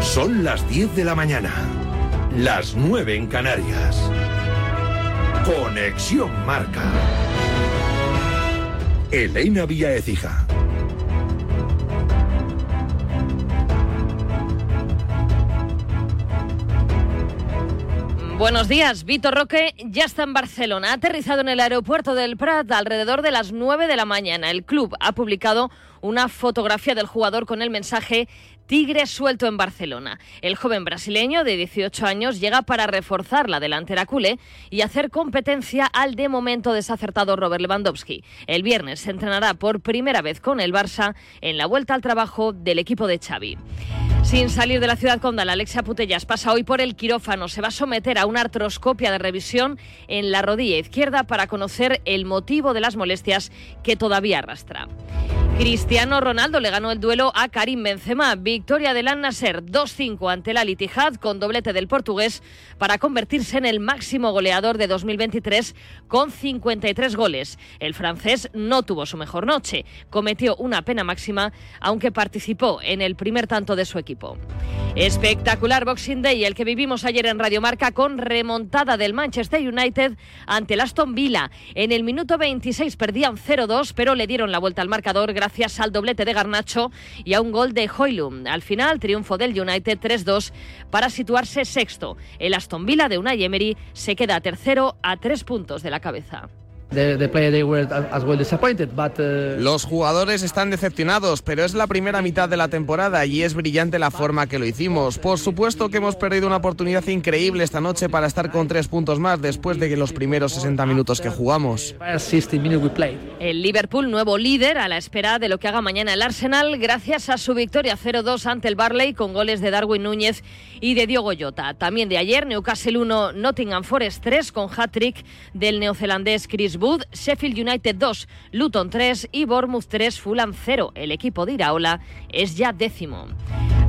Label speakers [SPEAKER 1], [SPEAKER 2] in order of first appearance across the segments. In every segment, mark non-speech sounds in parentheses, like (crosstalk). [SPEAKER 1] Son las 10 de la mañana, las 9 en Canarias. Conexión Marca. Elena Vía Ecija.
[SPEAKER 2] Buenos días, Vitor Roque ya está en Barcelona. Ha aterrizado en el aeropuerto del Prat alrededor de las 9 de la mañana. El club ha publicado una fotografía del jugador con el mensaje Tigre suelto en Barcelona. El joven brasileño de 18 años llega para reforzar la delantera culé y hacer competencia al de momento desacertado Robert Lewandowski. El viernes se entrenará por primera vez con el Barça en la vuelta al trabajo del equipo de Xavi. Sin salir de la ciudad condal, Alexia Putellas pasa hoy por el quirófano. Se va a someter a una artroscopia de revisión en la rodilla izquierda para conocer el motivo de las molestias que todavía arrastra. Cristiano Ronaldo le ganó el duelo a Karim Benzema. Victoria del Al-Nasser 2-5 ante la Litijad con doblete del portugués para convertirse en el máximo goleador de 2023 con 53 goles. El francés no tuvo su mejor noche, cometió una pena máxima aunque participó en el primer tanto de su equipo. Espectacular Boxing Day el que vivimos ayer en Radio Marca con remontada del Manchester United ante el Aston Villa. En el minuto 26 perdían 0-2 pero le dieron la vuelta al marcador gracias al doblete de Garnacho y a un gol de Hoylum. Al final, triunfo del United 3-2 para situarse sexto. El Aston Villa de Unai Emery se queda tercero a tres puntos de la cabeza.
[SPEAKER 3] The, the player they were as well disappointed, but uh,
[SPEAKER 4] Los jugadores están decepcionados, pero es la primera mitad de la temporada y es brillante la forma que lo hicimos. Por supuesto que hemos perdido una oportunidad increíble esta noche para estar con tres puntos más después de que los primeros 60 minutos que jugamos.
[SPEAKER 3] first 60 minutes we played.
[SPEAKER 2] El Liverpool, nuevo líder, a la espera de lo que haga mañana el Arsenal, gracias a su victoria 0-2 ante el Barley con goles de Darwin Núñez y de Diogo Jota. También de ayer, Newcastle 1, Nottingham Forest 3 con hat-trick del neozelandés Chris Wood, Sheffield United 2, Luton 3 y Bournemouth 3, Fulham 0. El equipo de Iraola es ya décimo.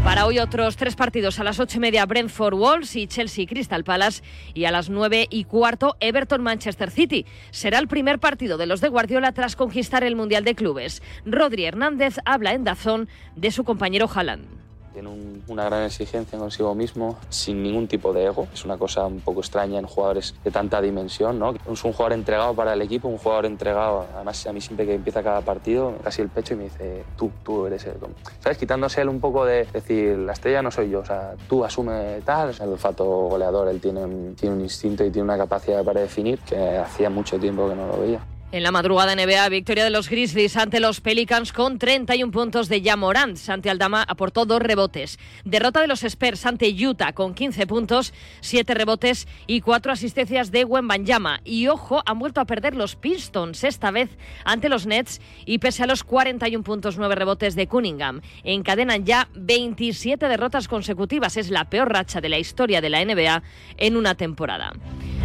[SPEAKER 2] Para hoy otros tres partidos a las ocho y media Brentford Wolves y Chelsea Crystal Palace y a las nueve y cuarto Everton Manchester City. Será el primer partido de los de Guardiola tras conquistar el Mundial de Clubes. Rodri Hernández habla en Dazón de su compañero Haaland.
[SPEAKER 5] Tiene un- una gran exigencia consigo mismo, sin ningún tipo de ego. Es una cosa un poco extraña en jugadores de tanta dimensión, ¿no? Es un jugador entregado para el equipo, un jugador entregado. Además, a mí siempre que empieza cada partido, me da así el pecho y me dice, tú, tú eres el... ¿Sabes? Quitándose él un poco de decir, la estrella no soy yo, o sea, tú asume tal. El olfato goleador, él tiene, un- tiene un instinto y tiene una capacidad para definir que hacía mucho tiempo que no lo veía.
[SPEAKER 2] En la madrugada NBA, victoria de los Grizzlies ante los Pelicans con 31 puntos de Morant. Santi Aldama aportó dos rebotes. Derrota de los Spurs ante Utah con 15 puntos, 7 rebotes y 4 asistencias de Wembanyama. Y ojo, han vuelto a perder los Pistons, esta vez ante los Nets y pese a los 41 puntos, 9 rebotes de Cunningham. Encadenan ya 27 derrotas consecutivas. Es la peor racha de la historia de la NBA en una temporada.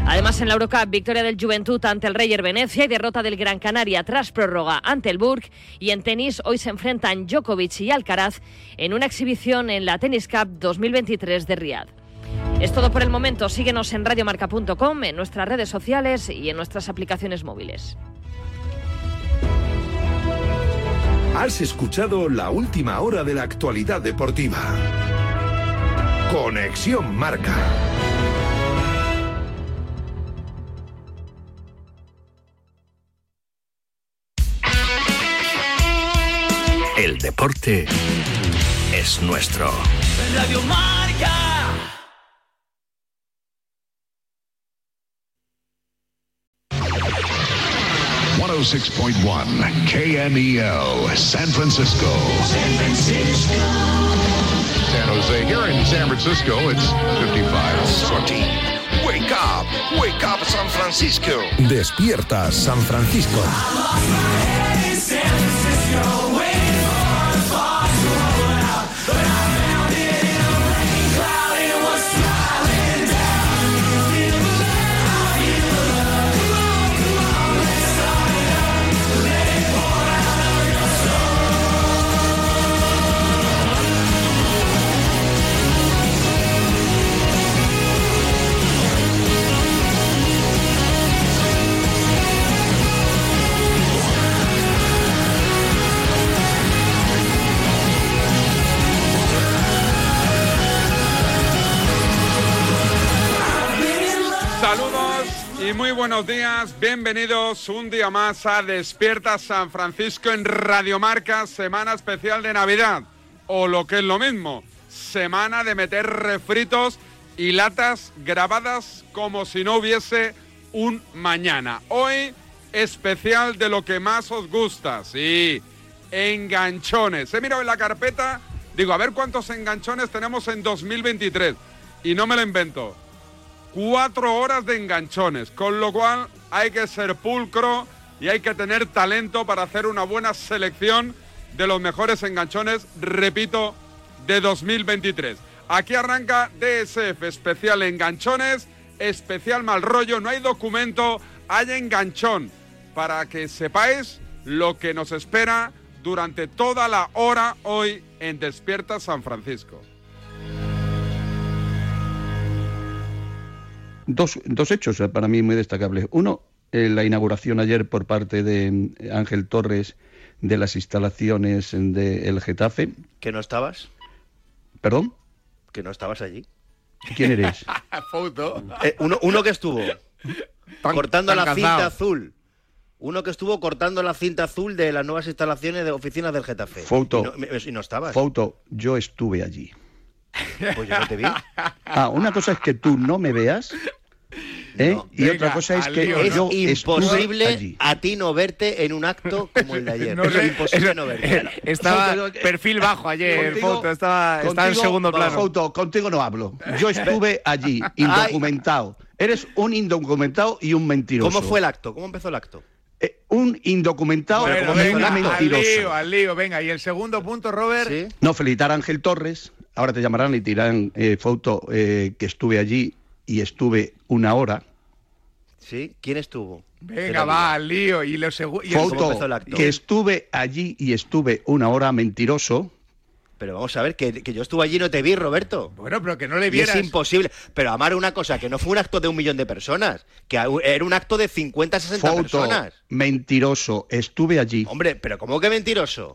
[SPEAKER 2] Además, en la Eurocup, victoria del Juventud ante el Reyer Venecia y derrota del Gran Canaria tras prórroga ante el Burg. Y en tenis, hoy se enfrentan Djokovic y Alcaraz en una exhibición en la Tennis Cup 2023 de Riad. Es todo por el momento. Síguenos en radiomarca.com, en nuestras redes sociales y en nuestras aplicaciones móviles.
[SPEAKER 1] Has escuchado la última hora de la actualidad deportiva. Conexión Marca.
[SPEAKER 6] El deporte es nuestro.
[SPEAKER 7] Radio Marca.
[SPEAKER 8] oh KMEL, E San Francisco. San Francisco. San Jose. Here in San Francisco, it's 55.
[SPEAKER 6] Wake up, wake up San Francisco.
[SPEAKER 1] Despierta San Francisco.
[SPEAKER 9] buenos días, bienvenidos un día más a Despierta San Francisco en Radiomarca, semana especial de Navidad, o lo que es lo mismo, semana de meter refritos y latas grabadas como si no hubiese un mañana. Hoy especial de lo que más os gusta, sí, enganchones. He mirado en la carpeta, digo, a ver cuántos enganchones tenemos en 2023, y no me lo invento cuatro horas de enganchones, con lo cual hay que ser pulcro y hay que tener talento para hacer una buena selección de los mejores enganchones, repito, de 2023. Aquí arranca DSF, especial enganchones, especial mal rollo, no hay documento, hay enganchón, para que sepáis lo que nos espera durante toda la hora hoy en Despierta San Francisco.
[SPEAKER 4] dos, dos hechos eh, para mí muy destacables. Uno, eh, la inauguración ayer por parte de mm, Ángel Torres de las instalaciones del Getafe.
[SPEAKER 6] ¿Que no estabas?
[SPEAKER 4] ¿Perdón?
[SPEAKER 6] ¿Que no estabas allí? (laughs)
[SPEAKER 4] ¿Quién eres?
[SPEAKER 6] Foto. uno, uno que estuvo Eh, cortando
[SPEAKER 10] tan
[SPEAKER 6] la cinta
[SPEAKER 10] cansado.
[SPEAKER 6] azul. Uno que estuvo cortando la cinta azul de las nuevas instalaciones de oficinas del Getafe. Y
[SPEAKER 4] Foto.
[SPEAKER 6] no, me- y no estabas.
[SPEAKER 4] Foto, yo estuve allí.
[SPEAKER 6] Pues yo no te vi.
[SPEAKER 4] Ah, una cosa es que tú no me veas. ¿eh? (laughs) y
[SPEAKER 6] Venga,
[SPEAKER 4] otra cosa es
[SPEAKER 6] al
[SPEAKER 4] que
[SPEAKER 6] lío,
[SPEAKER 4] yo
[SPEAKER 6] es imposible
[SPEAKER 4] estuve allí.
[SPEAKER 6] a ti no verte en un acto como el de ayer.
[SPEAKER 4] No
[SPEAKER 6] es
[SPEAKER 4] sé,
[SPEAKER 6] imposible
[SPEAKER 4] eso-
[SPEAKER 6] no verte. eh,
[SPEAKER 4] Estaba
[SPEAKER 11] perfil bajo ayer, Foto, estaba- estaba en segundo plano.
[SPEAKER 4] Foto, contigo no hablo. Yo estuve allí, indocumentado. Eres un indocumentado y un mentiroso.
[SPEAKER 6] ¿Cómo fue el acto? ¿Cómo empezó el acto?
[SPEAKER 4] Un indocumentado
[SPEAKER 10] Bueno,
[SPEAKER 4] y un
[SPEAKER 10] venga, al
[SPEAKER 4] mentiroso.
[SPEAKER 10] lío, al lío, venga. Y el segundo punto, Robert.
[SPEAKER 4] No, felicitar a Ángel Torres. Ahora te llamarán y te dirán, eh, Foto, eh, que estuve allí y estuve una hora.
[SPEAKER 6] ¿Sí? ¿Quién estuvo?
[SPEAKER 10] Venga, va, al lío. Y, lo segu- y el segundo
[SPEAKER 4] Foto, que estuve allí y estuve una hora mentiroso.
[SPEAKER 6] Pero vamos a ver, que, que yo estuve allí y no te vi, Roberto.
[SPEAKER 10] Bueno, pero que no le
[SPEAKER 6] Y
[SPEAKER 10] vieras.
[SPEAKER 6] es imposible. Pero Amar, una cosa, que no fue un acto de un millón de personas, que a- era un acto de 50, 60
[SPEAKER 4] Foto,
[SPEAKER 6] personas.
[SPEAKER 4] mentiroso, estuve allí.
[SPEAKER 6] Hombre, pero ¿cómo que mentiroso?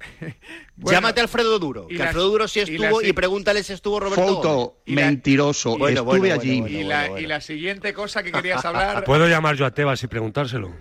[SPEAKER 6] Llámate a Alfredo Duro,
[SPEAKER 4] y
[SPEAKER 6] que
[SPEAKER 4] las-
[SPEAKER 6] Alfredo Duro sí
[SPEAKER 4] y
[SPEAKER 6] estuvo
[SPEAKER 4] las-
[SPEAKER 6] y, pregúntale si estuvo Roberto. Gómez.
[SPEAKER 4] Foto, mentiroso,
[SPEAKER 6] Bueno,
[SPEAKER 4] estuve
[SPEAKER 6] bueno, bueno,
[SPEAKER 4] allí.
[SPEAKER 10] Y la, y la siguiente cosa que querías hablar.
[SPEAKER 12] ¿Puedo llamar yo a Tebas y preguntárselo?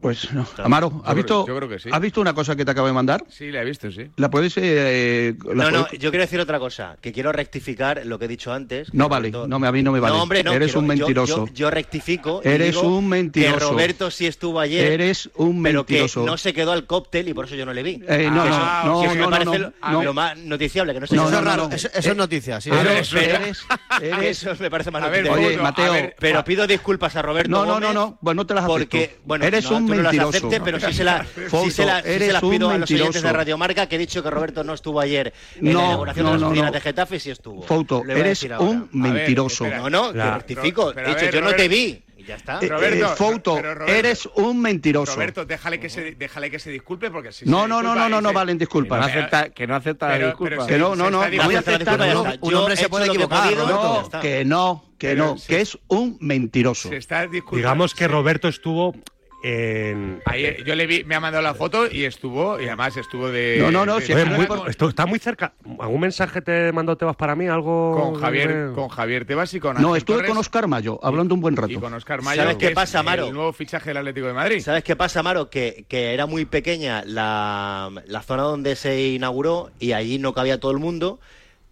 [SPEAKER 4] Pues no. Amaro, ¿has
[SPEAKER 11] creo-
[SPEAKER 4] visto,
[SPEAKER 11] yo creo que sí.
[SPEAKER 4] ¿has visto una cosa que te acabo de mandar?
[SPEAKER 11] Sí, la he visto, sí.
[SPEAKER 4] ¿La puedes...? eh, la
[SPEAKER 6] No, no,
[SPEAKER 4] puedes-
[SPEAKER 6] yo quiero decir otra cosa, que quiero rectificar lo que he dicho antes.
[SPEAKER 4] No vale, no, me- a mí no me vale.
[SPEAKER 6] No, hombre, no,
[SPEAKER 4] Eres
[SPEAKER 6] quiero-
[SPEAKER 4] un
[SPEAKER 6] yo-
[SPEAKER 4] mentiroso.
[SPEAKER 6] Yo, yo rectifico. y
[SPEAKER 4] Eres
[SPEAKER 6] digo
[SPEAKER 4] un mentiroso.
[SPEAKER 6] Que Roberto sí estuvo ayer.
[SPEAKER 4] Eres un
[SPEAKER 6] pero que
[SPEAKER 4] mentiroso.
[SPEAKER 6] no se quedó al cóctel y por eso yo no le vi. Ah,
[SPEAKER 4] Eh, no,
[SPEAKER 6] Que eso-
[SPEAKER 4] no, no,
[SPEAKER 6] que eso me
[SPEAKER 4] no, no,
[SPEAKER 6] parece
[SPEAKER 4] no,
[SPEAKER 6] lo,
[SPEAKER 4] no.
[SPEAKER 6] lo más noticiable, que no se
[SPEAKER 4] No,
[SPEAKER 6] quedó. Eso
[SPEAKER 4] no,
[SPEAKER 6] es
[SPEAKER 4] no,
[SPEAKER 6] raro,
[SPEAKER 4] no.
[SPEAKER 6] eso-
[SPEAKER 4] Eh,
[SPEAKER 6] eso es noticia, sí.
[SPEAKER 4] a
[SPEAKER 6] Pero-
[SPEAKER 4] ver, eres-
[SPEAKER 6] pero- Eso me parece más
[SPEAKER 4] A ver,
[SPEAKER 6] noticia.
[SPEAKER 4] Oye, Foto, a Mateo, ver,
[SPEAKER 6] Pero pido disculpas a Roberto
[SPEAKER 4] No, no,
[SPEAKER 6] Gómez
[SPEAKER 4] no, no, pues no te las acepto.
[SPEAKER 6] porque, bueno,
[SPEAKER 4] eres
[SPEAKER 6] no,
[SPEAKER 4] un
[SPEAKER 6] tú no las
[SPEAKER 4] mentiroso.
[SPEAKER 6] aceptes, pero sí se, la- sí
[SPEAKER 4] Foto,
[SPEAKER 6] se la- sí se
[SPEAKER 4] eres
[SPEAKER 6] las
[SPEAKER 4] un
[SPEAKER 6] pido a los oyentes
[SPEAKER 4] mentiroso.
[SPEAKER 6] de Radiomarca que he dicho que Roberto no estuvo ayer en
[SPEAKER 4] No,
[SPEAKER 6] la inauguración
[SPEAKER 4] no,
[SPEAKER 6] de las
[SPEAKER 4] no,
[SPEAKER 6] oficinas
[SPEAKER 4] no.
[SPEAKER 6] de Getafe y sí estuvo.
[SPEAKER 4] Foto,
[SPEAKER 6] Le voy a
[SPEAKER 4] eres
[SPEAKER 6] decir ahora.
[SPEAKER 4] un mentiroso.
[SPEAKER 6] No, no, que rectifico.
[SPEAKER 10] pero
[SPEAKER 6] He
[SPEAKER 10] a
[SPEAKER 6] dicho,
[SPEAKER 10] ver,
[SPEAKER 6] yo no te
[SPEAKER 10] Roberto.
[SPEAKER 6] vi. Y ya está.
[SPEAKER 4] Eh, eh, Foto, eres un mentiroso.
[SPEAKER 10] Roberto, déjale que, se, déjale que se disculpe porque si
[SPEAKER 4] no, no,
[SPEAKER 10] se
[SPEAKER 4] no,
[SPEAKER 10] disculpa
[SPEAKER 4] no, no,
[SPEAKER 10] y
[SPEAKER 4] no
[SPEAKER 10] se-
[SPEAKER 4] valen disculpas.
[SPEAKER 11] que no acepta
[SPEAKER 10] la Pero- disculpa. pero
[SPEAKER 4] Que no, no,
[SPEAKER 10] se- se
[SPEAKER 4] no.
[SPEAKER 10] está
[SPEAKER 4] no voy a
[SPEAKER 10] diciendo-
[SPEAKER 4] aceptar
[SPEAKER 10] Yo
[SPEAKER 4] nada.
[SPEAKER 10] he hecho lo que he podido, Roberto, ya
[SPEAKER 4] No,
[SPEAKER 10] está.
[SPEAKER 4] que no, que no, que es un mentiroso.
[SPEAKER 10] se está disculpando.
[SPEAKER 12] Digamos que Roberto estuvo en...
[SPEAKER 10] Ayer, yo le vi, me ha mandado la foto y estuvo, y además estuvo de.
[SPEAKER 12] No, no, no.
[SPEAKER 10] de-
[SPEAKER 12] si
[SPEAKER 10] de-
[SPEAKER 12] es muy- esto está muy cerca. ¿Algún mensaje te mandó Tebas para mí? ¿Algo?
[SPEAKER 10] con
[SPEAKER 13] Oh,
[SPEAKER 10] Javier,
[SPEAKER 12] de-
[SPEAKER 10] con Javier Tebas y con
[SPEAKER 4] No,
[SPEAKER 10] Ángel
[SPEAKER 4] estuve
[SPEAKER 10] Torres
[SPEAKER 4] con Oscar Mayo, hablando un buen rato.
[SPEAKER 10] y con Oscar Mayo.
[SPEAKER 6] ¿Sabes
[SPEAKER 10] que
[SPEAKER 6] qué
[SPEAKER 10] es
[SPEAKER 6] pasa, Amaro?
[SPEAKER 10] El nuevo fichaje del Atlético de Madrid.
[SPEAKER 6] ¿Sabes qué pasa, Maro? Que, que era muy pequeña la, la zona donde se inauguró y allí no cabía todo el mundo.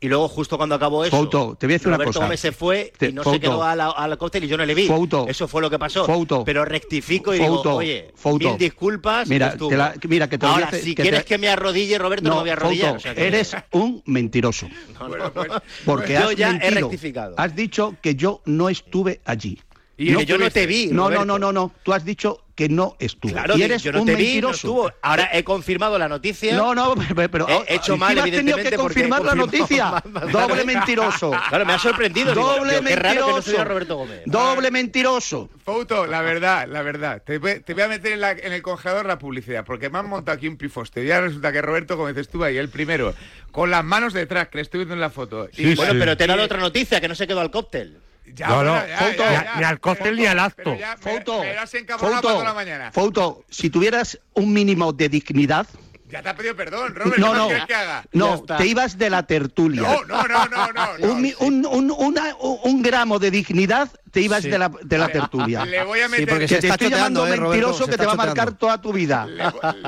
[SPEAKER 6] Y luego, justo cuando acabó eso,
[SPEAKER 4] Foto, te voy a decir una
[SPEAKER 6] Roberto
[SPEAKER 4] cosa.
[SPEAKER 6] Gómez se fue
[SPEAKER 4] Te-
[SPEAKER 6] y no
[SPEAKER 4] foto.
[SPEAKER 6] se quedó a la- al cóctel y yo no le vi.
[SPEAKER 4] Foto.
[SPEAKER 6] eso fue lo que pasó.
[SPEAKER 4] Foto.
[SPEAKER 6] Pero rectifico y
[SPEAKER 4] Foto.
[SPEAKER 6] digo, oye,
[SPEAKER 4] Foto.
[SPEAKER 6] mil disculpas.
[SPEAKER 4] Mira,
[SPEAKER 6] estuvo.
[SPEAKER 4] te la- mira, que te lo
[SPEAKER 6] Ahora,
[SPEAKER 4] dice-
[SPEAKER 6] si
[SPEAKER 4] que
[SPEAKER 6] quieres
[SPEAKER 4] te-
[SPEAKER 6] que me arrodille, Roberto, no, me voy a arrodillar.
[SPEAKER 4] Fouto,
[SPEAKER 6] o sea que-
[SPEAKER 4] eres un mentiroso.
[SPEAKER 6] (laughs) No, no.
[SPEAKER 10] pues,
[SPEAKER 4] Porque
[SPEAKER 6] yo
[SPEAKER 4] has
[SPEAKER 6] ya he
[SPEAKER 4] mentido.
[SPEAKER 6] rectificado.
[SPEAKER 4] Has dicho que yo no estuve allí.
[SPEAKER 6] Y que yo no te vi,
[SPEAKER 4] No, no,
[SPEAKER 6] Roberto.
[SPEAKER 4] no, no, no. Tú has dicho que no estuve.
[SPEAKER 6] Claro,
[SPEAKER 4] y
[SPEAKER 6] digo,
[SPEAKER 4] eres
[SPEAKER 6] yo no
[SPEAKER 4] un
[SPEAKER 6] te vi, no
[SPEAKER 4] mentiroso.
[SPEAKER 6] estuvo. Ahora he confirmado la noticia.
[SPEAKER 4] No, no, pero, pero-
[SPEAKER 6] he hecho
[SPEAKER 4] encima
[SPEAKER 6] mal,
[SPEAKER 4] has tenido
[SPEAKER 6] evidentemente, porque
[SPEAKER 4] que
[SPEAKER 6] he
[SPEAKER 4] confirmar la
[SPEAKER 6] (laughs) confirmado-
[SPEAKER 4] noticia. Doble mentiroso.
[SPEAKER 6] Claro, me ha sorprendido. digo,
[SPEAKER 4] Doble
[SPEAKER 6] digo, qué raro que no
[SPEAKER 4] mentiroso.
[SPEAKER 6] soy Roberto Gómez.
[SPEAKER 4] Doble mentiroso.
[SPEAKER 10] Fouto, la verdad, la verdad. Te, voy- te voy a meter en, la- en el congelador la publicidad, porque me han montado aquí un pifosteo. Ya resulta que Roberto, como dices tú ahí, el primero, con las manos detrás, que le estoy viendo en la foto.
[SPEAKER 12] Sí,
[SPEAKER 6] bueno,
[SPEAKER 12] sí.
[SPEAKER 6] pero te he dado otra noticia, que no se quedó al cóctel.
[SPEAKER 10] Ya,
[SPEAKER 12] No, no,
[SPEAKER 10] bueno, ya,
[SPEAKER 12] Fouto,
[SPEAKER 10] ya,
[SPEAKER 12] ni
[SPEAKER 10] ya,
[SPEAKER 12] a- ni al cóctel ni al acto.
[SPEAKER 10] Foto. Me, me has encabronado para
[SPEAKER 4] Foto,
[SPEAKER 10] toda la mañana.
[SPEAKER 4] foto, si tuvieras un mínimo de dignidad,
[SPEAKER 13] Ya te ha pedido perdón, Robert.
[SPEAKER 6] No,
[SPEAKER 13] ¿qué más
[SPEAKER 6] no.
[SPEAKER 13] quieres que haga? Ya
[SPEAKER 6] No,
[SPEAKER 13] está.
[SPEAKER 6] te ibas de la tertulia.
[SPEAKER 13] No, no, no, no. no.
[SPEAKER 6] un, mi- un- un- una- un gramo de dignidad te ibas
[SPEAKER 13] Sí.
[SPEAKER 6] de, la, de la tertulia.
[SPEAKER 13] Le voy a meter-
[SPEAKER 6] Que
[SPEAKER 13] se
[SPEAKER 6] te
[SPEAKER 13] está
[SPEAKER 6] estoy
[SPEAKER 13] choteando,
[SPEAKER 6] llamando
[SPEAKER 13] eh, Roberto,
[SPEAKER 6] mentiroso
[SPEAKER 13] se
[SPEAKER 6] que te va
[SPEAKER 13] está
[SPEAKER 6] a marcar
[SPEAKER 13] choteando.
[SPEAKER 6] toda tu vida.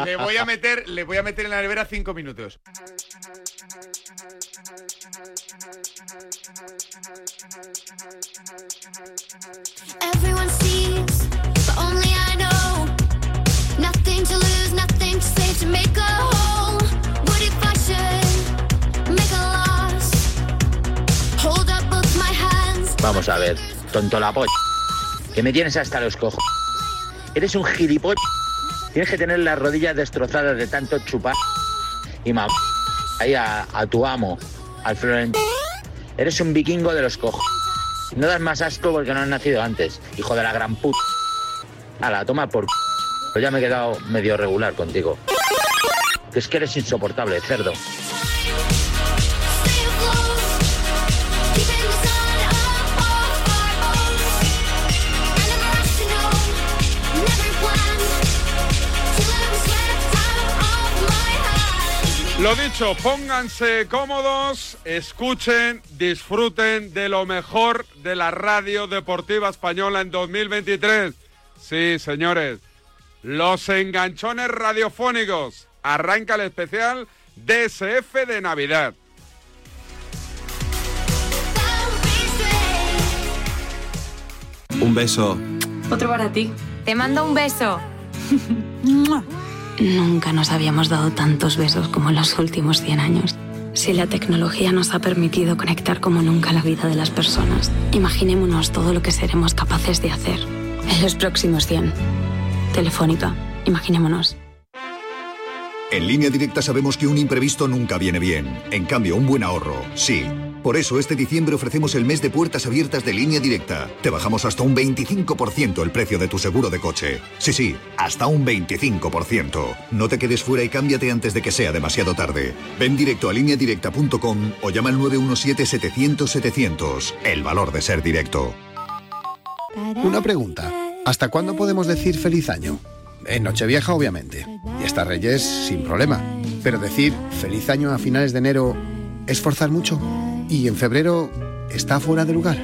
[SPEAKER 13] Le voy a meter, le voy a meter en la nevera cinco minutos.
[SPEAKER 14] Everyone sees, but only I know. Nothing to lose, nothing to save to make a whole. What if I should make a loss? Hold up both my hands.
[SPEAKER 15] Vamos a ver, tonto la polla. Que me tienes hasta los cojos. Eres un gilipollas. Tienes que tener las rodillas destrozadas de tanto chupar. Y ma... Ahí a, a tu amo, al florentino. Eres un vikingo de los cojos. No das más asco porque no has nacido antes, hijo de la gran puta. A la toma por... c- Pues ya me he quedado medio regular contigo. Que es que eres insoportable, cerdo.
[SPEAKER 9] Lo dicho, pónganse cómodos, escuchen, disfruten de lo mejor de la radio deportiva española en 2023. Sí, señores, los enganchones radiofónicos. Arranca el especial DSF de Navidad.
[SPEAKER 10] Un beso.
[SPEAKER 16] Otro para ti. Te mando un beso.
[SPEAKER 17] (laughs) Nunca nos habíamos dado tantos besos como en los últimos 100 años. Si la tecnología nos ha permitido conectar como nunca la vida de las personas, imaginémonos todo lo que seremos capaces de hacer en los próximos 100. Telefónica, imaginémonos.
[SPEAKER 18] En línea directa sabemos que un imprevisto nunca viene bien. En cambio, un buen ahorro, sí. Por eso este diciembre ofrecemos el mes de puertas abiertas de línea directa. Te bajamos hasta un 25% el precio de tu seguro de coche. Sí, sí, hasta un 25%. No te quedes fuera y cámbiate antes de que sea demasiado tarde. Ven directo a lineadirecta.com o llama al 917-700-700. El valor de ser directo.
[SPEAKER 4] Una pregunta. ¿Hasta cuándo podemos decir feliz año? En Nochevieja, obviamente. Y hasta Reyes, sin problema. Pero decir feliz año a finales de enero es forzar mucho. Y en febrero está fuera de lugar.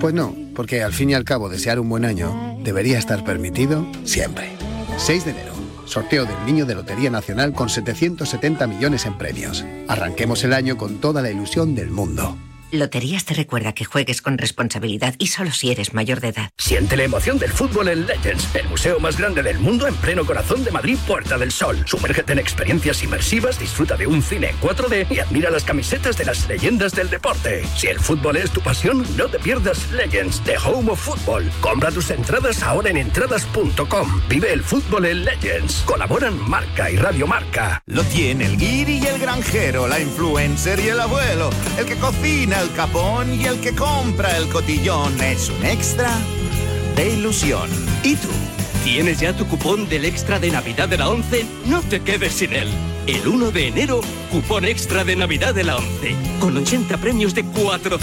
[SPEAKER 4] Pues no, porque al fin y al cabo desear un buen año debería estar permitido siempre. 6 de enero. Sorteo del Niño de Lotería Nacional con 770 millones en premios. Arranquemos el año con toda la ilusión del mundo.
[SPEAKER 19] Loterías te recuerda que juegues con responsabilidad y solo si eres mayor de edad.
[SPEAKER 20] Siente la emoción del fútbol en Legends, el museo más grande del mundo en pleno corazón de Madrid, Puerta del Sol. Sumérgete en experiencias inmersivas, disfruta de un cine en 4D y admira las camisetas de las leyendas del deporte. Si el fútbol es tu pasión, no te pierdas Legends, The Home of Football. Compra tus entradas ahora en entradas.com. Vive el fútbol en Legends. Colaboran Marca y Radio Marca.
[SPEAKER 21] Lo tiene el guiri y el granjero, la influencer y el abuelo, el que cocina el capón y el que compra el cotillón. Es un extra de ilusión. ¿Y tú?
[SPEAKER 22] ¿Tienes ya tu cupón del extra de Navidad de la 11? No te quedes sin él. El 1 de enero, cupón extra de Navidad de la 11, con 80 premios de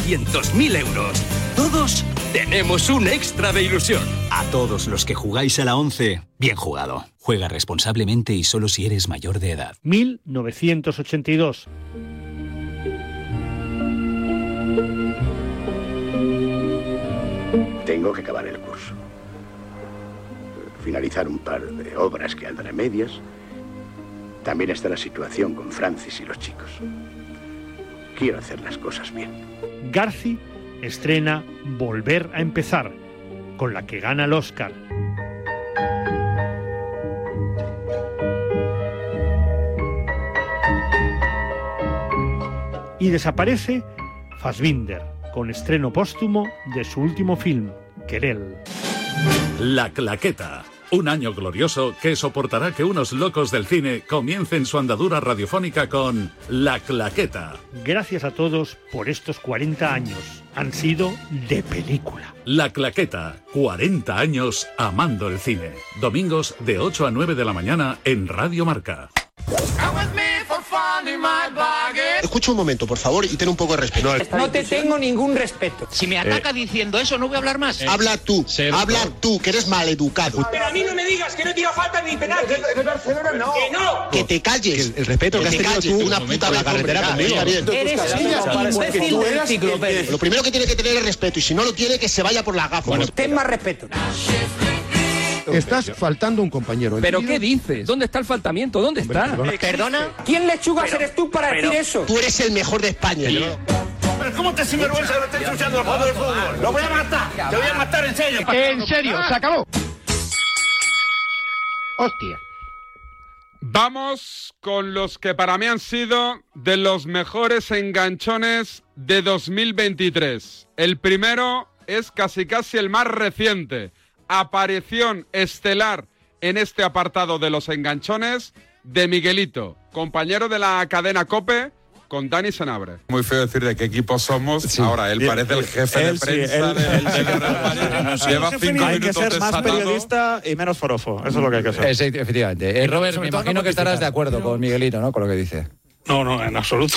[SPEAKER 22] 400.000 euros. Todos tenemos un extra de ilusión.
[SPEAKER 23] A todos los que jugáis a la 11, bien jugado. Juega responsablemente y solo si eres mayor de edad.
[SPEAKER 24] 1982.
[SPEAKER 25] Tengo que acabar el curso. Finalizar un par de obras que andan a medias. También está la situación con Francis y los chicos. Quiero hacer las cosas bien.
[SPEAKER 24] Garci estrena Volver a empezar, con la que gana el Oscar. Y desaparece Fassbinder, con estreno póstumo de su último film, Querel.
[SPEAKER 11] La Claqueta. Un año glorioso que soportará que unos locos del cine comiencen su andadura radiofónica con La Claqueta.
[SPEAKER 24] Gracias a todos por estos 40 años. Han sido de película.
[SPEAKER 11] La Claqueta. 40 años amando el cine. Domingos de 8 a 9 de la mañana en Radio Marca.
[SPEAKER 8] Out with me for fun.
[SPEAKER 1] Escucha un momento, por favor, y ten un poco de respeto.
[SPEAKER 26] No te tengo ningún respeto. Si me
[SPEAKER 1] ataca
[SPEAKER 26] diciendo eso, no voy a hablar más.
[SPEAKER 1] Eh, Habla tú, habla tú, que eres maleducado.
[SPEAKER 26] Pero a mí no me digas que no he tirado falta ni penal. no. Que no.
[SPEAKER 1] Que te calles. el
[SPEAKER 26] respeto
[SPEAKER 1] que, te
[SPEAKER 26] que has
[SPEAKER 1] calles.
[SPEAKER 26] tenido
[SPEAKER 1] una puta en la carretera conmigo.
[SPEAKER 26] Eres un imbécil de enciclopedia.
[SPEAKER 1] Lo primero que tiene que tener es respeto, y si no lo tiene, que se vaya por la gafa.
[SPEAKER 26] Ten más respeto.
[SPEAKER 4] Estás faltando un compañero.
[SPEAKER 27] ¿Pero qué dices? ¿Dónde está el faltamiento? ¿Dónde está?
[SPEAKER 26] ¿Perdona? ¿Quién lechugas
[SPEAKER 27] Pero-
[SPEAKER 26] eres tú para
[SPEAKER 27] pero-
[SPEAKER 26] decir eso?
[SPEAKER 1] Tú eres el mejor de España.
[SPEAKER 26] ¿Cómo te sinvergüenza que lo estés ensuciando los jugadores del fútbol? ¡Lo voy a matar! ¡Te voy a matar en serio!
[SPEAKER 4] En serio, se acabó.
[SPEAKER 9] Hostia. Vamos con los que para mí han sido de los mejores enganchones de 2023. El primero es casi casi el más reciente. Aparición estelar en este apartado de los enganchones de Miguelito, compañero de la cadena Cope con Dani Senabre.
[SPEAKER 1] Muy feo decir de qué equipo somos. Ahora, él parece el jefe
[SPEAKER 26] él
[SPEAKER 1] de
[SPEAKER 26] sí,
[SPEAKER 1] prensa.
[SPEAKER 26] él-
[SPEAKER 1] de-
[SPEAKER 26] él sí.
[SPEAKER 1] de la Real Madrid.
[SPEAKER 26] No soy el
[SPEAKER 1] Lleva
[SPEAKER 26] jefe ni-
[SPEAKER 1] cinco
[SPEAKER 26] Hay que
[SPEAKER 1] minutos
[SPEAKER 26] ser más
[SPEAKER 1] desatado.
[SPEAKER 26] periodista y menos forofo. Eso es lo que hay que hacer.
[SPEAKER 4] efectivamente. Eh, Robert, me imagino que estarás de acuerdo con Miguelito, ¿no? Con lo que dice.
[SPEAKER 26] No, no, en absoluto.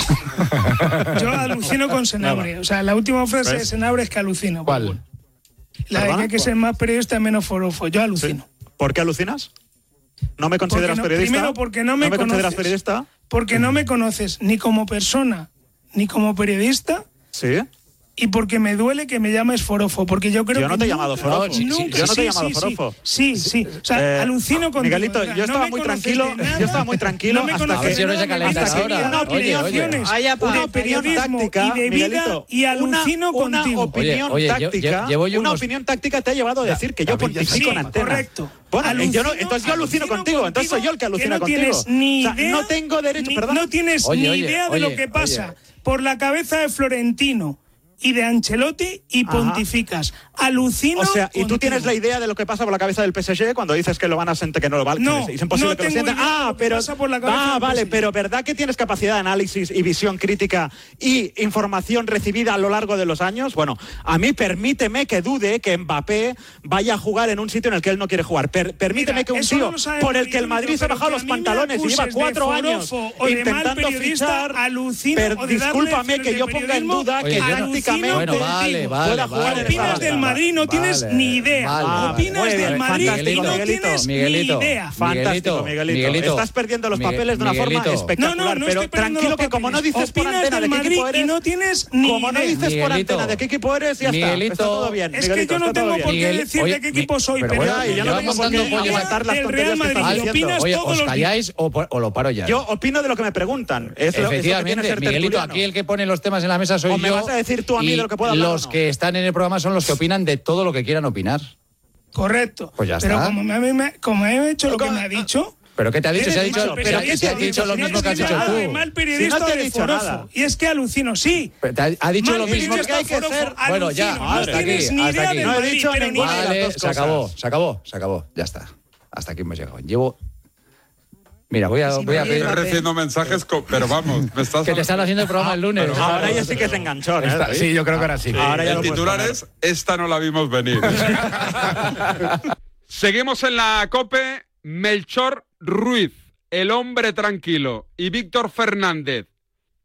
[SPEAKER 28] Yo alucino con Senabre. O sea, la última frase de
[SPEAKER 26] ¿Ves?
[SPEAKER 28] Senabre es que alucino. ¿Cuál? La de que
[SPEAKER 26] ¿Perdona?
[SPEAKER 28] hay que ser más periodista menos forofo. Yo alucino.
[SPEAKER 26] ¿Por qué alucinas? ¿No me consideras
[SPEAKER 28] Porque no-
[SPEAKER 26] periodista?
[SPEAKER 28] Primero, porque no me,
[SPEAKER 26] consideras
[SPEAKER 28] conoces.
[SPEAKER 26] periodista?
[SPEAKER 28] Porque no me conoces ni como persona, ni como periodista.
[SPEAKER 26] Sí.
[SPEAKER 28] Y porque me duele que me llames forofo, porque yo creo
[SPEAKER 26] Yo
[SPEAKER 28] que
[SPEAKER 26] no te he
[SPEAKER 28] nunca-
[SPEAKER 26] llamado forofo.
[SPEAKER 28] nunca-
[SPEAKER 26] Sí, sí, yo no te he
[SPEAKER 28] sí,
[SPEAKER 26] llamado
[SPEAKER 28] sí,
[SPEAKER 26] forofo.
[SPEAKER 28] Sí, sí. O sea,
[SPEAKER 26] Eh,
[SPEAKER 28] alucino con
[SPEAKER 26] Miguelito, yo estaba muy tranquilo, yo estaba muy tranquilo
[SPEAKER 28] no me
[SPEAKER 26] hasta
[SPEAKER 28] conoces
[SPEAKER 26] que-
[SPEAKER 28] de nada,
[SPEAKER 26] hasta que-
[SPEAKER 28] hasta que
[SPEAKER 26] hasta que-
[SPEAKER 28] viene
[SPEAKER 26] una
[SPEAKER 28] una
[SPEAKER 26] opinión,
[SPEAKER 28] opiniones,
[SPEAKER 26] Vaya pa-
[SPEAKER 28] una
[SPEAKER 26] opinión
[SPEAKER 28] periodismo
[SPEAKER 26] táctica,
[SPEAKER 28] y de vida
[SPEAKER 26] Miguelito,
[SPEAKER 28] y
[SPEAKER 26] una-
[SPEAKER 28] alucino
[SPEAKER 26] una
[SPEAKER 28] contigo.
[SPEAKER 26] opinión
[SPEAKER 4] Oye, oye, yo-
[SPEAKER 26] táctica,
[SPEAKER 4] yo- llevo yo
[SPEAKER 26] una
[SPEAKER 4] unos-
[SPEAKER 26] opinión táctica te ha llevado a decir que yo pontifico en antena.
[SPEAKER 28] correcto.
[SPEAKER 26] Bueno, eh,
[SPEAKER 28] Alucino-
[SPEAKER 26] yo no- entonces yo alucino contigo, entonces soy yo el que alucina
[SPEAKER 28] no
[SPEAKER 26] contigo.
[SPEAKER 28] tienes ni
[SPEAKER 26] O sea,
[SPEAKER 28] idea,
[SPEAKER 26] no tengo derecho,
[SPEAKER 28] ni-
[SPEAKER 26] perdón.
[SPEAKER 28] No tienes ni idea de lo que pasa por la cabeza de Florentino y de Ancelotti y
[SPEAKER 26] Ajá.
[SPEAKER 28] pontificas. Alucino
[SPEAKER 26] O sea, y tú
[SPEAKER 28] contigo.
[SPEAKER 26] tienes la idea de lo que pasa por la cabeza del PSG cuando dices que lo van a sentir que no lo van
[SPEAKER 28] No,
[SPEAKER 26] es imposible
[SPEAKER 28] no
[SPEAKER 26] que lo
[SPEAKER 28] tengo idea
[SPEAKER 26] sientan.
[SPEAKER 28] de
[SPEAKER 26] Ah,
[SPEAKER 28] lo que
[SPEAKER 26] pero
[SPEAKER 28] pasa por la cabeza
[SPEAKER 26] ah,
[SPEAKER 28] del
[SPEAKER 26] vale,
[SPEAKER 28] PSG.
[SPEAKER 26] pero ¿verdad que tienes capacidad de análisis y visión crítica y información recibida a lo largo de los años? Bueno, a mí permíteme que dude que Mbappé vaya a jugar en un sitio en el que él no quiere jugar. Per- permíteme que un
[SPEAKER 28] eso
[SPEAKER 26] tío
[SPEAKER 28] no lo sabe
[SPEAKER 26] por el que el
[SPEAKER 28] Mourinho,
[SPEAKER 26] Madrid se ha
[SPEAKER 28] pero
[SPEAKER 26] bajado
[SPEAKER 28] que a
[SPEAKER 26] los
[SPEAKER 28] mí me
[SPEAKER 26] pantalones y lleva
[SPEAKER 28] acuses de
[SPEAKER 26] cuatro años
[SPEAKER 28] forofo o de mal
[SPEAKER 26] intentando
[SPEAKER 28] periodista,
[SPEAKER 26] fichar,
[SPEAKER 28] alucino,
[SPEAKER 26] per-
[SPEAKER 28] o de darle
[SPEAKER 26] discúlpame que
[SPEAKER 28] lecciones
[SPEAKER 26] yo
[SPEAKER 28] de
[SPEAKER 26] ponga en
[SPEAKER 28] periodismo,
[SPEAKER 26] duda
[SPEAKER 28] Oye,
[SPEAKER 26] que
[SPEAKER 28] yo no-
[SPEAKER 26] tácticamente
[SPEAKER 4] Bueno, vale, vale,
[SPEAKER 26] pueda jugar
[SPEAKER 28] vale,
[SPEAKER 26] en
[SPEAKER 28] Opinas
[SPEAKER 26] esta
[SPEAKER 28] del
[SPEAKER 26] liga.
[SPEAKER 28] Madrid, no tienes ni idea.
[SPEAKER 4] Vale,
[SPEAKER 28] Opinas
[SPEAKER 4] vale,
[SPEAKER 28] del
[SPEAKER 4] vale.
[SPEAKER 28] Madrid,
[SPEAKER 4] Fantástico,
[SPEAKER 28] no
[SPEAKER 4] Miguelito,
[SPEAKER 28] tienes
[SPEAKER 4] Miguelito,
[SPEAKER 28] ni idea.
[SPEAKER 26] Fantástico,
[SPEAKER 4] Miguelito,
[SPEAKER 26] Miguelito.
[SPEAKER 4] Miguelito.
[SPEAKER 26] Estás perdiendo los
[SPEAKER 4] Migue-
[SPEAKER 26] papeles de una
[SPEAKER 4] Miguelito.
[SPEAKER 26] forma espectacular.
[SPEAKER 28] No, no, no
[SPEAKER 26] pero
[SPEAKER 28] estoy perdiendo
[SPEAKER 26] tranquilo
[SPEAKER 28] los
[SPEAKER 26] que como no
[SPEAKER 28] papeles.
[SPEAKER 26] dices por
[SPEAKER 28] Opinas
[SPEAKER 26] antena de
[SPEAKER 28] del
[SPEAKER 26] qué equipo
[SPEAKER 28] Madrid y
[SPEAKER 26] eres,
[SPEAKER 28] no tienes ni
[SPEAKER 26] como no
[SPEAKER 28] idea.
[SPEAKER 26] dices por
[SPEAKER 4] Miguelito.
[SPEAKER 26] antena de qué equipo eres, ya
[SPEAKER 4] Miguelito.
[SPEAKER 26] está. Está todo bien.
[SPEAKER 28] Es que
[SPEAKER 26] Miguelito,
[SPEAKER 28] yo no
[SPEAKER 26] está
[SPEAKER 28] tengo
[SPEAKER 26] todo
[SPEAKER 28] por
[SPEAKER 26] bien.
[SPEAKER 28] qué
[SPEAKER 4] Miguel-
[SPEAKER 28] decirte
[SPEAKER 4] oye,
[SPEAKER 28] qué equipo soy,
[SPEAKER 4] Pero
[SPEAKER 28] pero
[SPEAKER 4] bueno,
[SPEAKER 26] ya
[SPEAKER 4] ya
[SPEAKER 26] no
[SPEAKER 4] no
[SPEAKER 26] tengo por
[SPEAKER 4] contando
[SPEAKER 26] qué
[SPEAKER 4] pollas
[SPEAKER 26] aguantar las
[SPEAKER 28] del
[SPEAKER 26] tonterías
[SPEAKER 28] Real
[SPEAKER 26] que
[SPEAKER 28] Madrid.
[SPEAKER 26] estás diciendo.
[SPEAKER 4] Oye, os
[SPEAKER 28] los días.
[SPEAKER 4] calláis (laughs) o, por- o lo paro ya.
[SPEAKER 26] Yo opino de lo que me preguntan. Es lo, es lo que tiene
[SPEAKER 4] Efectivamente,
[SPEAKER 26] ser
[SPEAKER 4] Miguelito,
[SPEAKER 26] tertuliano.
[SPEAKER 4] aquí el que pone los temas en la mesa soy
[SPEAKER 26] O me
[SPEAKER 4] yo.
[SPEAKER 26] vas a decir tú a mí
[SPEAKER 4] y
[SPEAKER 26] de lo que puedo hablar o
[SPEAKER 4] Los
[SPEAKER 26] no.
[SPEAKER 4] que están en el programa son los que opinan de todo lo que quieran opinar.
[SPEAKER 28] Correcto.
[SPEAKER 4] Pues ya
[SPEAKER 28] pero
[SPEAKER 4] está.
[SPEAKER 28] como me, ha- me ha- como me ha hecho lo que me ha dicho.
[SPEAKER 4] ¿Pero qué te ha dicho?
[SPEAKER 28] eres
[SPEAKER 4] Se ha dicho-
[SPEAKER 28] mal
[SPEAKER 4] pero
[SPEAKER 28] periodista,
[SPEAKER 4] si te ha
[SPEAKER 28] tío,
[SPEAKER 4] dicho lo
[SPEAKER 28] si
[SPEAKER 4] mismo
[SPEAKER 28] eres
[SPEAKER 4] que has dicho
[SPEAKER 28] mal-
[SPEAKER 4] tú.
[SPEAKER 28] mal
[SPEAKER 4] Si no
[SPEAKER 28] periodista
[SPEAKER 4] te he
[SPEAKER 28] de
[SPEAKER 4] dicho
[SPEAKER 28] forofo.
[SPEAKER 4] nada.
[SPEAKER 28] Y es que alucino, sí.
[SPEAKER 4] Pero te ha, ha dicho
[SPEAKER 28] Mal
[SPEAKER 4] lo mismo
[SPEAKER 28] periodista
[SPEAKER 4] que
[SPEAKER 28] forofo,
[SPEAKER 4] Bueno, ya,
[SPEAKER 28] alucino.
[SPEAKER 4] hasta
[SPEAKER 28] no
[SPEAKER 4] aquí,
[SPEAKER 28] tienes ni
[SPEAKER 4] hasta
[SPEAKER 28] idea
[SPEAKER 4] aquí.
[SPEAKER 28] de Madrid, pero ni idea.
[SPEAKER 4] Vale,
[SPEAKER 28] Las dos
[SPEAKER 4] se
[SPEAKER 28] cosas.
[SPEAKER 4] acabó, se acabó, se acabó. Ya está. Hasta aquí hemos llegado. Llevo. Mira, voy a, voy a
[SPEAKER 1] Estoy
[SPEAKER 4] pedir.
[SPEAKER 1] recibiendo mensajes, co- pero vamos, me estás
[SPEAKER 4] Que te están haciendo el programa el lunes.
[SPEAKER 1] pero-
[SPEAKER 26] Ahora ya sí que es enganchón. ¿eh,
[SPEAKER 4] Está-
[SPEAKER 26] David?
[SPEAKER 4] sí, yo creo que ahora sí.
[SPEAKER 26] Ahora ya
[SPEAKER 1] el
[SPEAKER 26] lo puedes
[SPEAKER 1] titular
[SPEAKER 26] poner.
[SPEAKER 1] es Esta no la vimos
[SPEAKER 26] (laughs)
[SPEAKER 1] venir.
[SPEAKER 9] Seguimos en la COPE. Melchor Ruiz, el hombre tranquilo, y Víctor Fernández,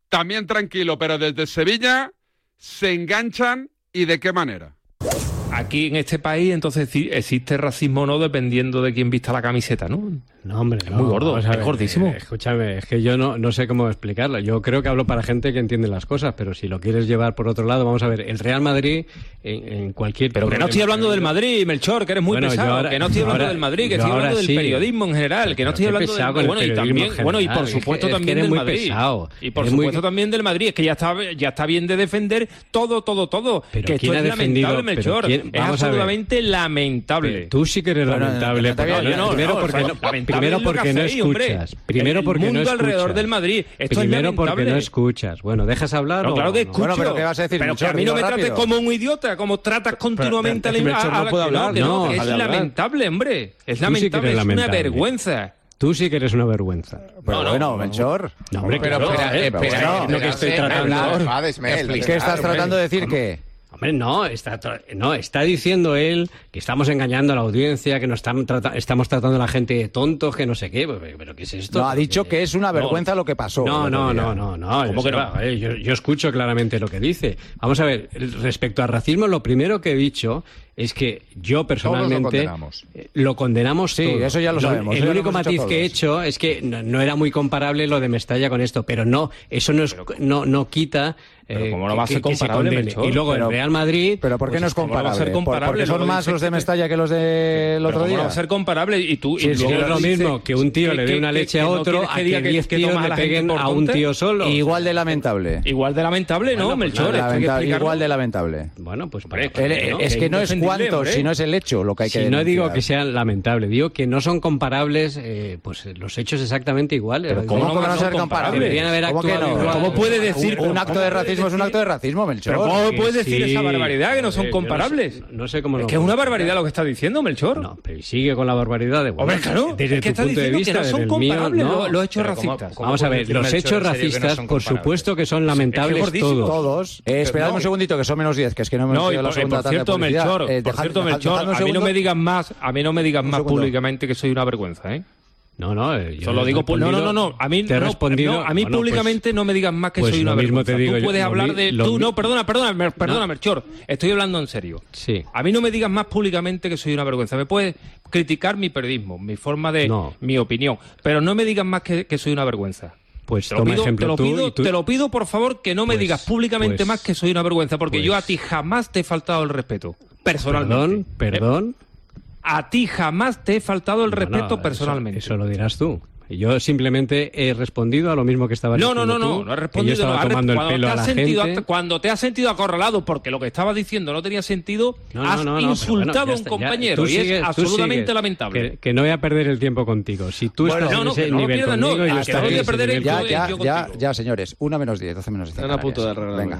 [SPEAKER 9] también tranquilo, pero desde Sevilla, se enganchan y de qué manera.
[SPEAKER 29] Aquí en este país, entonces sí, existe racismo o no dependiendo de quién vista la camiseta, ¿no?
[SPEAKER 12] No, hombre,
[SPEAKER 29] Es
[SPEAKER 12] no,
[SPEAKER 29] muy gordo,
[SPEAKER 12] vamos a
[SPEAKER 29] es
[SPEAKER 12] ver,
[SPEAKER 29] gordísimo.
[SPEAKER 12] eh, escúchame, es que yo no, no sé cómo explicarlo. Yo creo que hablo para gente que entiende las cosas, pero si lo quieres llevar por otro lado, vamos a ver, el Real Madrid en, en cualquier...
[SPEAKER 29] Pero que no estoy hablando del Madrid, Melchor, que eres muy
[SPEAKER 12] Bueno, yo
[SPEAKER 29] pesado.
[SPEAKER 12] ahora-
[SPEAKER 29] que no estoy hablando
[SPEAKER 12] ahora-
[SPEAKER 29] del Madrid, que
[SPEAKER 12] yo
[SPEAKER 30] estoy
[SPEAKER 12] ahora
[SPEAKER 29] hablando del
[SPEAKER 12] sí.
[SPEAKER 29] periodismo en general, que no
[SPEAKER 12] Pero
[SPEAKER 29] estoy
[SPEAKER 12] qué
[SPEAKER 29] hablando
[SPEAKER 12] pesado
[SPEAKER 29] del
[SPEAKER 12] con el
[SPEAKER 30] bueno, y
[SPEAKER 12] periodismo
[SPEAKER 29] también,
[SPEAKER 12] en general,
[SPEAKER 29] bueno, y
[SPEAKER 12] es
[SPEAKER 30] por
[SPEAKER 12] que-
[SPEAKER 29] supuesto
[SPEAKER 12] es que
[SPEAKER 29] también
[SPEAKER 12] eres
[SPEAKER 29] del
[SPEAKER 12] muy
[SPEAKER 30] Madrid.
[SPEAKER 12] pesado.
[SPEAKER 29] Y por
[SPEAKER 12] Eres muy-
[SPEAKER 30] supuesto
[SPEAKER 29] también del Madrid, es que ya está, ya está bien de defender todo, todo, todo. que esto
[SPEAKER 12] ¿quién
[SPEAKER 30] ha
[SPEAKER 29] es lamentable,
[SPEAKER 12] defendido?
[SPEAKER 30] Pero
[SPEAKER 29] Melchor. ¿quién- Es vamos a ver. absolutamente lamentable.
[SPEAKER 12] Eh, Tú sí que eres
[SPEAKER 29] Bueno, no,
[SPEAKER 12] lamentable.
[SPEAKER 29] no, no,
[SPEAKER 12] porque-
[SPEAKER 29] no, no,
[SPEAKER 12] primero
[SPEAKER 29] no,
[SPEAKER 12] porque,
[SPEAKER 29] no,
[SPEAKER 12] no,
[SPEAKER 29] lamentable
[SPEAKER 12] primero
[SPEAKER 29] es lo que
[SPEAKER 12] porque no
[SPEAKER 29] hacéis, hombre.
[SPEAKER 12] escuchas. Primero
[SPEAKER 29] El
[SPEAKER 12] porque no
[SPEAKER 29] mundo
[SPEAKER 12] escuchas.
[SPEAKER 29] alrededor del Madrid. Esto es
[SPEAKER 12] primero porque
[SPEAKER 29] lamentable.
[SPEAKER 12] no escuchas. Bueno, dejas hablar.
[SPEAKER 29] No,
[SPEAKER 12] o
[SPEAKER 29] claro que
[SPEAKER 12] no?
[SPEAKER 29] escucho. Pero que a mí no me trates como un idiota, como tratas continuamente a
[SPEAKER 12] pero-
[SPEAKER 29] la-
[SPEAKER 12] Melchor no
[SPEAKER 29] a la-
[SPEAKER 12] puede
[SPEAKER 29] que no,
[SPEAKER 12] hablar,
[SPEAKER 29] que no,
[SPEAKER 12] no,
[SPEAKER 29] que
[SPEAKER 12] ha
[SPEAKER 30] de
[SPEAKER 29] es hablar. lamentable, hombre. Es
[SPEAKER 12] Tú sí que eres
[SPEAKER 29] lamentable, es una
[SPEAKER 12] lamentable.
[SPEAKER 29] vergüenza.
[SPEAKER 12] Tú sí que eres una vergüenza.
[SPEAKER 29] No, no, bueno,
[SPEAKER 4] Melchor.
[SPEAKER 12] No, hombre,
[SPEAKER 4] Pero
[SPEAKER 12] que no,
[SPEAKER 4] espera,
[SPEAKER 12] eh,
[SPEAKER 4] espera,
[SPEAKER 12] pero
[SPEAKER 4] espera,
[SPEAKER 12] es lo que estoy
[SPEAKER 4] espera,
[SPEAKER 12] tratando.
[SPEAKER 4] espera, ¿Qué estás tratando de decir? ¿Qué?
[SPEAKER 12] Hombre, no está, no, está diciendo él que estamos engañando a la audiencia, que nos están trata estamos tratando a la gente de tontos, que no sé qué. Pero, pero ¿qué es esto?
[SPEAKER 4] No, ha dicho que es una vergüenza
[SPEAKER 12] No.
[SPEAKER 4] lo que pasó.
[SPEAKER 12] No,
[SPEAKER 4] el
[SPEAKER 12] no,
[SPEAKER 4] otro
[SPEAKER 12] no,
[SPEAKER 4] día.
[SPEAKER 12] no, no.
[SPEAKER 4] ¿Cómo
[SPEAKER 12] yo,
[SPEAKER 4] que no?
[SPEAKER 12] eh, yo, yo escucho claramente lo que dice. Vamos a ver, el- respecto al racismo, lo primero que he dicho es que yo personalmente
[SPEAKER 4] condenamos.
[SPEAKER 12] eh, lo condenamos
[SPEAKER 4] Sí,
[SPEAKER 12] todo.
[SPEAKER 4] eso ya lo sabemos,
[SPEAKER 12] El
[SPEAKER 4] eso ya lo
[SPEAKER 12] único
[SPEAKER 4] hemos hecho
[SPEAKER 12] matiz que he
[SPEAKER 4] todos.
[SPEAKER 12] hecho es que no, no era muy comparable lo de Mestalla con esto, pero no, eso no, es, no, no quita. eh,
[SPEAKER 4] como no va a
[SPEAKER 12] que-
[SPEAKER 4] ser
[SPEAKER 12] que se
[SPEAKER 4] comparable,
[SPEAKER 12] condene.
[SPEAKER 4] Melchor.
[SPEAKER 12] y luego
[SPEAKER 4] Pero-
[SPEAKER 12] el Real Madrid.
[SPEAKER 4] Pero ¿por qué
[SPEAKER 12] pues,
[SPEAKER 4] no es
[SPEAKER 12] ¿cómo
[SPEAKER 4] comparable?
[SPEAKER 12] va a ser comparable?
[SPEAKER 4] Porque son
[SPEAKER 12] Luego
[SPEAKER 4] más
[SPEAKER 12] dice
[SPEAKER 4] los
[SPEAKER 12] que-
[SPEAKER 4] de Mestalla que los del otro
[SPEAKER 12] ¿cómo
[SPEAKER 4] día.
[SPEAKER 12] no va
[SPEAKER 29] a ser comparable y tú
[SPEAKER 12] Sí,
[SPEAKER 29] y
[SPEAKER 12] es que no es lo mismo que un tío le dé una leche a otro a que 10 tíos le peguen a un tío solo.
[SPEAKER 4] Igual de lamentable.
[SPEAKER 29] Igual de lamentable, ¿no, Melchor? Esto hay que
[SPEAKER 4] Lamenta-
[SPEAKER 29] explicarlo.
[SPEAKER 4] igual de lamentable.
[SPEAKER 12] Bueno, pues
[SPEAKER 4] El- el- es que no es cuánto, sino es el hecho lo que hay que
[SPEAKER 12] Si no digo
[SPEAKER 4] denunciar.
[SPEAKER 12] que sean lamentables, digo que no son comparables eh, pues eh, los hechos exactamente iguales. Digo,
[SPEAKER 4] ¿Cómo,
[SPEAKER 12] no
[SPEAKER 4] que no
[SPEAKER 12] son
[SPEAKER 4] ser comparable?
[SPEAKER 12] Deberían haber
[SPEAKER 4] ¿Cómo que
[SPEAKER 12] actuado
[SPEAKER 4] no?
[SPEAKER 12] igual.
[SPEAKER 4] ¿Cómo puede decir un, acto de racismo es un acto de racismo, Melchor?
[SPEAKER 29] Pero ¿cómo puedes
[SPEAKER 12] Sí,
[SPEAKER 29] decir esa barbaridad que no son
[SPEAKER 12] joder, yo sé-
[SPEAKER 29] comparables?
[SPEAKER 12] No sé, cómo
[SPEAKER 29] Es
[SPEAKER 12] lo-
[SPEAKER 29] que es una barbaridad lo que está diciendo, Melchor.
[SPEAKER 12] No, pero sigue con la barbaridad de
[SPEAKER 29] Hombre, claro,
[SPEAKER 12] desde
[SPEAKER 29] es que
[SPEAKER 12] tu
[SPEAKER 29] está
[SPEAKER 12] punto de
[SPEAKER 29] diciendo que
[SPEAKER 12] vista,
[SPEAKER 29] no
[SPEAKER 12] desde
[SPEAKER 29] son
[SPEAKER 12] el mío,
[SPEAKER 29] comparables
[SPEAKER 12] no.
[SPEAKER 29] lo- los hechos
[SPEAKER 12] Pero ¿cómo-
[SPEAKER 29] racistas.
[SPEAKER 12] Vamos a
[SPEAKER 29] ¿cómo
[SPEAKER 12] ver,
[SPEAKER 29] puede
[SPEAKER 12] los
[SPEAKER 29] decir Melchor
[SPEAKER 12] hechos
[SPEAKER 29] en serio que no
[SPEAKER 12] racistas,
[SPEAKER 29] son
[SPEAKER 12] por
[SPEAKER 29] comparables?
[SPEAKER 12] supuesto que son
[SPEAKER 29] Es que
[SPEAKER 12] lamentables
[SPEAKER 29] es gordísimo.
[SPEAKER 12] todos.
[SPEAKER 4] Eh, esperad
[SPEAKER 12] No,
[SPEAKER 4] un segundito, que son menos 10, que es que no hemos
[SPEAKER 29] No, y
[SPEAKER 4] ido a la
[SPEAKER 29] por, eh,
[SPEAKER 4] segunda
[SPEAKER 29] por
[SPEAKER 4] tarde de
[SPEAKER 29] cierto,
[SPEAKER 4] publicidad.
[SPEAKER 29] Melchor,
[SPEAKER 4] Eh,
[SPEAKER 29] por
[SPEAKER 4] dejad-
[SPEAKER 29] cierto,
[SPEAKER 4] dejad-
[SPEAKER 29] Melchor,
[SPEAKER 4] dejadme un
[SPEAKER 29] a mí no
[SPEAKER 4] segundo.
[SPEAKER 29] me digas más, a mí no me digas más
[SPEAKER 4] segundo.
[SPEAKER 29] públicamente que soy una vergüenza, ¿eh?
[SPEAKER 12] No, no, eh, yo
[SPEAKER 29] Solo
[SPEAKER 12] he
[SPEAKER 29] digo pu- no, no,
[SPEAKER 12] respondido-
[SPEAKER 29] no, no, a mí
[SPEAKER 12] te he
[SPEAKER 29] no,
[SPEAKER 12] respondido-
[SPEAKER 29] no, a mí
[SPEAKER 12] bueno, pues-
[SPEAKER 29] públicamente no me digas más que
[SPEAKER 12] pues
[SPEAKER 29] soy una
[SPEAKER 12] lo mismo
[SPEAKER 29] vergüenza.
[SPEAKER 12] te digo
[SPEAKER 29] tú
[SPEAKER 12] yo,
[SPEAKER 29] puedes
[SPEAKER 12] lo
[SPEAKER 29] hablar
[SPEAKER 12] mi-
[SPEAKER 29] de
[SPEAKER 12] lo
[SPEAKER 29] tú,
[SPEAKER 12] mi-
[SPEAKER 29] no, perdona, perdona, Mer- perdona,
[SPEAKER 12] No.
[SPEAKER 29] Melchor, estoy hablando en serio.
[SPEAKER 12] Sí.
[SPEAKER 29] A mí no me digas más públicamente que soy una vergüenza. Me puedes criticar mi periodismo, mi forma de
[SPEAKER 12] No.
[SPEAKER 29] mi opinión, pero no me digas más que, que soy una vergüenza.
[SPEAKER 12] Pues
[SPEAKER 29] Te lo,
[SPEAKER 12] toma
[SPEAKER 29] pido,
[SPEAKER 12] ejemplo
[SPEAKER 29] te, lo
[SPEAKER 12] tú
[SPEAKER 29] pido,
[SPEAKER 12] y tú-
[SPEAKER 29] te lo pido, por favor, que no me
[SPEAKER 12] Pues,
[SPEAKER 29] digas públicamente
[SPEAKER 12] pues,
[SPEAKER 29] más que soy una vergüenza, porque yo a ti jamás te he faltado el respeto, personalmente.
[SPEAKER 12] Perdón, perdón.
[SPEAKER 29] A ti jamás te he faltado el
[SPEAKER 12] No, no,
[SPEAKER 29] respeto
[SPEAKER 12] eso-
[SPEAKER 29] personalmente.
[SPEAKER 12] Eso, lo dirás tú. Yo simplemente he respondido a lo mismo que estaba
[SPEAKER 29] No, no,
[SPEAKER 12] diciendo
[SPEAKER 29] no, no,
[SPEAKER 12] tú,
[SPEAKER 29] no has
[SPEAKER 12] que
[SPEAKER 29] respondido.
[SPEAKER 12] Yo
[SPEAKER 29] no,
[SPEAKER 12] estaba
[SPEAKER 29] has
[SPEAKER 12] tomando
[SPEAKER 29] respondido.
[SPEAKER 12] el pelo
[SPEAKER 29] cuando,
[SPEAKER 12] a
[SPEAKER 29] te
[SPEAKER 12] la
[SPEAKER 29] has sentido,
[SPEAKER 12] gente.
[SPEAKER 29] cuando te has sentido acorralado porque lo que estabas diciendo no tenía sentido,
[SPEAKER 12] No, no,
[SPEAKER 29] has
[SPEAKER 12] no, no, pero
[SPEAKER 29] insultado
[SPEAKER 12] bueno, ya
[SPEAKER 29] a un
[SPEAKER 12] está, ya,
[SPEAKER 29] compañero
[SPEAKER 12] tú
[SPEAKER 29] y
[SPEAKER 12] sigues,
[SPEAKER 29] es
[SPEAKER 12] tú
[SPEAKER 29] absolutamente
[SPEAKER 12] sigues.
[SPEAKER 29] lamentable.
[SPEAKER 12] Que, que no voy a perder el tiempo contigo. Si tú
[SPEAKER 29] Bueno,
[SPEAKER 12] estás
[SPEAKER 29] no,
[SPEAKER 12] en
[SPEAKER 29] no,
[SPEAKER 12] ese
[SPEAKER 29] que no lo
[SPEAKER 12] nivel
[SPEAKER 29] pierdas, no,
[SPEAKER 12] conmigo, yo
[SPEAKER 29] que
[SPEAKER 12] estaré
[SPEAKER 29] no voy a
[SPEAKER 12] en ese
[SPEAKER 29] perder el
[SPEAKER 12] nivel
[SPEAKER 4] Ya,
[SPEAKER 29] tiempo
[SPEAKER 4] ya,
[SPEAKER 29] yo
[SPEAKER 4] ya, ya, señores. Una menos 10, 12 menos 10.
[SPEAKER 29] Están a punto de
[SPEAKER 4] Venga.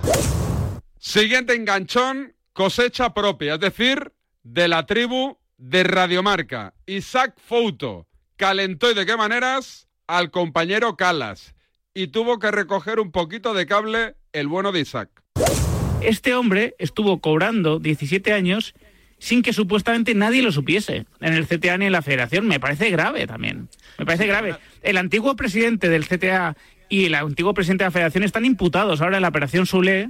[SPEAKER 9] Siguiente enganchón, cosecha propia, es decir, de la tribu de Radiomarca. Isaac Fouto calentó y de qué maneras al compañero Calas y tuvo que recoger un poquito de cable el bueno de Isaac.
[SPEAKER 26] Este hombre estuvo cobrando 17 años sin que supuestamente nadie lo supiese en el CTA ni en la federación. Me parece grave también. Me parece grave. El antiguo presidente del CTA y el antiguo presidente de la federación están imputados ahora en la operación Sule.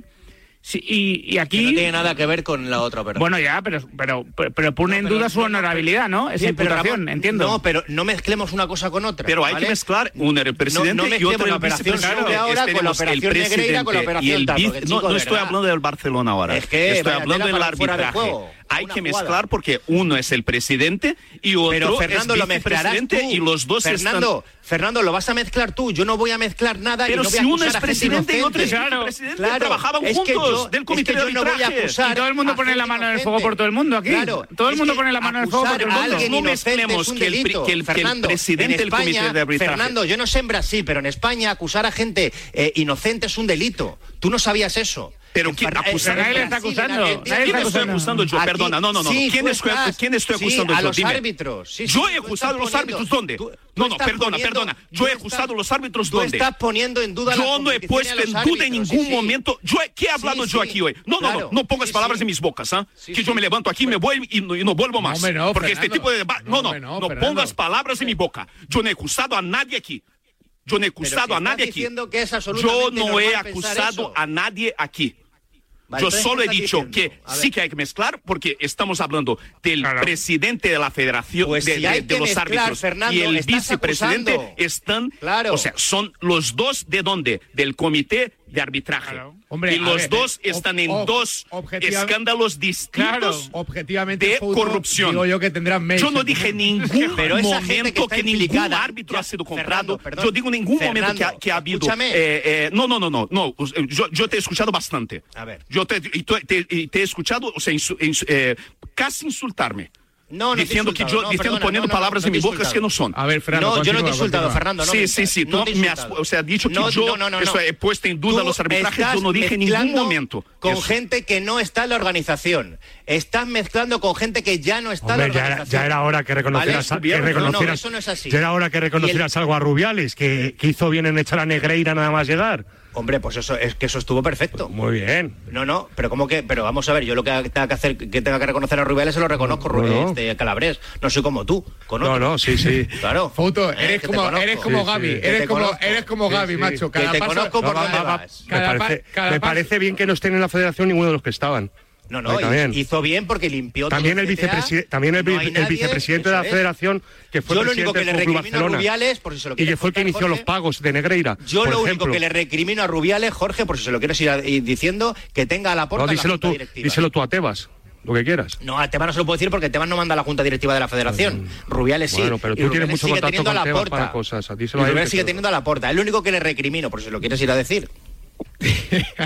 [SPEAKER 26] Sí, y, y aquí...
[SPEAKER 6] no tiene nada que ver con la otra operación.
[SPEAKER 26] Bueno, ya, pero, pero, pero, pero pone en duda su honorabilidad, ¿no? Esa
[SPEAKER 6] Bien, pero
[SPEAKER 26] imputación,
[SPEAKER 6] Ramón,
[SPEAKER 26] entiendo.
[SPEAKER 6] No, pero no mezclemos una cosa con otra.
[SPEAKER 31] Pero hay que
[SPEAKER 6] ¿vale?
[SPEAKER 31] mezclar un el presidente
[SPEAKER 6] no
[SPEAKER 31] y otro
[SPEAKER 6] mezclemos la
[SPEAKER 31] el vicepresidente.
[SPEAKER 6] operación Sule ahora con la
[SPEAKER 31] Tenemos el
[SPEAKER 6] operación Negreira,
[SPEAKER 31] presidente
[SPEAKER 6] con la
[SPEAKER 31] y
[SPEAKER 6] operación
[SPEAKER 31] el
[SPEAKER 6] Tal,
[SPEAKER 31] vice-
[SPEAKER 6] porque,
[SPEAKER 31] No,
[SPEAKER 6] chico,
[SPEAKER 31] no
[SPEAKER 6] de
[SPEAKER 31] estoy
[SPEAKER 6] verdad.
[SPEAKER 31] hablando del Barcelona ahora.
[SPEAKER 6] Es que
[SPEAKER 31] estoy
[SPEAKER 6] vaya
[SPEAKER 31] hablando
[SPEAKER 6] tela
[SPEAKER 31] del
[SPEAKER 6] para fuera de
[SPEAKER 31] arbitraje.
[SPEAKER 6] juego.
[SPEAKER 31] hay
[SPEAKER 6] Una
[SPEAKER 31] que
[SPEAKER 6] jugada.
[SPEAKER 31] mezclar porque uno es el presidente y otro
[SPEAKER 6] Pero Fernando
[SPEAKER 31] es
[SPEAKER 6] lo mezclarás tú.
[SPEAKER 31] vicepresidente y los dos
[SPEAKER 6] Fernando,
[SPEAKER 31] están...
[SPEAKER 6] Fernando, lo vas a mezclar tú. Yo no voy a mezclar nada.
[SPEAKER 31] Pero
[SPEAKER 6] y no
[SPEAKER 31] si
[SPEAKER 6] voy a
[SPEAKER 31] uno es
[SPEAKER 6] acusar a gente
[SPEAKER 31] presidente y otro es
[SPEAKER 6] inocente.
[SPEAKER 31] vicepresidente, trabajaban
[SPEAKER 6] es que
[SPEAKER 31] juntos
[SPEAKER 6] yo-
[SPEAKER 31] del
[SPEAKER 6] es
[SPEAKER 31] comité
[SPEAKER 6] que
[SPEAKER 31] de
[SPEAKER 6] yo no voy a
[SPEAKER 31] arbitraje.
[SPEAKER 6] acusar
[SPEAKER 31] Y todo el
[SPEAKER 6] a
[SPEAKER 31] mundo pone
[SPEAKER 6] gente
[SPEAKER 31] la mano en el
[SPEAKER 6] inocente.
[SPEAKER 31] fuego por todo el mundo aquí.
[SPEAKER 6] Claro,
[SPEAKER 31] Todo el
[SPEAKER 6] es
[SPEAKER 31] mundo
[SPEAKER 6] que
[SPEAKER 31] pone la mano en el fuego por
[SPEAKER 6] acusar
[SPEAKER 31] todo el mundo.
[SPEAKER 6] a alguien
[SPEAKER 31] No
[SPEAKER 6] inocente
[SPEAKER 31] mezclemos
[SPEAKER 6] es un
[SPEAKER 31] que el pri-
[SPEAKER 6] delito.
[SPEAKER 31] que el- que el
[SPEAKER 6] Fernando,
[SPEAKER 31] presidente
[SPEAKER 6] en
[SPEAKER 31] del comité
[SPEAKER 6] España,
[SPEAKER 31] de arbitraje.
[SPEAKER 6] Fernando, yo no sé en Brasil, pero en España acusar a gente eh, inocente es un delito. Tú no sabías eso.
[SPEAKER 31] Pero
[SPEAKER 6] En
[SPEAKER 31] ¿quién
[SPEAKER 6] Fra-
[SPEAKER 31] acusa?
[SPEAKER 6] en
[SPEAKER 31] Nadie le
[SPEAKER 6] Brasil,
[SPEAKER 31] está
[SPEAKER 6] en
[SPEAKER 31] acusando,
[SPEAKER 6] Argentina-
[SPEAKER 31] nadie le está ¿Quién estoy acusando. acusando yo?
[SPEAKER 6] A ti,
[SPEAKER 31] Perdona, no, no, no.
[SPEAKER 6] sí,
[SPEAKER 31] ¿Quién
[SPEAKER 6] tú
[SPEAKER 31] estoy-
[SPEAKER 6] estás.
[SPEAKER 31] quién estoy
[SPEAKER 6] Sí,
[SPEAKER 31] acusando
[SPEAKER 6] a
[SPEAKER 31] yo?
[SPEAKER 6] los
[SPEAKER 31] Dime.
[SPEAKER 6] árbitros. Sí, sí,
[SPEAKER 31] yo
[SPEAKER 6] tú
[SPEAKER 31] he
[SPEAKER 6] estás
[SPEAKER 31] acusado a los
[SPEAKER 6] poniendo-
[SPEAKER 31] árbitros dónde?
[SPEAKER 6] tú-
[SPEAKER 31] no,
[SPEAKER 6] tú
[SPEAKER 31] no,
[SPEAKER 6] estás
[SPEAKER 31] perdona,
[SPEAKER 6] poniendo-
[SPEAKER 31] perdona. Yo
[SPEAKER 6] tú
[SPEAKER 31] he
[SPEAKER 6] estás-
[SPEAKER 31] acusado a los árbitros
[SPEAKER 6] Tú
[SPEAKER 31] dónde?
[SPEAKER 6] estás poniendo en duda la
[SPEAKER 31] Yo no he
[SPEAKER 6] competición
[SPEAKER 31] puesto
[SPEAKER 6] y a
[SPEAKER 31] en duda
[SPEAKER 6] los
[SPEAKER 31] en
[SPEAKER 6] árbitros,
[SPEAKER 31] ningún
[SPEAKER 6] sí, sí.
[SPEAKER 31] momento. Yo, ¿Qué he hablado
[SPEAKER 6] Sí,
[SPEAKER 31] yo
[SPEAKER 6] sí,
[SPEAKER 31] aquí hoy? No, no,
[SPEAKER 6] claro.
[SPEAKER 31] no, no pongas
[SPEAKER 6] Sí,
[SPEAKER 31] palabras
[SPEAKER 6] sí.
[SPEAKER 31] en mis bocas, ¿ah? que
[SPEAKER 6] sí.
[SPEAKER 31] yo me levanto aquí, me voy y no, y no vuelvo más.
[SPEAKER 32] hombre, no,
[SPEAKER 31] porque
[SPEAKER 32] Fernando.
[SPEAKER 31] este tipo de deba-
[SPEAKER 32] No,
[SPEAKER 31] No, no,
[SPEAKER 32] hombre, no,
[SPEAKER 31] no,
[SPEAKER 32] Fernando.
[SPEAKER 31] pongas palabras en mi boca. Yo no he acusado a nadie aquí. Yo no he acusado
[SPEAKER 6] Pero
[SPEAKER 31] a
[SPEAKER 6] si
[SPEAKER 31] nadie
[SPEAKER 6] estás
[SPEAKER 31] aquí.
[SPEAKER 6] diciendo que es
[SPEAKER 31] Yo
[SPEAKER 6] absolutamente
[SPEAKER 31] no he
[SPEAKER 6] normal pensar
[SPEAKER 31] acusado
[SPEAKER 6] eso.
[SPEAKER 31] a nadie aquí.
[SPEAKER 6] Vale,
[SPEAKER 31] Yo
[SPEAKER 6] entonces,
[SPEAKER 31] solo
[SPEAKER 6] ¿qué
[SPEAKER 31] he
[SPEAKER 6] estás
[SPEAKER 31] dicho
[SPEAKER 6] diciendo?
[SPEAKER 31] que
[SPEAKER 6] A ver.
[SPEAKER 31] sí que hay que mezclar porque estamos hablando del presidente de la federación de,
[SPEAKER 6] Pues si
[SPEAKER 31] de-
[SPEAKER 6] hay
[SPEAKER 31] de
[SPEAKER 6] que
[SPEAKER 31] los
[SPEAKER 6] mezclar,
[SPEAKER 31] árbitros
[SPEAKER 6] Fernando,
[SPEAKER 31] y el
[SPEAKER 6] estás
[SPEAKER 31] vicepresidente
[SPEAKER 6] acusando.
[SPEAKER 31] están,
[SPEAKER 6] Claro.
[SPEAKER 31] o sea, son los dos de dónde, del comité de arbitraje.
[SPEAKER 32] Hombre,
[SPEAKER 31] y
[SPEAKER 32] a
[SPEAKER 31] los
[SPEAKER 32] ver,
[SPEAKER 31] dos
[SPEAKER 32] ob-
[SPEAKER 31] están en
[SPEAKER 32] ob-
[SPEAKER 31] dos
[SPEAKER 32] objetiva-
[SPEAKER 31] escándalos distintos
[SPEAKER 32] objetivamente
[SPEAKER 31] de
[SPEAKER 32] Fouto,
[SPEAKER 31] corrupción.
[SPEAKER 32] Digo yo que tendrán mails.
[SPEAKER 31] Yo no dije ningún
[SPEAKER 32] Pero esa gente que
[SPEAKER 31] momento
[SPEAKER 32] está
[SPEAKER 31] que, ningún
[SPEAKER 32] implicada-
[SPEAKER 31] árbitro ha sido
[SPEAKER 32] Fernando,
[SPEAKER 31] comprado.
[SPEAKER 32] perdón.
[SPEAKER 31] yo digo ningún momento que ha,
[SPEAKER 32] Fernando,
[SPEAKER 31] que ha habido.
[SPEAKER 32] escúchame.
[SPEAKER 31] eh, eh, no, no, no, no, no. us- eh, Yo, yo te he escuchado bastante.
[SPEAKER 6] A ver.
[SPEAKER 31] Yo te, y tú- te- y te he escuchado, o sea, insu- insu- eh, casi insultarme.
[SPEAKER 6] No, no te he
[SPEAKER 31] diciendo que yo,
[SPEAKER 6] insultado, no,
[SPEAKER 31] diciendo,
[SPEAKER 6] perdona,
[SPEAKER 31] poniendo
[SPEAKER 6] no, no,
[SPEAKER 31] palabras
[SPEAKER 6] no
[SPEAKER 31] en
[SPEAKER 6] te
[SPEAKER 31] mi
[SPEAKER 6] he
[SPEAKER 31] boca que
[SPEAKER 6] insultado.
[SPEAKER 31] no son.
[SPEAKER 32] A ver, Fernando,
[SPEAKER 6] No, yo no te he
[SPEAKER 32] continúa,
[SPEAKER 6] insultado,
[SPEAKER 32] continúa.
[SPEAKER 6] Fernando. No me
[SPEAKER 31] sí, sí,
[SPEAKER 6] insultes,
[SPEAKER 31] sí.
[SPEAKER 6] no
[SPEAKER 31] Tú
[SPEAKER 6] te he
[SPEAKER 31] me has,
[SPEAKER 6] insultado.
[SPEAKER 31] o sea, has dicho que
[SPEAKER 6] No,
[SPEAKER 31] yo
[SPEAKER 6] no, no, no,
[SPEAKER 31] eso
[SPEAKER 6] no.
[SPEAKER 31] he puesto en duda
[SPEAKER 6] Tú
[SPEAKER 31] los arbitrajes. Yo
[SPEAKER 6] estás
[SPEAKER 31] no dije en ningún
[SPEAKER 6] mezclando
[SPEAKER 31] momento.
[SPEAKER 6] Con
[SPEAKER 31] eso.
[SPEAKER 6] gente que no está en la organización. Estás mezclando con gente que ya no está
[SPEAKER 11] Hombre,
[SPEAKER 6] en la
[SPEAKER 11] ya era,
[SPEAKER 6] organización.
[SPEAKER 11] ya era hora que reconocieras,
[SPEAKER 6] ¿Vale?
[SPEAKER 11] que
[SPEAKER 6] No, no,
[SPEAKER 11] reconocieras,
[SPEAKER 6] eso no es así.
[SPEAKER 11] ya era hora que
[SPEAKER 6] Y el-
[SPEAKER 11] reconocieras algo a Rubiales, que, que hizo bien en echar a Negreira nada más llegar.
[SPEAKER 6] Hombre, pues eso es que eso estuvo perfecto.
[SPEAKER 4] Muy bien.
[SPEAKER 6] No, no, pero como que, pero vamos a ver, yo lo que tenga que hacer, que tenga que reconocer a Rubiales se lo reconozco, Ru-
[SPEAKER 4] No, no.
[SPEAKER 6] este Calabres. No soy como tú.
[SPEAKER 4] No, no, sí, sí.
[SPEAKER 6] (laughs) Claro.
[SPEAKER 33] Foto,
[SPEAKER 6] Eh,
[SPEAKER 33] eres
[SPEAKER 6] que te
[SPEAKER 33] como,
[SPEAKER 6] conozco.
[SPEAKER 33] eres como
[SPEAKER 6] Sí, sí.
[SPEAKER 33] Gaby,
[SPEAKER 6] Que
[SPEAKER 33] eres
[SPEAKER 6] te
[SPEAKER 33] como,
[SPEAKER 6] conozco.
[SPEAKER 33] eres como
[SPEAKER 6] Sí,
[SPEAKER 33] Gaby,
[SPEAKER 6] sí.
[SPEAKER 33] macho.
[SPEAKER 6] Que
[SPEAKER 33] Cada
[SPEAKER 6] te
[SPEAKER 33] paso-
[SPEAKER 6] conozco por
[SPEAKER 33] No, va,
[SPEAKER 6] dónde
[SPEAKER 33] va, va.
[SPEAKER 6] vas.
[SPEAKER 33] Cada
[SPEAKER 4] me
[SPEAKER 33] pa-
[SPEAKER 4] parece,
[SPEAKER 33] cada
[SPEAKER 4] me
[SPEAKER 33] paso-
[SPEAKER 4] parece bien que no estén en la federación ninguno de los que estaban.
[SPEAKER 6] No,
[SPEAKER 4] Me
[SPEAKER 6] no,
[SPEAKER 4] parece bien.
[SPEAKER 6] y- hizo bien porque limpió todo
[SPEAKER 4] También el,
[SPEAKER 6] CTA,
[SPEAKER 4] vicepresi- también el,
[SPEAKER 6] no
[SPEAKER 4] vi-
[SPEAKER 6] hay
[SPEAKER 4] el
[SPEAKER 6] nadie,
[SPEAKER 4] vicepresidente de
[SPEAKER 6] eso
[SPEAKER 4] la
[SPEAKER 6] es.
[SPEAKER 4] federación, que fue
[SPEAKER 6] Yo lo único
[SPEAKER 4] presidente
[SPEAKER 6] que
[SPEAKER 4] del
[SPEAKER 6] le
[SPEAKER 4] Fútbol
[SPEAKER 6] recrimino a
[SPEAKER 4] Barcelona.
[SPEAKER 6] Rubiales, por si se lo
[SPEAKER 4] y
[SPEAKER 6] quieres
[SPEAKER 4] que fue el que
[SPEAKER 6] contar,
[SPEAKER 4] inició
[SPEAKER 6] Jorge,
[SPEAKER 4] los pagos de Negreira.
[SPEAKER 6] Yo
[SPEAKER 4] por
[SPEAKER 6] lo
[SPEAKER 4] ejemplo.
[SPEAKER 6] único que le recrimino a Rubiales, Jorge, por si se lo quieres ir a- ir diciendo, que tenga a la
[SPEAKER 4] No,
[SPEAKER 6] puerta
[SPEAKER 4] díselo
[SPEAKER 6] la junta
[SPEAKER 4] tú,
[SPEAKER 6] directiva.
[SPEAKER 4] díselo tú a Tebas, lo que quieras.
[SPEAKER 6] No, a Tebas no se lo puedo decir porque Tebas no manda a la Junta Directiva de la Federación. Rubiales sí.
[SPEAKER 4] Mm. Bueno, pero
[SPEAKER 6] Y
[SPEAKER 4] tú tienes
[SPEAKER 6] Rubiales
[SPEAKER 4] mucho
[SPEAKER 6] sigue
[SPEAKER 4] contacto
[SPEAKER 6] teniendo a
[SPEAKER 4] con
[SPEAKER 6] la
[SPEAKER 4] Tebas
[SPEAKER 6] Porta.
[SPEAKER 4] para cosas. a ti
[SPEAKER 6] Y
[SPEAKER 4] se lo hay
[SPEAKER 6] Rubiales
[SPEAKER 4] que
[SPEAKER 6] sigue
[SPEAKER 4] te-
[SPEAKER 6] teniendo a la Porta. Es lo único que le recrimino, por si lo quieres ir a decir.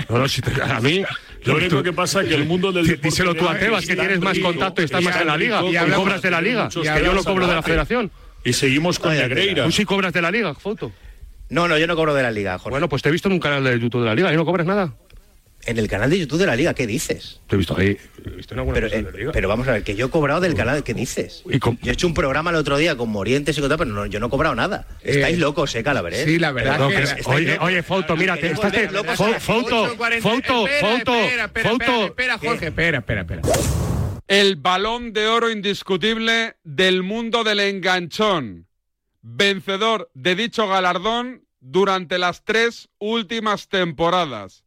[SPEAKER 4] No, no, si te- a mí...
[SPEAKER 34] Lo único que pasa es que el mundo del deporte
[SPEAKER 4] Díselo tú a
[SPEAKER 34] está-
[SPEAKER 4] Tebas, que
[SPEAKER 34] está
[SPEAKER 4] tienes más
[SPEAKER 34] rico,
[SPEAKER 4] contacto y estás más
[SPEAKER 34] está
[SPEAKER 4] en la liga.
[SPEAKER 34] rico,
[SPEAKER 4] Y
[SPEAKER 34] con
[SPEAKER 4] cobras de la liga,
[SPEAKER 34] muchos
[SPEAKER 4] que yo lo cobro de la
[SPEAKER 34] hablamos.
[SPEAKER 4] federación.
[SPEAKER 34] Y seguimos con Negreira.
[SPEAKER 4] Tú sí cobras de la liga, foto.
[SPEAKER 6] No, no, yo no cobro de la liga, Jorge.
[SPEAKER 4] Bueno, pues te he visto en un canal de YouTube de la liga y no cobras nada.
[SPEAKER 6] En el canal de YouTube de la liga, ¿qué dices?
[SPEAKER 4] Te he visto ahí.
[SPEAKER 6] Pero, eh, pero vamos a ver, que yo he cobrado del canal, ¿qué dices? Yo he hecho un programa el otro día con Morientes y con tal, pero no, yo no he cobrado nada. Estáis locos, eh, Calabres.
[SPEAKER 4] sí, la verdad
[SPEAKER 6] Pero
[SPEAKER 4] que-
[SPEAKER 6] estáis
[SPEAKER 4] oye,
[SPEAKER 6] locos.
[SPEAKER 4] oye, Fouto, mira, te-
[SPEAKER 6] Que yo
[SPEAKER 4] estás-
[SPEAKER 6] volver locos
[SPEAKER 4] Fou-
[SPEAKER 6] a las
[SPEAKER 4] Fouto,
[SPEAKER 6] 8:40.
[SPEAKER 4] Fouto,
[SPEAKER 6] Espera,
[SPEAKER 4] Fouto,
[SPEAKER 6] espera, espera,
[SPEAKER 4] Fouto.
[SPEAKER 6] espera,
[SPEAKER 33] Espera, Jorge, espera, espera, espera.
[SPEAKER 9] El balón de oro indiscutible del mundo del enganchón. Vencedor de dicho galardón durante las tres últimas temporadas.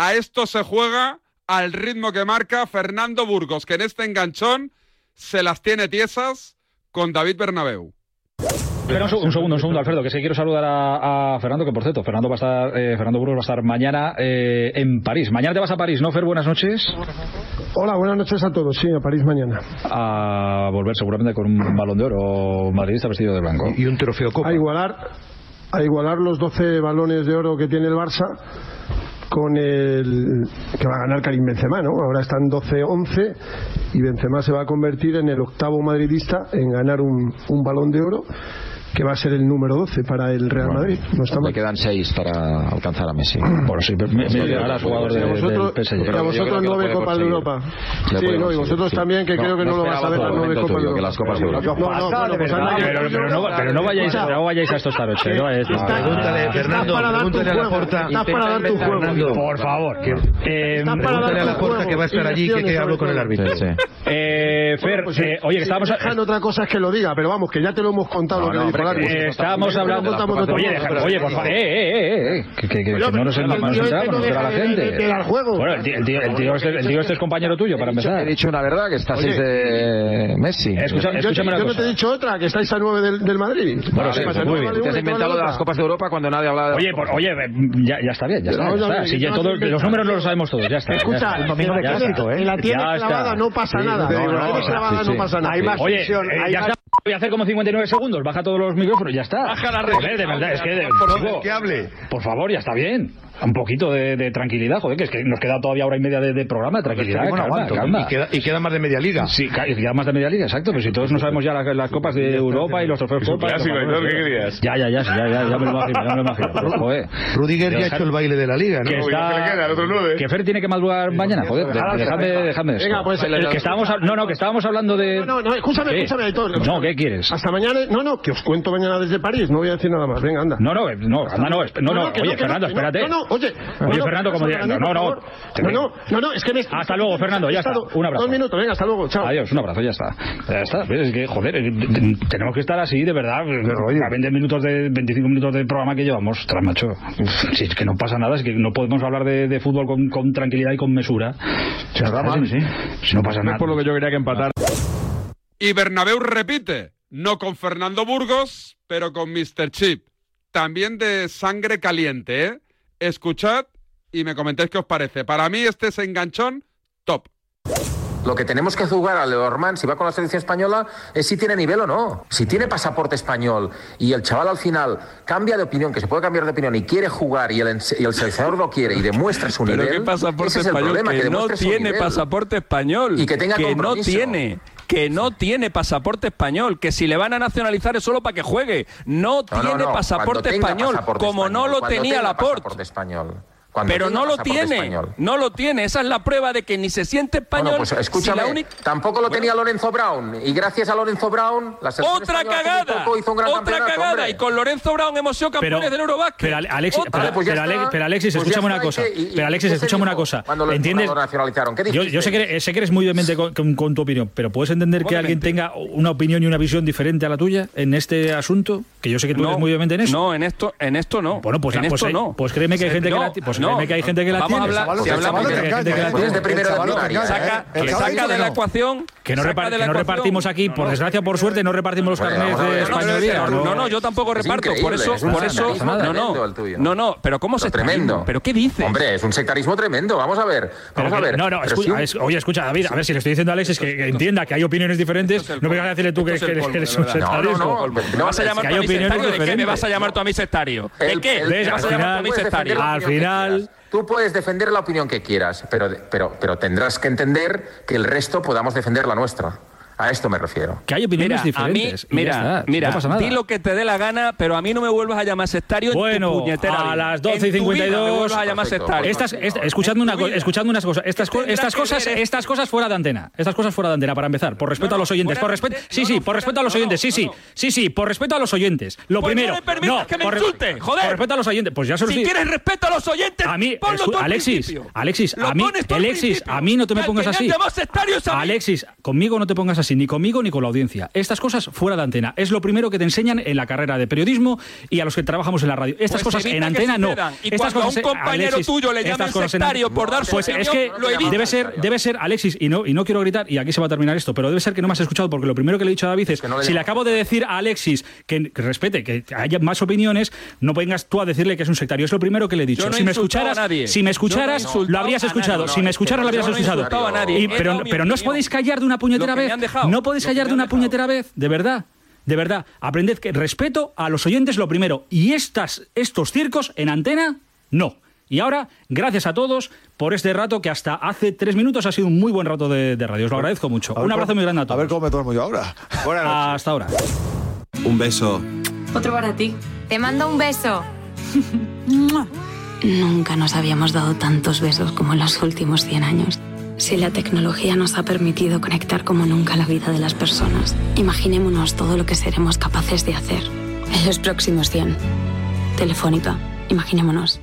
[SPEAKER 9] A esto se juega al ritmo que marca Fernando Burgos, que en este enganchón se las tiene tiesas con David Bernabeu.
[SPEAKER 11] Espera un, seg- un segundo, un segundo, Alfredo, que sí quiero saludar a, a Fernando, que por cierto, Fernando va a estar, eh, Fernando Burgos va a estar mañana eh, en París. Mañana te vas a París, ¿no, Fer? Buenas noches.
[SPEAKER 35] Hola, buenas noches a todos. Sí, a París mañana.
[SPEAKER 11] A volver seguramente con un balón de oro madridista vestido de blanco. Y un trofeo copa.
[SPEAKER 35] A igualar, a igualar los 12 balones de oro que tiene el Barça con el que va a ganar Karim Benzema, ¿no? Ahora están 12-11 y Benzema se va a convertir en el octavo madridista en ganar un, un balón de oro que va a ser el número 12 para el Real Madrid. No está mal.
[SPEAKER 5] quedan seis para alcanzar a Messi.
[SPEAKER 11] Por sí,
[SPEAKER 35] Pues
[SPEAKER 11] me- me- me- ahora jugador
[SPEAKER 35] Y
[SPEAKER 11] de-
[SPEAKER 35] a vosotros,
[SPEAKER 11] del PSG.
[SPEAKER 35] y a vosotros nueve Copas de Europa.
[SPEAKER 11] Lo
[SPEAKER 35] Sí, no, y
[SPEAKER 11] puede conseguir,
[SPEAKER 35] vosotros
[SPEAKER 11] sí.
[SPEAKER 35] también, que
[SPEAKER 11] No,
[SPEAKER 35] creo que
[SPEAKER 11] no
[SPEAKER 35] no lo vas a ver las
[SPEAKER 11] esperaba
[SPEAKER 35] nueve
[SPEAKER 11] otro
[SPEAKER 35] Copas de Europa.
[SPEAKER 11] momento tuyo, que las Copas de Europa.
[SPEAKER 35] No, no,
[SPEAKER 11] Pasa,
[SPEAKER 35] bueno,
[SPEAKER 11] de
[SPEAKER 35] pues
[SPEAKER 11] verdad.
[SPEAKER 35] anda,
[SPEAKER 11] Pero-
[SPEAKER 35] que-
[SPEAKER 11] pero no va- pero no vayáis-
[SPEAKER 35] Escucha,
[SPEAKER 11] pero no vayáis a estos taroches,
[SPEAKER 35] que-
[SPEAKER 11] no vayáis-
[SPEAKER 35] que estás-
[SPEAKER 11] No, pregúntale,
[SPEAKER 35] estás
[SPEAKER 11] Fernando,
[SPEAKER 35] para dar tu
[SPEAKER 11] pregúntale a la
[SPEAKER 35] juego,
[SPEAKER 11] Porta.
[SPEAKER 35] Estás para dar tu juego.
[SPEAKER 11] Por favor, que, eh,
[SPEAKER 35] Estás para dar
[SPEAKER 11] pregúntale a
[SPEAKER 35] tu
[SPEAKER 11] la Porta
[SPEAKER 35] juego.
[SPEAKER 11] que va a estar allí, que- que
[SPEAKER 35] Ilusiones,
[SPEAKER 11] hablo
[SPEAKER 35] sobre
[SPEAKER 11] con el
[SPEAKER 35] todo.
[SPEAKER 11] árbitro. Eh, Fer,
[SPEAKER 35] Bueno, pues,
[SPEAKER 11] eh, oye, que
[SPEAKER 35] si
[SPEAKER 11] estábamos...
[SPEAKER 35] dejan otra cosa es que lo diga, pero vamos, que ya te lo hemos contado lo que dijo el árbitro.
[SPEAKER 11] eh, estábamos
[SPEAKER 35] Ya te lo
[SPEAKER 11] hablando.
[SPEAKER 35] contamos nosotros.
[SPEAKER 11] Oye, deja- oye, por favor. Eh, eh, eh, eh, Que, que- que
[SPEAKER 35] Oye,
[SPEAKER 11] no
[SPEAKER 35] pero
[SPEAKER 11] nos
[SPEAKER 35] el tío
[SPEAKER 11] entramos,
[SPEAKER 35] este
[SPEAKER 11] nos
[SPEAKER 35] no
[SPEAKER 11] entramos, a
[SPEAKER 35] deja
[SPEAKER 11] la
[SPEAKER 35] de-
[SPEAKER 11] gente.
[SPEAKER 35] de- de dar juego.
[SPEAKER 11] Bueno, el tío- el tío- el tío este- el tío este es compañero tuyo, para empezar.
[SPEAKER 5] He dicho una verdad, que está
[SPEAKER 11] Oye.
[SPEAKER 5] seis de Messi.
[SPEAKER 11] Escucha-
[SPEAKER 35] Yo, te-
[SPEAKER 11] escúchame una
[SPEAKER 35] yo no
[SPEAKER 11] cosa.
[SPEAKER 35] te he dicho otra, que estáis a 9 del, del Madrid.
[SPEAKER 11] Bueno, sí,
[SPEAKER 35] ¿Qué pasa?
[SPEAKER 11] pues muy
[SPEAKER 35] No
[SPEAKER 11] bien.
[SPEAKER 35] vale
[SPEAKER 11] Te has
[SPEAKER 35] una y no vale
[SPEAKER 11] inventado
[SPEAKER 35] otra.
[SPEAKER 11] las
[SPEAKER 5] Copas de Europa cuando nadie hablaba de
[SPEAKER 11] Oye, por- oye, eh, ya, ya está bien, ya está.
[SPEAKER 35] Vamos
[SPEAKER 11] ya
[SPEAKER 35] a
[SPEAKER 11] está.
[SPEAKER 35] ver,
[SPEAKER 11] Si ya
[SPEAKER 35] no
[SPEAKER 11] todos-
[SPEAKER 35] haces bien.
[SPEAKER 11] los números no los sabemos todos, ya está.
[SPEAKER 35] Escucha,
[SPEAKER 11] ya está.
[SPEAKER 35] si la
[SPEAKER 11] Ya
[SPEAKER 35] tienes-
[SPEAKER 11] está.
[SPEAKER 35] si la tienes
[SPEAKER 11] Ya está.
[SPEAKER 35] clavada, no pasa nada.
[SPEAKER 11] te
[SPEAKER 35] Si
[SPEAKER 11] digo
[SPEAKER 35] la
[SPEAKER 11] una
[SPEAKER 35] tienes
[SPEAKER 11] cosa.
[SPEAKER 35] clavada, no pasa nada. Hay más
[SPEAKER 11] Oye,
[SPEAKER 35] presión,
[SPEAKER 11] eh,
[SPEAKER 35] hay
[SPEAKER 11] ya
[SPEAKER 35] más-
[SPEAKER 11] está. Voy a hacer como 59 segundos, baja todos los micrófonos, ya está.
[SPEAKER 35] Baja la red.
[SPEAKER 11] Joder, de verdad, es que... de-
[SPEAKER 35] Por favor,
[SPEAKER 11] chico,
[SPEAKER 35] que hable.
[SPEAKER 11] Por favor, ya está bien. Un poquito de, de tranquilidad, joder, que es que nos queda todavía hora y media de, de programa, tranquilidad,
[SPEAKER 35] Pero es que
[SPEAKER 11] calma,
[SPEAKER 35] bueno, aguanto.
[SPEAKER 11] calma.
[SPEAKER 35] Y queda-
[SPEAKER 11] más de media liga. Sí, ca- y queda más de media liga, exacto, pero si todos no sabemos ya las, las copas de Europa y los trofeos
[SPEAKER 35] Es un
[SPEAKER 11] Copa... y los
[SPEAKER 35] clásico,
[SPEAKER 11] trofeos-
[SPEAKER 35] ¿no? ¿Qué querías?
[SPEAKER 11] Ya, ya, ya, sí, ya, ya, ya me lo imagino, ya me lo imagino.
[SPEAKER 35] (laughs)
[SPEAKER 11] pero, joder.
[SPEAKER 35] Rudiger
[SPEAKER 11] Dejar-
[SPEAKER 35] ya ha hecho el baile de la liga, ¿no?
[SPEAKER 11] Que,
[SPEAKER 35] Uy,
[SPEAKER 11] está-
[SPEAKER 35] lo que le queda, el otro ¿eh? nueve.
[SPEAKER 11] que Fer tiene que madrugar mañana, joder, de-
[SPEAKER 35] Dejadme,
[SPEAKER 11] dejadme,
[SPEAKER 35] venga.
[SPEAKER 11] dejadme esto.
[SPEAKER 35] Venga, pues,
[SPEAKER 11] que estábamos, hab- no, no, que estábamos hablando de...
[SPEAKER 35] No, no, escúchame,
[SPEAKER 11] ¿Qué?
[SPEAKER 35] escúchame, Aitor.
[SPEAKER 11] No, ¿qué quieres?
[SPEAKER 35] Hasta mañana, no, no, que os cuento mañana desde París, no voy a decir nada más, venga, anda.
[SPEAKER 11] No, no, eh, no, anda, no, esp- no, no,
[SPEAKER 35] que
[SPEAKER 11] oye,
[SPEAKER 35] que
[SPEAKER 11] Fernando,
[SPEAKER 35] que no,
[SPEAKER 11] espérate.
[SPEAKER 35] No, no, oye.
[SPEAKER 11] Oye,
[SPEAKER 35] no,
[SPEAKER 11] Fernando, como
[SPEAKER 35] pasa
[SPEAKER 11] diga,
[SPEAKER 35] nada,
[SPEAKER 11] no, no,
[SPEAKER 35] por
[SPEAKER 11] no,
[SPEAKER 35] favor.
[SPEAKER 11] te
[SPEAKER 35] no,
[SPEAKER 11] veo.
[SPEAKER 35] no, no, no, es que me...
[SPEAKER 11] Hasta luego, Fernando, ya está.
[SPEAKER 35] Estado-
[SPEAKER 11] Un abrazo.
[SPEAKER 35] Dos minutos, venga, hasta luego, chao.
[SPEAKER 11] Adiós, un abrazo, ya está. Ya está, ves, es que, joder, eh, t- tenemos que estar así, de verdad. A 20 minutos de, 25 minutos de programa que llevamos, tras macho. Si es que no pasa nada, es que no podemos hablar de, de fútbol con, con tranquilidad y con mesura. Si no, pasa nada. por lo que yo quería que empatar.
[SPEAKER 9] Y Bernabéu repite, no con Fernando Burgos, pero con Mr. Chip. También de sangre caliente, ¿eh? Escuchad y me comentáis qué os parece. Para mí este es enganchón top.
[SPEAKER 36] Lo que tenemos que jugar a Leorman, si va con la selección española, es si tiene nivel o no. Si tiene pasaporte español y el chaval al final cambia de opinión, que se puede cambiar de opinión y quiere jugar y el, ens- y el seleccionador no quiere y demuestra su
[SPEAKER 27] Pero
[SPEAKER 36] nivel.
[SPEAKER 27] qué pasaporte
[SPEAKER 36] ese es el
[SPEAKER 27] español,
[SPEAKER 36] problema,
[SPEAKER 27] que, no
[SPEAKER 36] demuestre su
[SPEAKER 27] tiene
[SPEAKER 36] nivel.
[SPEAKER 27] pasaporte español.
[SPEAKER 36] Y que tenga
[SPEAKER 27] no
[SPEAKER 36] compromiso.
[SPEAKER 27] tiene. Que no tiene pasaporte español, que si le van a nacionalizar es solo para que juegue. No,
[SPEAKER 36] No, no,
[SPEAKER 27] tiene
[SPEAKER 36] no,
[SPEAKER 27] pasaporte
[SPEAKER 36] cuando tenga
[SPEAKER 27] español,
[SPEAKER 36] pasaporte
[SPEAKER 27] como no
[SPEAKER 36] español,
[SPEAKER 27] lo
[SPEAKER 36] cuando
[SPEAKER 27] tenía
[SPEAKER 36] tenga
[SPEAKER 27] Laporte.
[SPEAKER 36] pasaporte español.
[SPEAKER 34] Cuando
[SPEAKER 27] Pero
[SPEAKER 34] tenga
[SPEAKER 27] no lo
[SPEAKER 34] pasaporte
[SPEAKER 27] tiene,
[SPEAKER 34] español.
[SPEAKER 27] no lo tiene. Esa es la prueba de que ni se siente español.
[SPEAKER 34] Bueno, pues escúchame,
[SPEAKER 27] si la única-
[SPEAKER 34] tampoco lo tenía Lorenzo Brown. Y gracias a Lorenzo Brown, la selección
[SPEAKER 27] Otra
[SPEAKER 34] española hace muy
[SPEAKER 27] cagada,
[SPEAKER 34] poco hizo un gran
[SPEAKER 27] otra
[SPEAKER 34] campeonato,
[SPEAKER 27] cagada.
[SPEAKER 34] hombre.
[SPEAKER 27] Y con Lorenzo Brown hemos sido campeones del Eurobasket.
[SPEAKER 11] Pero, Ale- Alexis,
[SPEAKER 27] Otra.
[SPEAKER 11] pero,
[SPEAKER 34] Vale, pues ya
[SPEAKER 11] pero Ale-
[SPEAKER 34] está.
[SPEAKER 11] pero Alexis,
[SPEAKER 34] Pues ya
[SPEAKER 11] escúchame
[SPEAKER 34] está,
[SPEAKER 11] una
[SPEAKER 34] ¿y
[SPEAKER 11] cosa.
[SPEAKER 34] qué- y- y
[SPEAKER 11] pero Alexis,
[SPEAKER 34] qué se
[SPEAKER 11] escúchame
[SPEAKER 34] dijo
[SPEAKER 11] una cosa.
[SPEAKER 34] cuando los
[SPEAKER 11] ¿Entiendes?
[SPEAKER 34] jugadores nacionalizaron? ¿Qué
[SPEAKER 11] yo,
[SPEAKER 34] dijiste?
[SPEAKER 11] yo sé que eres, sé que eres muy demente con, con- con tu opinión, pero ¿puedes entender que alguien tenga una opinión y una visión diferente a la tuya en este asunto? Que yo sé que tú
[SPEAKER 27] No,
[SPEAKER 11] eres muy demente en eso.
[SPEAKER 27] No, en esto, en esto no.
[SPEAKER 11] Bueno, pues,
[SPEAKER 27] en
[SPEAKER 11] pues,
[SPEAKER 27] esto
[SPEAKER 11] eh,
[SPEAKER 27] no.
[SPEAKER 11] pues créeme que hay
[SPEAKER 27] Eh,
[SPEAKER 11] gente que
[SPEAKER 27] no,
[SPEAKER 11] la ti- pues
[SPEAKER 27] no.
[SPEAKER 11] créeme que hay gente que la
[SPEAKER 27] Vamos a
[SPEAKER 11] tiene.
[SPEAKER 27] hablar, si
[SPEAKER 11] El
[SPEAKER 27] hablamos
[SPEAKER 11] chaval
[SPEAKER 27] de-
[SPEAKER 11] te engaña,
[SPEAKER 27] de-
[SPEAKER 11] ¿eh?
[SPEAKER 27] de-
[SPEAKER 11] Pues
[SPEAKER 27] de primero de
[SPEAKER 11] chaval te
[SPEAKER 27] primaria,
[SPEAKER 11] engaña,
[SPEAKER 27] saca-
[SPEAKER 11] ¿eh? El
[SPEAKER 27] que
[SPEAKER 11] chaval
[SPEAKER 27] saca
[SPEAKER 11] dice
[SPEAKER 27] de la
[SPEAKER 11] no.
[SPEAKER 27] ecuación,
[SPEAKER 11] Que no,
[SPEAKER 27] saca
[SPEAKER 11] repar-
[SPEAKER 27] de la
[SPEAKER 11] que no
[SPEAKER 27] ecuación.
[SPEAKER 11] repartimos aquí, por desgracia, por suerte, no repartimos los
[SPEAKER 27] Bueno,
[SPEAKER 11] carnets
[SPEAKER 27] vamos a
[SPEAKER 11] de
[SPEAKER 27] ver, no, no,
[SPEAKER 11] españolía.
[SPEAKER 27] no, No, no, yo tampoco
[SPEAKER 11] Es
[SPEAKER 27] reparto. Por
[SPEAKER 11] increíble,
[SPEAKER 27] eso,
[SPEAKER 11] es un
[SPEAKER 27] por eso,
[SPEAKER 11] sectarismo
[SPEAKER 27] no,
[SPEAKER 11] tremendo
[SPEAKER 27] no,
[SPEAKER 11] el tuyo.
[SPEAKER 27] no, no. Pero cómo se
[SPEAKER 34] tremendo.
[SPEAKER 27] Pero qué dices.
[SPEAKER 34] Hombre, es un sectarismo tremendo. Vamos a ver. Vamos
[SPEAKER 11] Pero
[SPEAKER 34] a
[SPEAKER 11] que-
[SPEAKER 34] ver.
[SPEAKER 11] No, no,
[SPEAKER 34] Pero
[SPEAKER 11] escucha,
[SPEAKER 34] sí, un-
[SPEAKER 11] es- oye, escucha, David, a ver si le estoy diciendo a Alexis que, que entienda que hay opiniones diferentes. no me vas a decirle tú que,
[SPEAKER 27] Esto es el
[SPEAKER 11] que- que eres un
[SPEAKER 27] colmo, de verdad.
[SPEAKER 11] sectarismo.
[SPEAKER 27] No, no, no. ¿Me vas a
[SPEAKER 11] Es
[SPEAKER 27] llamar
[SPEAKER 11] que
[SPEAKER 27] tú
[SPEAKER 11] hay
[SPEAKER 27] a mí sectario? ¿De
[SPEAKER 11] opiniones
[SPEAKER 27] qué me
[SPEAKER 11] diferentes.
[SPEAKER 27] vas a llamar tú a mí sectario? ¿De
[SPEAKER 34] El-
[SPEAKER 27] qué?
[SPEAKER 34] el-
[SPEAKER 27] ¿Me
[SPEAKER 34] al
[SPEAKER 27] vas a llamar tú a mí
[SPEAKER 34] final-
[SPEAKER 27] sectario?
[SPEAKER 34] puedes defender la opinión que quieras. Tú puedes defender la opinión que quieras, pero, pero, pero tendrás que entender que el resto podamos defender la nuestra. A esto me refiero.
[SPEAKER 11] Que hay opiniones
[SPEAKER 27] Mira, a mí,
[SPEAKER 11] diferentes. y ya
[SPEAKER 27] mira,
[SPEAKER 11] está,
[SPEAKER 27] mira,
[SPEAKER 11] no pasa nada.
[SPEAKER 27] di lo que te dé la gana, pero a mí no me vuelvas a llamar sectario en tu
[SPEAKER 11] Bueno,
[SPEAKER 27] puñetera vida.
[SPEAKER 11] a las 12 y
[SPEAKER 27] En tu vida me
[SPEAKER 11] 52.
[SPEAKER 27] vuelvas a llamar sectario.
[SPEAKER 11] Estas, est- escuchadme, una, co- escuchadme unas cosas. Estas, co- estas, cosas estas cosas fuera de antena. Estas cosas fuera de antena, para empezar. Por respeto a los oyentes. Por respeto. Sí, sí, por respeto a los oyentes. Sí, sí. Sí, sí, por respeto a los oyentes. Lo
[SPEAKER 27] Pues no
[SPEAKER 11] primero.
[SPEAKER 27] le permitas que me
[SPEAKER 11] por re-
[SPEAKER 27] insulte, joder.
[SPEAKER 11] Por respeto a los oyentes. Pues ya se los
[SPEAKER 27] Si
[SPEAKER 11] di-
[SPEAKER 27] quieres respeto a los oyentes,
[SPEAKER 11] a mí,
[SPEAKER 27] ponlo
[SPEAKER 11] escu-
[SPEAKER 27] tú al
[SPEAKER 11] Alexis,
[SPEAKER 27] principio.
[SPEAKER 11] Alexis,
[SPEAKER 27] Lo
[SPEAKER 11] a mí,
[SPEAKER 27] pones tú al
[SPEAKER 11] Alexis,
[SPEAKER 27] principio.
[SPEAKER 11] a mí no te me
[SPEAKER 27] Al
[SPEAKER 11] pongas
[SPEAKER 27] que me
[SPEAKER 11] así.
[SPEAKER 27] han llamado sectario es a mí.
[SPEAKER 11] Alexis, conmigo no te pongas así, ni conmigo ni con la audiencia. Estas cosas fuera de antena. Es lo primero que te enseñan en la carrera de periodismo y a los que trabajamos en la radio. Estas
[SPEAKER 27] Pues
[SPEAKER 11] cosas
[SPEAKER 27] evita
[SPEAKER 11] en
[SPEAKER 27] que
[SPEAKER 11] antena no.
[SPEAKER 27] sucedan. Y
[SPEAKER 11] Estas
[SPEAKER 27] cuando a
[SPEAKER 11] cosas eh,
[SPEAKER 27] un compañero tuyo le
[SPEAKER 11] estas
[SPEAKER 27] llamen
[SPEAKER 11] cosas en-
[SPEAKER 27] sectario por dar su
[SPEAKER 11] Pues es que
[SPEAKER 27] opinión, lo evita.
[SPEAKER 11] debe ser, debe ser Alexis y no y no quiero gritar y aquí se va a terminar esto, pero debe ser que no me has escuchado porque lo primero que le he dicho a David es
[SPEAKER 27] no le
[SPEAKER 11] si le
[SPEAKER 27] llamo.
[SPEAKER 11] acabo de decir a Alexis que, que respete, que haya más opiniones, no vengas tú a decirle que es un sectario. Es lo primero que le he dicho.
[SPEAKER 27] Yo no he
[SPEAKER 11] si me
[SPEAKER 27] insultado
[SPEAKER 11] escucharas,
[SPEAKER 27] a nadie.
[SPEAKER 11] si
[SPEAKER 27] Yo
[SPEAKER 11] me
[SPEAKER 27] no he
[SPEAKER 11] escucharas,
[SPEAKER 27] insultado
[SPEAKER 11] lo habrías
[SPEAKER 27] a nadie.
[SPEAKER 11] escuchado.
[SPEAKER 27] No,
[SPEAKER 11] si me
[SPEAKER 27] es que
[SPEAKER 11] escucharas, lo habrías
[SPEAKER 27] yo no he
[SPEAKER 11] escuchado.
[SPEAKER 27] insultado a nadie.
[SPEAKER 11] Y-
[SPEAKER 27] He
[SPEAKER 11] pero
[SPEAKER 27] dado mi
[SPEAKER 11] pero no os
[SPEAKER 27] opinión.
[SPEAKER 11] podéis callar de una puñetera
[SPEAKER 27] Lo que me
[SPEAKER 11] vez.
[SPEAKER 27] han dejado.
[SPEAKER 11] No podéis
[SPEAKER 27] Lo que
[SPEAKER 11] callar
[SPEAKER 27] me
[SPEAKER 11] de
[SPEAKER 27] han
[SPEAKER 11] una puñetera vez, de verdad. De verdad, aprended que respeto a los oyentes lo primero y estas, estos circos en antena, no. Y ahora, gracias a todos por este rato que hasta hace tres minutos ha sido un muy buen rato de, de radio. Os lo agradezco mucho.
[SPEAKER 28] ver
[SPEAKER 11] Un abrazo
[SPEAKER 28] cómo-
[SPEAKER 11] muy grande a todos. A ver
[SPEAKER 28] cómo me duermo yo ahora.
[SPEAKER 11] Hasta ahora.
[SPEAKER 28] Un beso.
[SPEAKER 17] Otro para ti.
[SPEAKER 37] Te mando un beso.
[SPEAKER 17] (laughs) Nunca nos habíamos dado tantos besos como en los últimos 100 años. Si la tecnología nos ha permitido conectar como nunca la vida de las personas, imaginémonos todo lo que seremos capaces de hacer en los próximos 100. Telefónica, imaginémonos.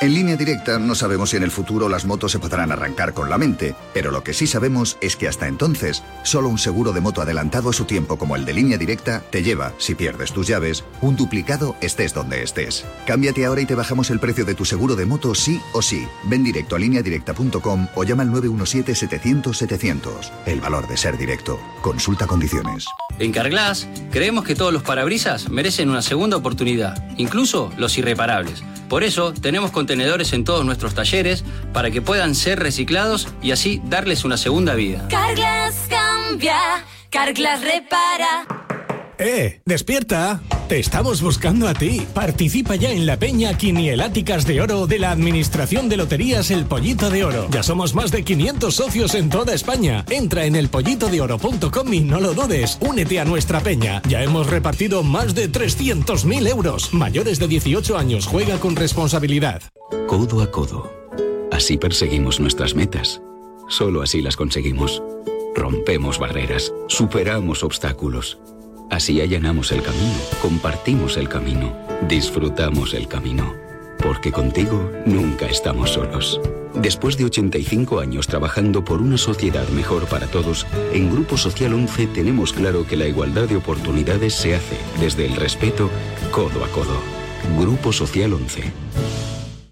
[SPEAKER 18] En línea directa no sabemos si en el futuro las motos se podrán arrancar con la mente, pero lo que sí sabemos es que hasta entonces, solo un seguro de moto adelantado a su tiempo como el de línea directa te lleva, si pierdes tus llaves, un duplicado estés donde estés. Cámbiate ahora y te bajamos el precio de tu seguro de moto sí o sí. Ven directo a lineadirecta.com o llama al 917-700-700. El valor de ser directo. Consulta condiciones.
[SPEAKER 38] En Carglass creemos que todos los parabrisas merecen una segunda oportunidad, incluso los irreparables. Por eso tenemos contenedores en todos nuestros talleres para que puedan ser reciclados y así darles una segunda vida.
[SPEAKER 37] Carglas cambia, Carglas repara.
[SPEAKER 39] ¡Eh! ¡Despierta! Te estamos buscando a ti. Participa ya en la peña Quinieláticas de Oro de la Administración de Loterías El Pollito de Oro. Ya somos más de 500 socios en toda España. Entra en elpollitodeoro.com y no lo dudes. Únete a nuestra peña. Ya hemos repartido más de 300.000 euros. Mayores de 18 años, juega con responsabilidad.
[SPEAKER 38] Codo a codo. Así perseguimos nuestras metas. Solo así las conseguimos. Rompemos barreras, superamos obstáculos. Así allanamos el camino, compartimos el camino, disfrutamos el camino. Porque contigo nunca estamos solos. Después de 85 años trabajando por una sociedad mejor para todos, en Grupo Social 11 tenemos claro que la igualdad de oportunidades se hace desde el respeto, codo a codo. Grupo Social 11.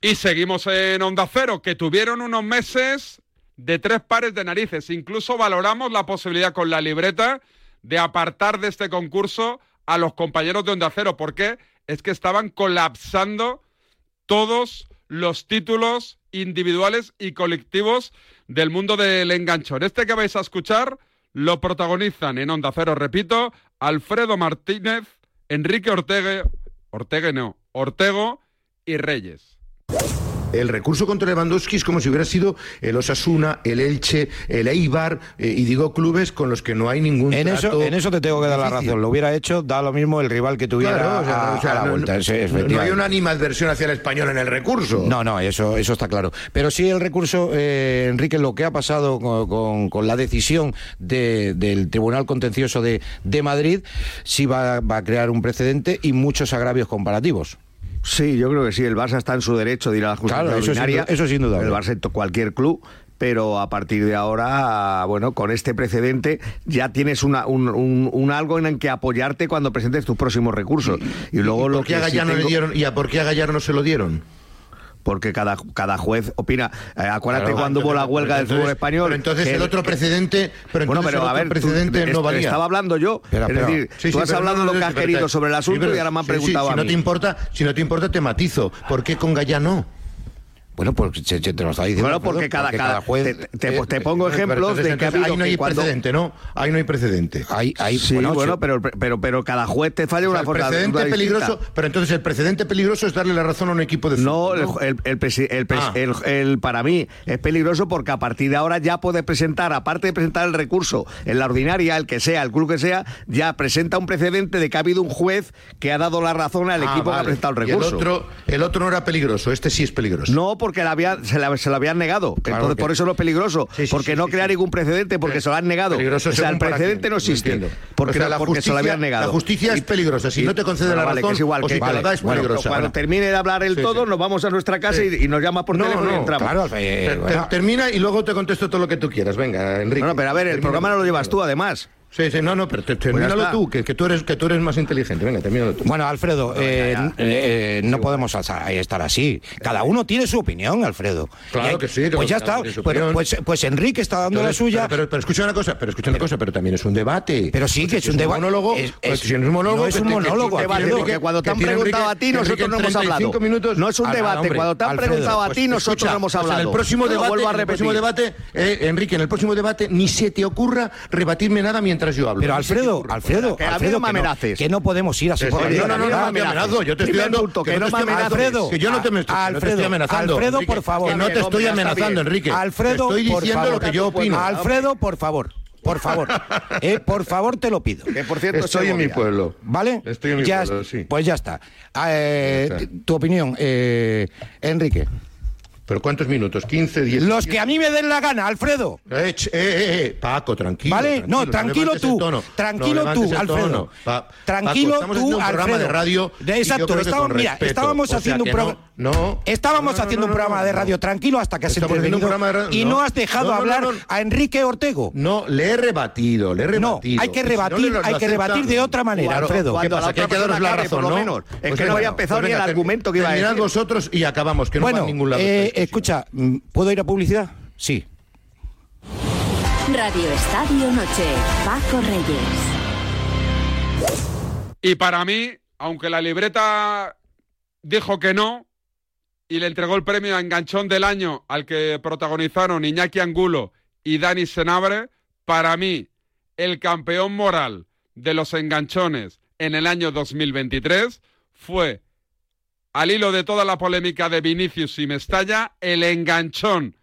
[SPEAKER 9] Y seguimos en Onda Cero, que tuvieron unos meses de tres pares de narices. Incluso valoramos la posibilidad con la libreta de apartar de este concurso a los compañeros de Onda Cero, porque es que estaban colapsando todos los títulos individuales y colectivos del mundo del enganchón. Este que vais a escuchar lo protagonizan en Onda Cero, repito, Alfredo Martínez, Enrique Ortega, Ortega no, Ortego y Reyes.
[SPEAKER 4] El recurso contra Lewandowski es como si hubiera sido el Osasuna, el Elche, el Eibar eh, y digo clubes con los que no hay ningún
[SPEAKER 6] En eso,
[SPEAKER 4] trato
[SPEAKER 6] en eso te tengo que dar la
[SPEAKER 4] difícil.
[SPEAKER 6] razón. Lo hubiera hecho, da lo mismo el rival que tuviera
[SPEAKER 4] Claro, o sea,
[SPEAKER 6] a-
[SPEAKER 4] o sea,
[SPEAKER 6] a la
[SPEAKER 4] no-
[SPEAKER 6] vuelta.
[SPEAKER 4] no-
[SPEAKER 6] Sí,
[SPEAKER 4] no hay
[SPEAKER 6] efectivamente.
[SPEAKER 4] una animadversión hacia el español en el recurso.
[SPEAKER 6] No, no, eso, eso está claro. Pero sí el recurso, eh, Enrique, lo que ha pasado con, con- con la decisión de- del Tribunal Contencioso de, de Madrid, sí va, va a crear un precedente y muchos agravios comparativos.
[SPEAKER 40] Sí, yo creo que sí. El Barça está en su derecho de ir a la justicia
[SPEAKER 6] Claro, eso es
[SPEAKER 40] ordinaria.
[SPEAKER 6] indu- eso es indudable.
[SPEAKER 40] El Barça, to- cualquier club. Pero a partir de ahora, bueno, con este precedente ya tienes una- un, un- un algo en el que apoyarte cuando presentes tus próximos recursos. Y luego lo
[SPEAKER 4] ¿Por qué
[SPEAKER 40] que
[SPEAKER 4] a
[SPEAKER 40] sí
[SPEAKER 4] Gallar no le
[SPEAKER 40] tengo-
[SPEAKER 4] dieron- ¿Y a por qué a Gallar no se lo dieron?
[SPEAKER 40] Porque cada, cada juez opina. Eh, acuérdate
[SPEAKER 4] Claro.
[SPEAKER 40] cuando hubo la huelga del
[SPEAKER 4] Entonces-
[SPEAKER 40] fútbol español.
[SPEAKER 4] pero entonces el otro precedente- pero
[SPEAKER 40] bueno,
[SPEAKER 4] entonces
[SPEAKER 40] pero
[SPEAKER 4] el
[SPEAKER 40] a
[SPEAKER 4] otro
[SPEAKER 40] ver, tú-
[SPEAKER 4] precedente
[SPEAKER 40] es-
[SPEAKER 4] no valía.
[SPEAKER 40] Estaba hablando yo.
[SPEAKER 4] Espera,
[SPEAKER 40] es
[SPEAKER 4] espera.
[SPEAKER 40] decir,
[SPEAKER 4] Sí, sí,
[SPEAKER 40] tú has
[SPEAKER 4] pero
[SPEAKER 40] hablado
[SPEAKER 4] no, no,
[SPEAKER 40] lo que
[SPEAKER 4] no,
[SPEAKER 40] has
[SPEAKER 4] pero-
[SPEAKER 40] querido sobre el
[SPEAKER 4] sí,
[SPEAKER 40] asunto
[SPEAKER 4] pero-
[SPEAKER 40] y ahora me han
[SPEAKER 4] sí, sí,
[SPEAKER 40] preguntado
[SPEAKER 4] si
[SPEAKER 40] a
[SPEAKER 4] no
[SPEAKER 40] mí.
[SPEAKER 4] te importa, si no te importa te matizo. ¿Por qué con Gallá no?
[SPEAKER 6] Bueno, pues se, se te lo está diciendo.
[SPEAKER 4] Bueno, porque cada- cada-
[SPEAKER 6] juez.
[SPEAKER 4] te- te- pues te pongo
[SPEAKER 6] eh,
[SPEAKER 4] ejemplos
[SPEAKER 6] entonces,
[SPEAKER 4] de que ha
[SPEAKER 6] entonces,
[SPEAKER 4] habido que cuando- ¿no? Ahí no hay precedente.
[SPEAKER 6] Hay, hay,
[SPEAKER 40] Sí, bueno, pero, pero, pero cada juez te falla
[SPEAKER 4] O sea,
[SPEAKER 40] una
[SPEAKER 4] el
[SPEAKER 40] forma-
[SPEAKER 4] precedente
[SPEAKER 40] una distinta.
[SPEAKER 4] peligroso, pero entonces el precedente peligroso es darle la razón a un equipo de
[SPEAKER 40] No,
[SPEAKER 4] fútbol, Ah.
[SPEAKER 40] el, el- el presi- el pres- el- el- para mí es peligroso porque a partir de ahora ya puedes presentar, aparte de presentar el recurso en la ordinaria, el que sea, el club que sea, ya presenta un precedente de que ha habido un juez que ha dado la razón al
[SPEAKER 4] Ah,
[SPEAKER 40] equipo que ha
[SPEAKER 4] vale.
[SPEAKER 40] presentado el
[SPEAKER 4] Y
[SPEAKER 40] recurso.
[SPEAKER 4] El otro, el otro no era peligroso, este sí es peligroso.
[SPEAKER 40] No, porque la había- se, la, se la habían negado. Entonces,
[SPEAKER 4] que-
[SPEAKER 40] por eso no es peligroso. porque no crea ningún precedente, porque
[SPEAKER 4] Eh.
[SPEAKER 40] se lo han negado. O sea,
[SPEAKER 4] Peligroso
[SPEAKER 40] el
[SPEAKER 4] según para
[SPEAKER 40] precedente
[SPEAKER 4] quién,
[SPEAKER 40] no
[SPEAKER 4] lo
[SPEAKER 40] existe.
[SPEAKER 4] entiendo.
[SPEAKER 40] porque
[SPEAKER 4] O sea,
[SPEAKER 40] no-
[SPEAKER 4] la
[SPEAKER 40] porque se lo habían
[SPEAKER 4] justicia-
[SPEAKER 40] negado.
[SPEAKER 4] La justicia
[SPEAKER 40] Y-
[SPEAKER 4] es peligrosa. Si
[SPEAKER 40] y-
[SPEAKER 4] no te concede
[SPEAKER 40] bueno,
[SPEAKER 4] la
[SPEAKER 40] vale,
[SPEAKER 4] razón,
[SPEAKER 40] que es igual,
[SPEAKER 4] o
[SPEAKER 40] que-
[SPEAKER 4] si te
[SPEAKER 40] vale.
[SPEAKER 4] la da es
[SPEAKER 40] Bueno,
[SPEAKER 4] peligrosa.
[SPEAKER 40] Cuando termine de hablar el
[SPEAKER 4] Sí,
[SPEAKER 40] todo,
[SPEAKER 4] sí.
[SPEAKER 40] nos vamos a nuestra casa
[SPEAKER 4] Sí.
[SPEAKER 40] y, y nos llamas por
[SPEAKER 4] No,
[SPEAKER 40] teléfono y
[SPEAKER 4] no,
[SPEAKER 40] entramos.
[SPEAKER 4] claro, eh, Ter- ter- termina y luego te contesto todo lo que tú quieras. Venga, Enrique.
[SPEAKER 40] Bueno, pero a ver, el programa no lo llevas tú, además.
[SPEAKER 4] Sí, sí, no, no, pero te-
[SPEAKER 40] ya
[SPEAKER 4] termínalo
[SPEAKER 40] está.
[SPEAKER 4] tú, que, que tú eres, que tú eres más inteligente. Venga, termínalo tú.
[SPEAKER 6] Bueno, Alfredo, eh, eh, no podemos asa- estar así. Cada uno tiene su opinión, Alfredo.
[SPEAKER 4] Claro
[SPEAKER 6] Y hay-
[SPEAKER 4] que sí, que
[SPEAKER 6] Pues ya
[SPEAKER 4] cada
[SPEAKER 6] está.
[SPEAKER 4] uno tiene su
[SPEAKER 6] Pues,
[SPEAKER 4] opinión.
[SPEAKER 6] pues- pues Enrique está dando
[SPEAKER 4] Entonces,
[SPEAKER 6] la suya.
[SPEAKER 4] Pero, pero, pero escucha una cosa, pero escucha una cosa, pero también es un debate.
[SPEAKER 6] Pero sí
[SPEAKER 4] O sea,
[SPEAKER 6] que es
[SPEAKER 4] si
[SPEAKER 6] un debate.
[SPEAKER 4] monólogo,
[SPEAKER 6] Es-
[SPEAKER 4] pues,
[SPEAKER 6] es-
[SPEAKER 4] si no es un monólogo,
[SPEAKER 6] no es un
[SPEAKER 4] que- que-
[SPEAKER 6] monólogo,
[SPEAKER 4] que- que-
[SPEAKER 6] Alfredo.
[SPEAKER 4] Enrique-
[SPEAKER 6] Porque
[SPEAKER 40] cuando te han
[SPEAKER 4] que tiene
[SPEAKER 40] preguntado
[SPEAKER 4] Enrique-
[SPEAKER 40] a ti,
[SPEAKER 4] que
[SPEAKER 40] nosotros
[SPEAKER 4] Enrique
[SPEAKER 40] no
[SPEAKER 4] en
[SPEAKER 40] hemos
[SPEAKER 4] 35
[SPEAKER 40] hablado.
[SPEAKER 4] minutos-
[SPEAKER 40] No es un
[SPEAKER 4] Ah,
[SPEAKER 40] debate,
[SPEAKER 4] hombre,
[SPEAKER 40] cuando te han
[SPEAKER 4] Alfredo,
[SPEAKER 40] preguntado a
[SPEAKER 4] pues
[SPEAKER 40] ti, nosotros
[SPEAKER 4] escucha,
[SPEAKER 40] no hemos
[SPEAKER 4] pues En
[SPEAKER 40] hablado.
[SPEAKER 4] el próximo
[SPEAKER 40] Lo
[SPEAKER 4] debate,
[SPEAKER 40] vuelvo a
[SPEAKER 4] en el próximo
[SPEAKER 40] repetir.
[SPEAKER 4] debate, eh, Enrique, en el próximo debate ni se te ocurra rebatirme nada mientras yo hablo.
[SPEAKER 6] Pero
[SPEAKER 4] Ni se te
[SPEAKER 6] Alfredo,
[SPEAKER 4] ocurra.
[SPEAKER 6] Alfredo,
[SPEAKER 4] Que a mí
[SPEAKER 6] Alfredo,
[SPEAKER 4] no me
[SPEAKER 6] que no-
[SPEAKER 4] amenaces.
[SPEAKER 6] que no podemos ir así
[SPEAKER 4] Te
[SPEAKER 6] por la
[SPEAKER 4] estoy- no,
[SPEAKER 6] vida.
[SPEAKER 4] no, no, no me
[SPEAKER 6] amenaces.
[SPEAKER 4] amenazo, yo te estoy
[SPEAKER 6] Primer
[SPEAKER 4] dando-
[SPEAKER 6] punto,
[SPEAKER 4] que
[SPEAKER 6] que
[SPEAKER 4] no
[SPEAKER 6] no
[SPEAKER 4] te
[SPEAKER 6] me
[SPEAKER 4] estoy
[SPEAKER 6] amenaces.
[SPEAKER 4] amenazando, que yo no te me estoy-
[SPEAKER 6] Alfredo,
[SPEAKER 4] no te estoy amenazando,
[SPEAKER 6] Alfredo,
[SPEAKER 4] Enrique,
[SPEAKER 6] por favor.
[SPEAKER 4] que no te estoy amenazando, Enrique.
[SPEAKER 6] Alfredo,
[SPEAKER 4] Te estoy
[SPEAKER 6] por
[SPEAKER 4] diciendo
[SPEAKER 6] favor.
[SPEAKER 4] lo que yo opino.
[SPEAKER 6] Alfredo, por favor.
[SPEAKER 4] (laughs)
[SPEAKER 6] Por favor, Eh, por favor te lo pido. Que por
[SPEAKER 4] cierto, Estoy en mi pueblo.
[SPEAKER 6] ¿Vale?
[SPEAKER 4] Estoy en mi
[SPEAKER 6] Ya-
[SPEAKER 4] pueblo, sí.
[SPEAKER 6] Pues ya está. Ah, eh,
[SPEAKER 4] Ya está.
[SPEAKER 6] Tu opinión, eh, Enrique.
[SPEAKER 4] ¿Pero cuántos minutos? ¿15, 10?
[SPEAKER 6] Los que a mí me den la gana, Alfredo.
[SPEAKER 4] Eh, ch- eh, eh, eh, Paco, tranquilo.
[SPEAKER 6] Vale, no, tranquilo
[SPEAKER 4] levantes el
[SPEAKER 6] tú,
[SPEAKER 4] tono,
[SPEAKER 6] tranquilo
[SPEAKER 4] levantes
[SPEAKER 6] tú,
[SPEAKER 4] el
[SPEAKER 6] Alfredo.
[SPEAKER 4] tono. Pa-
[SPEAKER 6] Tranquilo
[SPEAKER 4] Paco, estamos
[SPEAKER 6] tú,
[SPEAKER 4] haciendo un programa
[SPEAKER 6] Alfredo.
[SPEAKER 4] de radio. y yo
[SPEAKER 6] Exacto,
[SPEAKER 4] creo que
[SPEAKER 6] estábamos-
[SPEAKER 4] con
[SPEAKER 6] mira,
[SPEAKER 4] respeto.
[SPEAKER 6] estábamos
[SPEAKER 4] O sea,
[SPEAKER 6] haciendo un
[SPEAKER 4] que no-
[SPEAKER 6] programa-
[SPEAKER 4] No.
[SPEAKER 6] Estábamos
[SPEAKER 4] No, no,
[SPEAKER 6] haciendo
[SPEAKER 4] no,
[SPEAKER 6] un programa
[SPEAKER 4] no,
[SPEAKER 6] de
[SPEAKER 4] no.
[SPEAKER 6] radio tranquilo hasta que has
[SPEAKER 4] Estamos haciendo
[SPEAKER 6] intervenido
[SPEAKER 4] un programa de radio-
[SPEAKER 6] y no,
[SPEAKER 4] no.
[SPEAKER 6] has dejado
[SPEAKER 4] No, no,
[SPEAKER 6] hablar
[SPEAKER 4] no, no.
[SPEAKER 6] a Enrique Ortego.
[SPEAKER 4] No, le he rebatido, le he
[SPEAKER 6] No,
[SPEAKER 4] rebatido.
[SPEAKER 6] hay que
[SPEAKER 4] Y si
[SPEAKER 6] rebatir-
[SPEAKER 4] le lo
[SPEAKER 6] hay que
[SPEAKER 4] acepta-
[SPEAKER 6] rebatir de otra manera,
[SPEAKER 4] Claro,
[SPEAKER 6] Alfredo.
[SPEAKER 4] ¿Qué
[SPEAKER 6] Cuando
[SPEAKER 4] pasa?
[SPEAKER 6] la
[SPEAKER 4] Que hay que
[SPEAKER 6] otra
[SPEAKER 4] daros la
[SPEAKER 6] persona acabe,
[SPEAKER 4] razón,
[SPEAKER 6] por lo
[SPEAKER 4] ¿no?
[SPEAKER 6] menos. Es
[SPEAKER 4] Pues
[SPEAKER 6] que no
[SPEAKER 4] venga,
[SPEAKER 6] había empezado
[SPEAKER 4] pues
[SPEAKER 6] ni el
[SPEAKER 4] venga, termi-
[SPEAKER 6] argumento que iba a
[SPEAKER 4] terminad
[SPEAKER 6] decir.
[SPEAKER 4] vosotros y acabamos, que no
[SPEAKER 6] bueno,
[SPEAKER 4] va a ningún lado. este.
[SPEAKER 6] eh, escucha, mm, ¿puedo ir a publicidad? Sí.
[SPEAKER 27] Radio Estadio Noche. Paco Reyes.
[SPEAKER 9] Y para mí, aunque la libreta dijo que no y le entregó el premio a enganchón del año al que protagonizaron Iñaki Angulo y Dani Senabre, para mí, el campeón moral de los enganchones en el año 2023 fue, al hilo de toda la polémica de Vinicius y Mestalla, el enganchón